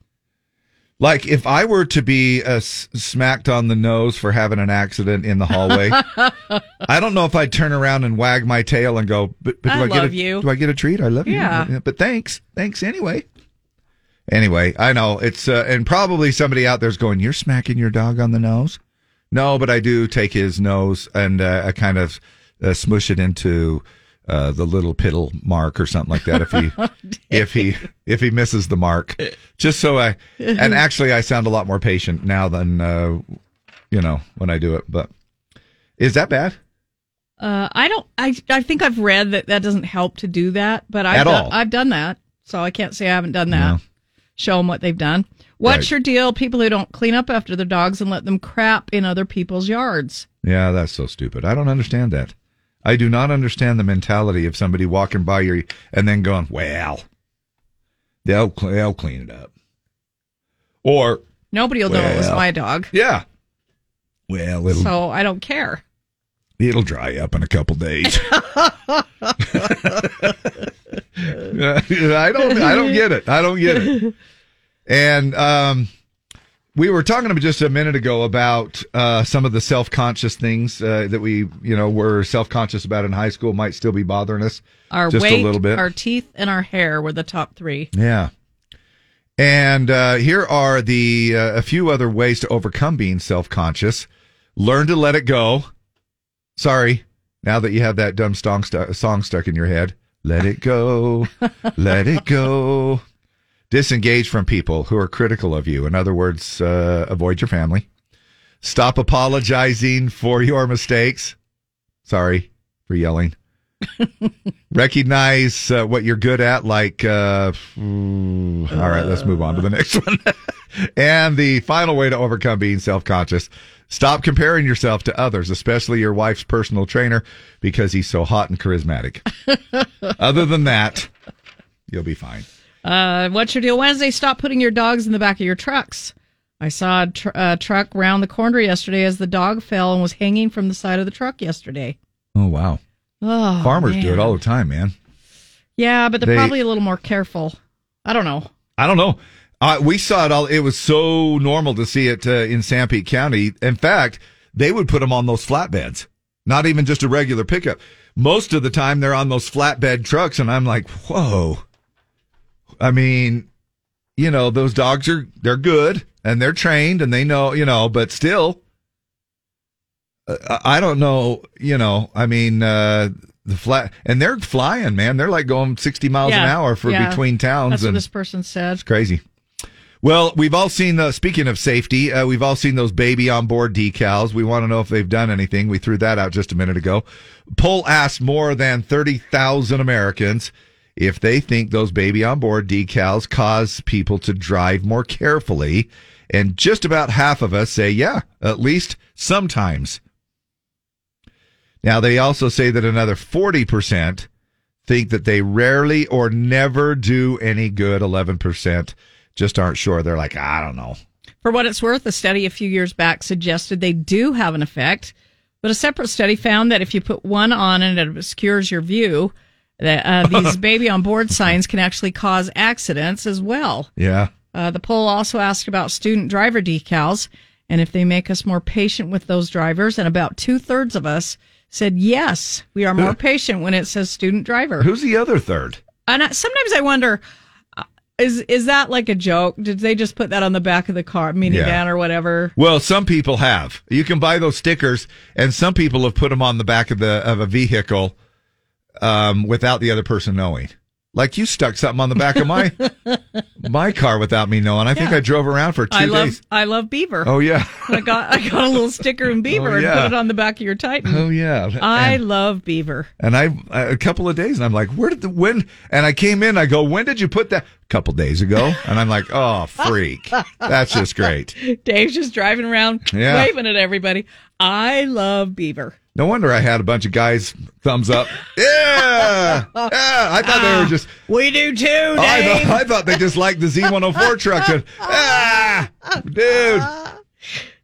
S4: Like if I were to be uh, s- smacked on the nose for having an accident in oh, the hallway, I don't know if I'd turn around and wag my tail and go. But, but do
S2: I
S4: I, get
S2: love
S4: a,
S2: you."
S4: Do I get a treat? I love you.
S2: Yeah.
S4: But thanks, thanks anyway. Anyway, I know it's uh, and probably somebody out there's going, "You're smacking your dog on the nose." No, but I do take his nose and uh, I kind of uh, smush it into uh, the little piddle mark or something like that. If he
S2: Oh,
S4: if he if he misses the mark, just so I and actually I sound a lot more patient now than uh, you know when I do it. But is that bad?
S2: Uh, I don't. I I think I've read that that doesn't help to do that, but I've
S4: At
S2: done,
S4: all.
S2: I've done that, so I can't say I haven't done that. Show 'em Show them what they've done. What's
S4: Right.
S2: your deal? People who don't clean up after their dogs and let them crap in other people's yards.
S4: Yeah, that's so stupid. I don't understand that. I do not understand the mentality of somebody walking by your and then going, "Well, they'll cl- they'll clean it up," or
S2: Nobody will know it was
S4: Well.
S2: my dog,
S4: yeah, well, it'll
S2: so I don't care.
S4: It'll dry up in a couple days. I don't I don't get it. I don't get it. And um we were talking about just a minute ago about uh, some of the self-conscious things uh, that we, you know, were self-conscious about in high school might still be bothering us
S2: Our
S4: just
S2: weight,
S4: a little bit.
S2: our teeth, and our hair were the top three.
S4: Yeah. And uh, here are the uh, a few other ways to overcome being self conscious. Learn to let it go. Sorry, now that you have that dumb song, stu- song stuck in your head, let it go, let it go. Disengage from people who are critical of you. In other words, uh, avoid your family. Stop apologizing for your mistakes. Sorry for yelling recognize uh, what you're good at like uh, mm, all right let's move on to the next one and the final way to overcome being self-conscious stop comparing yourself to others especially your wife's personal trainer because he's so hot and charismatic other than that you'll be fine
S2: Uh, what's your deal Wednesday? Stop putting your dogs in the back of your trucks. I saw a tr- uh, truck round the corner yesterday as the dog fell and was hanging from the side of the truck yesterday.
S4: oh wow
S2: Oh,
S4: farmers do
S2: man.
S4: it all the time man
S2: Yeah, but they're
S4: They-
S2: probably a little more careful. I don't know.
S4: I don't know. Uh, we saw it all. It was so normal to see it uh, in San Pete County. In fact, they would put them on those flatbeds, not even just a regular pickup. Most of the time, they're on those flatbed trucks, and I'm like, whoa. I mean, you know, those dogs are they're good and they're trained and they know, you know, but still, uh, I I don't know, you know. I mean, uh, the flat and they're flying, man. They're like going 60 miles an
S2: Yeah,
S4: hour for
S2: yeah.
S4: between towns.
S2: That's what
S4: and
S2: this person said.
S4: it's crazy. Well, we've all seen the. Speaking of safety, uh, we've all seen those baby on board decals. We want to know if they've done anything. We threw that out just a minute ago. Poll asked more than thirty thousand Americans if they think those baby on board decals cause people to drive more carefully, and just about half of us say, yeah, at least sometimes. Now, they also say that another 40% think that they rarely or never do any good. 11% just aren't sure. They're like, I don't know.
S2: For what it's worth, a study a few years back suggested they do have an effect, but a separate study found that if you put one on and it obscures your view, that uh, these baby on board signs can actually cause accidents as well.
S4: Yeah.
S2: Uh, the poll also asked about student driver decals and if they make us more patient with those drivers, and about two thirds of us said yes, we are more patient when it says student driver.
S4: Who's the other third?
S2: And I, sometimes I wonder, uh, is is that like a joke? Did they just put that on the back of the car, minivan,
S4: Yeah.
S2: or whatever?
S4: Well, some people have. You can buy those stickers, and some people have put them on the back of the of a vehicle um, without the other person knowing. Like you stuck something on the back of my my car without me knowing. I think I drove around for two
S2: I
S4: days.
S2: love I love Beaver.
S4: Oh, yeah.
S2: I got I got a little sticker in Beaver
S4: Oh, yeah.
S2: and put it on the back of your Titan.
S4: Oh, yeah.
S2: I
S4: And-
S2: love Beaver.
S4: And I a couple of days, and I'm like, where did the when? And I came in, I go, when did you put that? A couple days ago, and I'm like, oh freak, that's just great.
S2: Dave's just driving around
S4: Yeah.
S2: waving at everybody. I love Beaver.
S4: No wonder I had a bunch of guys thumbs up. Yeah, yeah. I thought they were just. Oh,
S2: We do too.
S4: I
S2: Dave.
S4: thought, I thought they just liked the Z104 truck. And, ah, dude.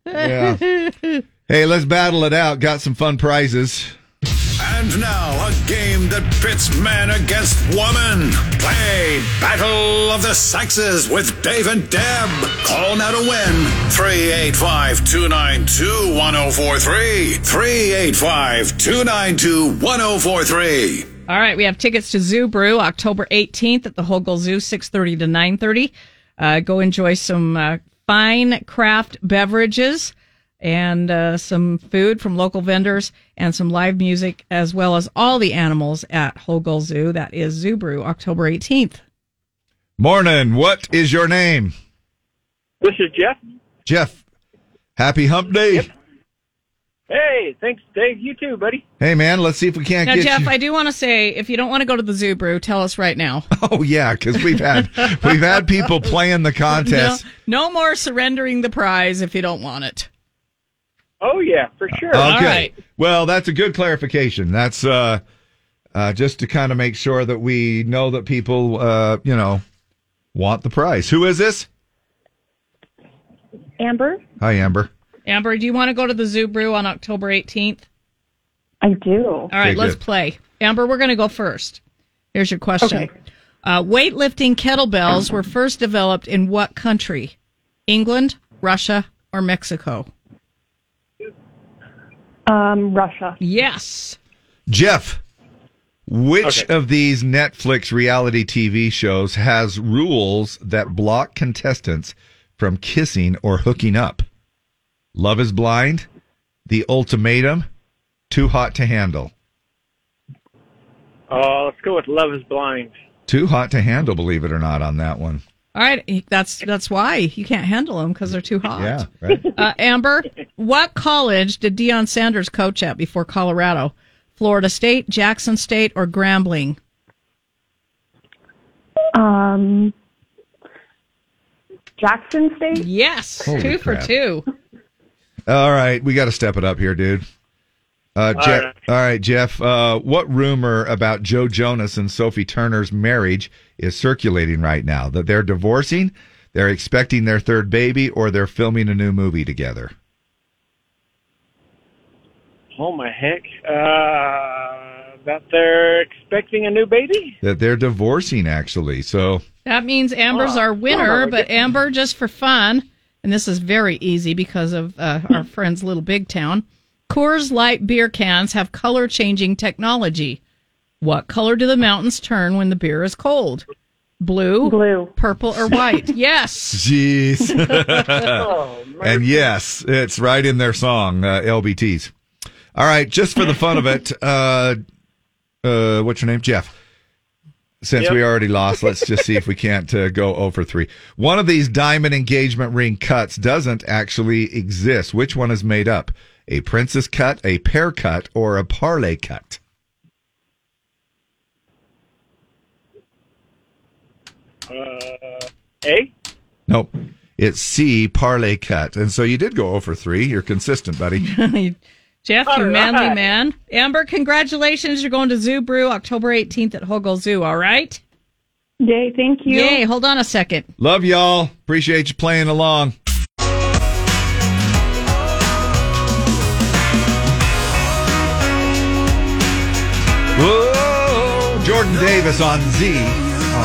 S4: Yeah. Hey, let's battle it out. Got some fun prizes.
S15: And now, a game that pits man against woman. Play Battle of the Sexes with Dave and Deb. Call now to win. 385 292 1043. 385 292 1043.
S2: All right, we have tickets to Zoo Brew October 18th at the Hogle Zoo, 6:30 to 9:30. Uh, go enjoy some uh, fine craft beverages and uh, some food from local vendors and some live music as well as all the animals at Hogle Zoo. That is Zoo Brew October 18th.
S4: Morning. What is your name?
S13: This is Jeff.
S4: Jeff. Happy hump day.
S13: Hey, thanks, Dave. You too, buddy.
S4: Hey, man, let's see if we can't
S2: Now,
S4: get
S2: Jeff,
S4: you.
S2: I do want to say if you don't want to go to the Zoo Brew, tell us right now.
S4: Oh yeah, because we've had we've had people playing the contest.
S2: No, no more surrendering the prize if you don't want it.
S13: Oh yeah, for sure.
S4: Okay. Well, that's a good clarification. That's uh, uh, just to kind of make sure that we know that people, uh, you know, want the prize. Who is this?
S13: Amber.
S4: Hi, Amber.
S2: Amber, do you want to go to the Zoo Brew on October 18th? I do. All right,
S9: Okay,
S2: let's
S9: good.
S2: play. Amber, we're going to go first. Here's your question. Uh, weightlifting kettlebells were first developed in what country? England, Russia, or Mexico?
S9: Um, Russia.
S2: Yes.
S4: Jeff, which of these Netflix reality TV shows has rules that block contestants from kissing or hooking up? Love is Blind, The Ultimatum, Too Hot to Handle.
S13: Uh, let's go with Love is Blind.
S4: Too hot to handle, believe it or not, on that one.
S2: All right, that's that's why you can't handle them because they're too hot.
S4: Yeah, right.
S2: Uh, Amber, what college did Deion Sanders coach at before Colorado? Florida State, Jackson State, or Grambling?
S9: Um, Jackson State?
S2: Yes,
S4: Holy
S2: two
S4: crap.
S2: for two.
S4: All right, we got to step it up here, dude. Uh,
S2: All
S4: Jeff,
S2: right.
S4: all right, Jeff. Uh, what rumor about Joe Jonas and Sophie Turner's marriage is circulating right now? That they're divorcing, they're expecting their third baby, or they're filming a new movie together?
S13: Oh my heck! Uh, that they're expecting a new baby.
S4: That they're divorcing, actually. So,
S2: That means Amber's
S13: Oh,
S2: our winner,
S13: oh,
S2: but Amber, just for fun, and this is very easy because of uh, our friends Little Big Town, Coors Light beer cans have color changing technology. What color do the mountains turn when the beer is cold? Blue, blue, purple, or white? yes.
S4: jeez.
S2: Oh,
S4: and yes, it's right in their song, uh, LBTs. All right, just for the fun of it, uh, uh, what's your name, Jeff? Since we already lost, let's just see if we can't uh, go over three. One of these diamond engagement ring cuts doesn't actually exist. Which one is made up? A princess cut, a pear cut, or a parlay cut?
S13: Uh, a.
S4: Nope. It's C, parlay cut. And so you did go over three. You're consistent, buddy.
S2: Jeff,
S14: All
S2: you manly
S14: right.
S2: man. Amber, congratulations. You're going to Zoo Brew October 18th at Hogle Zoo, all right?
S9: Yay, thank
S4: you.
S2: Yay, hold on a second.
S4: Love y'all. Appreciate you playing along. Whoa! Jordan Davis on Z. Oh,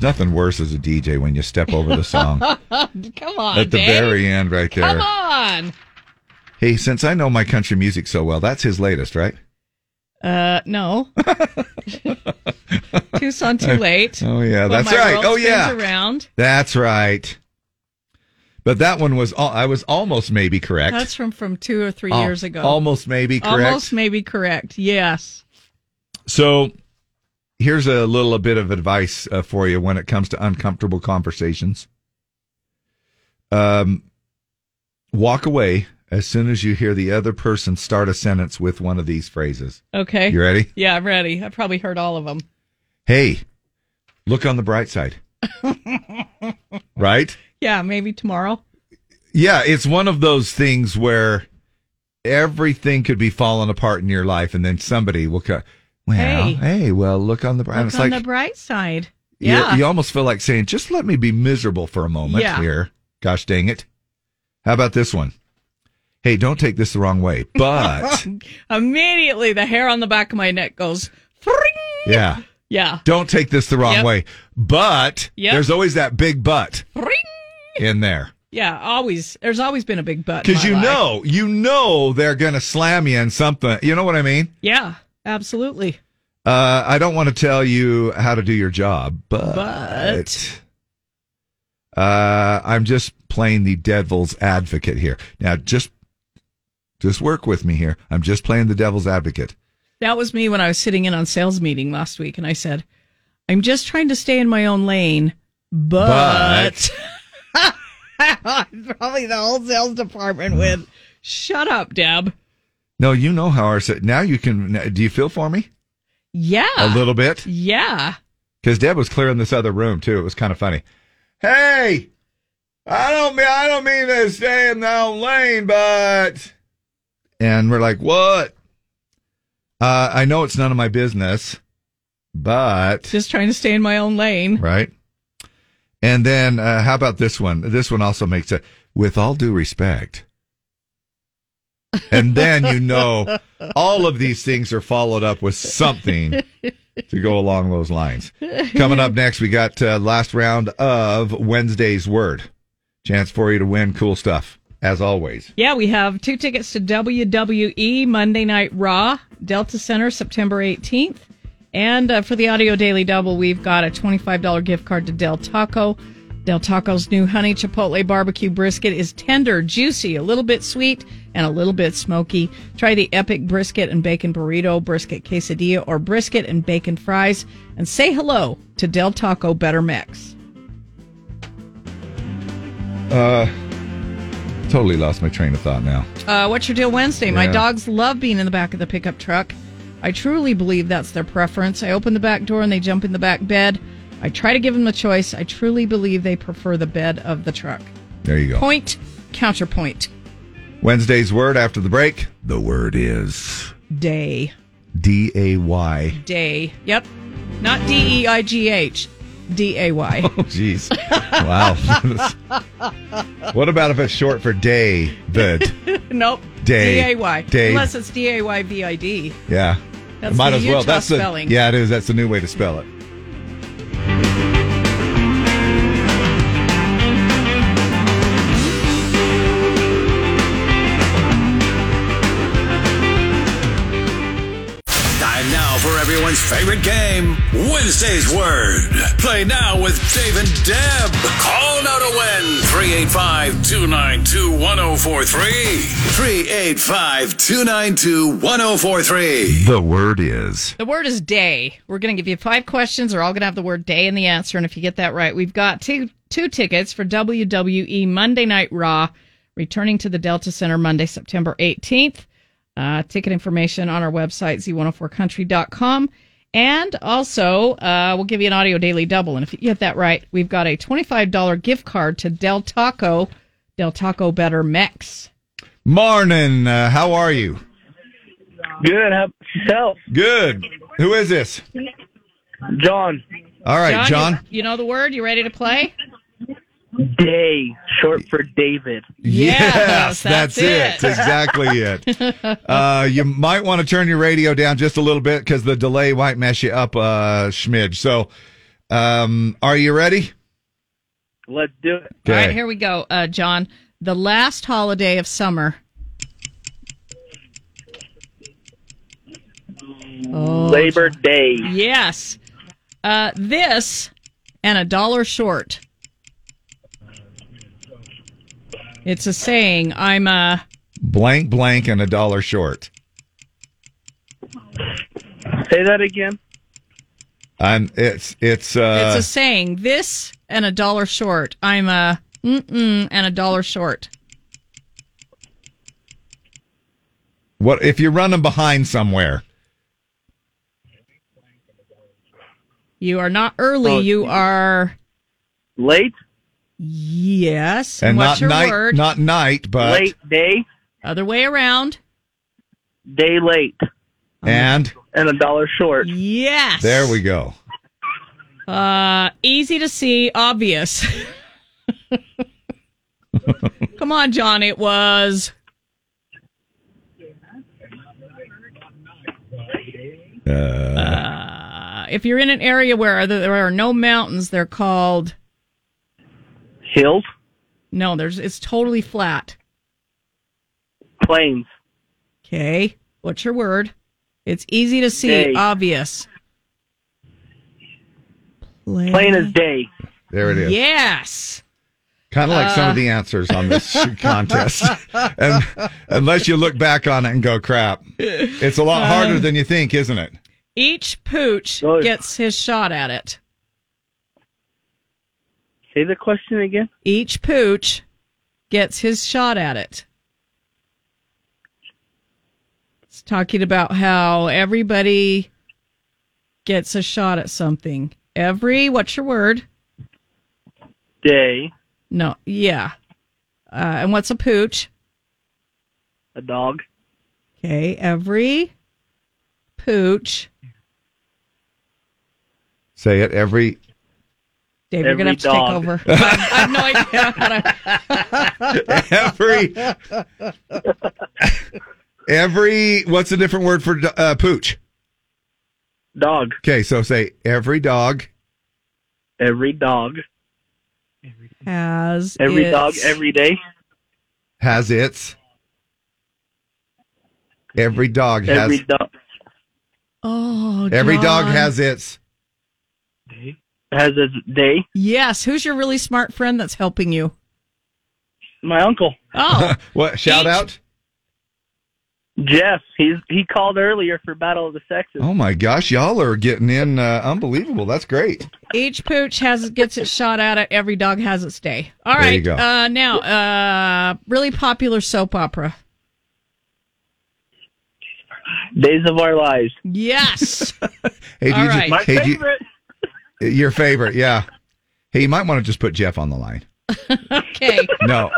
S4: nothing worse as a DJ when you step over the song
S2: Come on.
S4: at the
S2: Dave.
S4: very end right there.
S2: Come on.
S4: Hey, since I know my country music so well, that's his latest, right?
S2: Uh, no. Tucson too late.
S4: Oh yeah,
S2: When
S4: that's
S2: my
S4: right.
S2: world
S4: Oh
S2: spins
S4: yeah.
S2: around.
S4: That's right. But that one was al- I was almost maybe correct.
S2: That's from from two or three
S4: Al-
S2: years ago.
S4: Oh, Almost maybe correct.
S2: Almost maybe correct. Yes.
S4: So here's a little bit of advice uh, for you when it comes to uncomfortable conversations. Um, walk away as soon as you hear the other person start a sentence with one of these phrases.
S2: Okay.
S4: You ready?
S2: Yeah, I'm ready. I probably heard all of them.
S4: Hey, look on the bright side. right?
S2: Yeah, maybe tomorrow.
S4: Yeah, it's one of those things where everything could be falling apart in your life, and then somebody will go, "Well, hey,
S2: Hey.
S4: well, look on the bright." and
S2: Look
S4: It's
S2: on
S4: like
S2: the bright side.
S4: you-
S2: Yeah.
S4: you, almost feel like saying, "Just let me be miserable for a moment
S2: Yeah.
S4: here." Gosh dang it! How about this one? Hey, don't take this the wrong way, but
S2: Immediately, the hair on the back of my neck goes. "Fring."
S4: yeah,
S2: Yeah.
S4: don't take this the wrong
S2: Yep.
S4: way, but
S2: Yep.
S4: there's always that big but in there.
S2: Yeah. Always. There's always been a big butt. in
S4: Because
S2: my
S4: you
S2: life.
S4: know, you know they're gonna slam you in something. You know what I mean?
S2: Yeah. Absolutely.
S4: Uh, I don't want to tell you how to do your job, but,
S2: But-
S4: uh, I'm just playing the devil's advocate here. Now, just just work with me here. I'm just playing the devil's advocate.
S2: That was me when I was sitting in on sales meeting last week, and I said, "I'm just trying to stay in my own lane." But, probably the whole sales department went, "Shut up, Deb."
S4: No, you know how our now you can. Do you feel for me
S2: Yeah,
S4: a
S5: Ah.
S4: little bit?
S2: yeah.
S4: Because Deb was clearing this other room too. It was kind of funny. Hey, I don't mean I don't mean to stay in my own lane, but And we're like, what? Uh, I know it's none of my business, but
S2: just trying to stay in my own lane.
S4: Right. And then uh, how about this one? This one also makes it with all due respect. And then you know all of these things are followed up with something to go along those lines. Coming up next, we got uh, last round of Wednesday's word. Chance for you to win cool stuff as always.
S2: Yeah, we have two tickets to WWE Monday Night Raw, Delta Center, September 18th. And uh, for the Audio Daily Double, we've got a $25 gift card to Del Taco. Del Taco's new honey chipotle barbecue brisket is tender, juicy, a little bit sweet, and a little bit smoky. Try the epic brisket and bacon burrito, brisket quesadilla, or brisket and bacon fries, and say hello to Del Taco Better Mex.
S4: Uh, totally lost my train of thought now.
S2: Uh, what's your deal Wednesday? My
S4: Yeah.
S2: dogs love being in the back of the pickup truck. I truly believe that's their preference. I open the back door and they jump in the back bed. I try to give them a choice. I truly believe they prefer the bed of the truck.
S4: There you go.
S2: Point, counterpoint,
S4: Wednesday's word after the break. The word is
S2: day,
S4: D A Y.
S2: day. Yep. Not D E I G H, D A Y.
S4: Oh, jeez. Wow. what about if it's short for day? The
S2: Nope.
S4: Day.
S2: D A Y.
S4: Day.
S2: Unless it's D A Y V I D.
S4: yeah.
S2: That's
S4: Might
S2: the
S4: as well.
S2: Utah
S4: That's
S2: spelling.
S4: The, yeah, it is. That's the new way to spell it.
S15: Time now for everyone's favorite game, Wednesday's Word. Play now with Dave and Deb. Call now to win 385 292 1043. 385 292 1043.
S4: The word is.
S2: The word is day. We're going to give you five questions. They're all going to have the word day in the answer. And if you get that right, we've got two, two tickets for WWE Monday Night Raw, returning to the Delta Center Monday, September 18th. Uh, ticket information on our website, z104country.com. And also, uh, we'll give you an audio daily double. And if you get that right, we've got a $25 gift card to Del Taco, Del Taco Better Mex.
S4: Morning. Uh, how are you?
S13: Good. How yourself?
S4: Good. Who is this?
S13: John.
S4: All right, John.
S2: You, you know the word? You ready to play?
S13: Day, short for David.
S4: Yes, that's,
S13: that's
S4: it.
S13: it.
S4: exactly it. Uh, you might want to turn your radio down just a little bit because the delay might mess you up, uh, Schmidge. So, um, are you ready?
S13: Let's do it.
S2: All right, here we go, uh, John. The last holiday of summer. Oh,
S13: Labor Day.
S2: Yes. Uh, this and a dollar short. It's a saying. I'm uh, a.
S4: Blank, blank, and a dollar short.
S13: Say that again.
S4: I'm. It's. It's.
S2: It's
S4: Uh,
S2: a saying. This and a dollar short. I'm a. Mm-mm, and a dollar short.
S4: what if you're running behind somewhere?
S2: You are not early. you are
S13: Oh, late.
S2: Yes.
S4: And not
S2: What's your
S4: night-
S2: word?
S4: not night, but- Late
S13: day.
S2: Other way around.
S13: Day late.
S4: And
S13: and a dollar short.
S2: Yes.
S4: There we go.
S2: Uh, easy to see, obvious. Come on, John. It was
S4: Uh,
S2: uh, if you're in an area where there are no mountains, they're called
S13: Hills.
S2: no. There's it's totally flat.
S13: Plains.
S2: Okay, what's your word? It's easy to see,
S13: Day.
S2: obvious. Plain,
S13: as day.
S4: There it is.
S2: Yes.
S4: Kind of like some
S2: Uh.
S4: of the answers on this contest, and, unless you look back on it and go, "crap," it's a lot harder
S2: Um.
S4: than you think, isn't it?
S2: Each pooch gets his shot at it.
S13: Say the question again.
S2: Each pooch gets his shot at it. It's talking about how everybody gets a shot at something. Every, what's your word?
S13: Day.
S2: No, yeah. Uh, and what's a pooch?
S13: A dog.
S2: Okay, every pooch
S4: Say it every
S2: Dave, you're gonna have to
S14: Every dog.
S2: take over. I have- I have no idea.
S4: Every- Every what's a different word for do- uh, pooch?
S13: Dog.
S4: Okay, so say every dog.
S13: Every dog
S2: Has
S13: Every
S2: its-
S13: dog, every day.
S4: has its. Every dog
S13: Every
S4: has.
S13: dog
S2: Oh,
S4: every dog
S2: John.
S4: has its.
S13: has its day.
S2: Yes. Who's your really smart friend that's helping you?
S13: My uncle.
S2: Oh,
S4: what? Shout out.
S13: Jeff. He's he called earlier for Battle of the Sexes.
S4: Oh my gosh, y'all are getting in uh, unbelievable. That's great.
S2: each pooch has gets its shot at it. Every dog has its day. All
S4: There
S2: right.
S4: you go.
S2: Uh, now, uh, really popular soap opera.
S13: Days of Our Lives.
S2: Yes.
S4: Hey,
S2: All
S4: you ju-
S2: right. My
S4: hey, do you-
S2: favorite.
S4: your favorite, yeah. Hey, you might want to just put Jeff on the line.
S2: okay.
S4: No.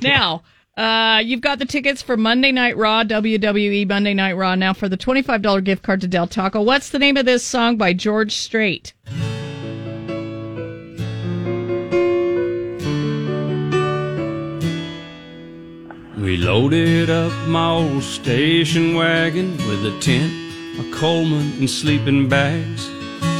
S2: now, uh, you've got the tickets for Monday Night Raw, WWE Monday Night Raw. Now for the twenty-five dollar gift card to Del Taco. What's the name of this song by George Strait?
S12: We loaded up my old station wagon with a tent, a Coleman, and sleeping bags,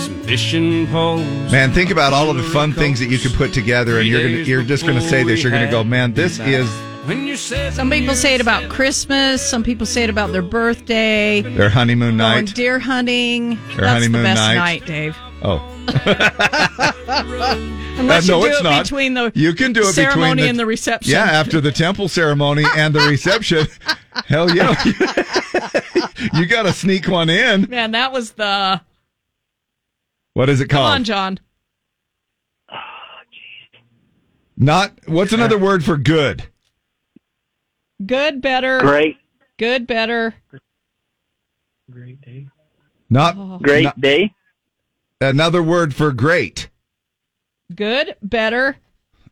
S12: some fishing poles.
S4: Man, think about all of the fun things that you could put together, and you're gonna, you're just gonna say this. You're gonna go, man, this is
S12: When you said
S2: Some people say it about Christmas. Some people say it about their birthday.
S4: their honeymoon
S2: Going
S4: night.
S2: deer hunting.
S4: Their
S2: That's
S4: honeymoon
S2: the best
S4: night.
S2: night, Dave.
S4: Oh,
S2: Unless
S4: Uh, no,
S2: you do
S4: it's
S2: it
S4: not.
S2: between the
S4: you can do it
S2: ceremony
S4: between the,
S2: and the reception.
S4: Yeah, after the temple ceremony and the reception. Hell yeah, you got to sneak one in.
S2: Man, that was the
S4: What is it
S2: come
S4: called?
S2: on, John.
S4: Not what's another word for good?
S2: Good, better,
S4: Great.
S2: Good, better.
S4: Not
S2: Great
S4: not- Another word for great.
S2: Good, better.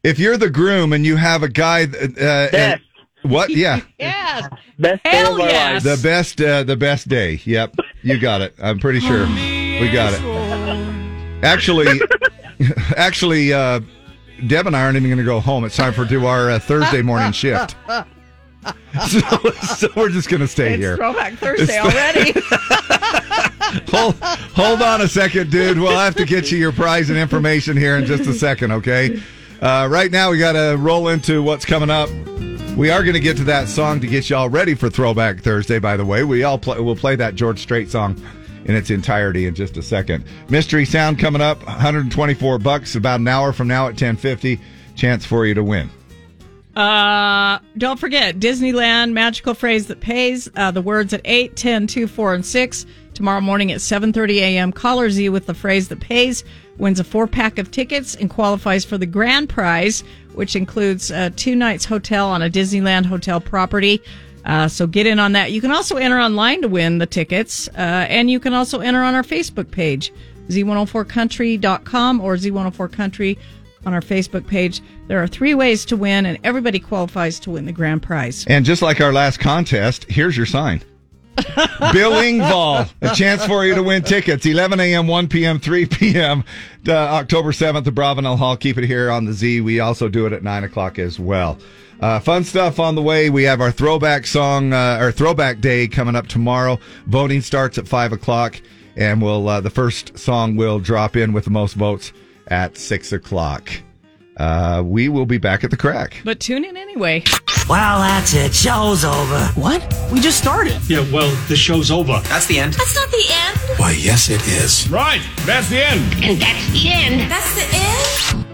S4: If you're the groom and you have a guy, uh, uh, and- what? Yeah,
S2: Yes.
S13: Best
S2: Hell yes.
S4: the best, uh, the best day. Yep, you got it. I'm pretty sure
S2: Oh.
S4: we got it. Actually, actually, uh, Deb and I aren't even going to go home. It's time for do our uh, Thursday morning shift. So, so we're just going to stay here.
S2: Throwback Thursday already.
S4: hold, hold on a second, dude. We'll have to get you your prize and information here in just a second, okay? Uh, right now, we got to roll into what's coming up. We are going to get to that song to get y'all ready for Throwback Thursday. By the way, we all play, we'll play that George Strait song in its entirety in just a second. Mystery Sound coming up, 124 bucks, about an hour from now at 10:50. Chance for you to win.
S2: Uh, don't forget Disneyland magical phrase that pays. Uh, the words at 8, 10, 2, 4, and 6. Tomorrow morning at 7.30 a.m. Caller Z with the phrase that pays wins a four pack of tickets and qualifies for the grand prize, which includes uh, two nights hotel on a Disneyland hotel property. Uh, so get in on that. You can also enter online to win the tickets, uh, and you can also enter on our Facebook page, z104country.com or z104country on our Facebook page. There are three ways to win, and everybody qualifies to win the grand prize.
S4: And just like our last contest, here's your sign. Bill Ingvall, a chance for you to win tickets. 11 a.m., 1 p.m., 3 p.m., uh, October 7th, the Bravenel Hall. Keep it here on the Z. We also do it at 9 o'clock as well. Uh, fun stuff on the way. We have our throwback song, uh, our throwback day coming up tomorrow. Voting starts at 5 o'clock, and we'll uh, the first song will drop in with the most votes at 6 o'clock. Uh, we will be back at the crack.
S2: But tune in anyway.
S16: Well, that's it. Show's over. What? We just started. Yeah, well, the show's over. That's the end.
S5: That's not the end.
S16: Why, yes, it is.
S5: Right, that's the end. And that's the end. That's the end?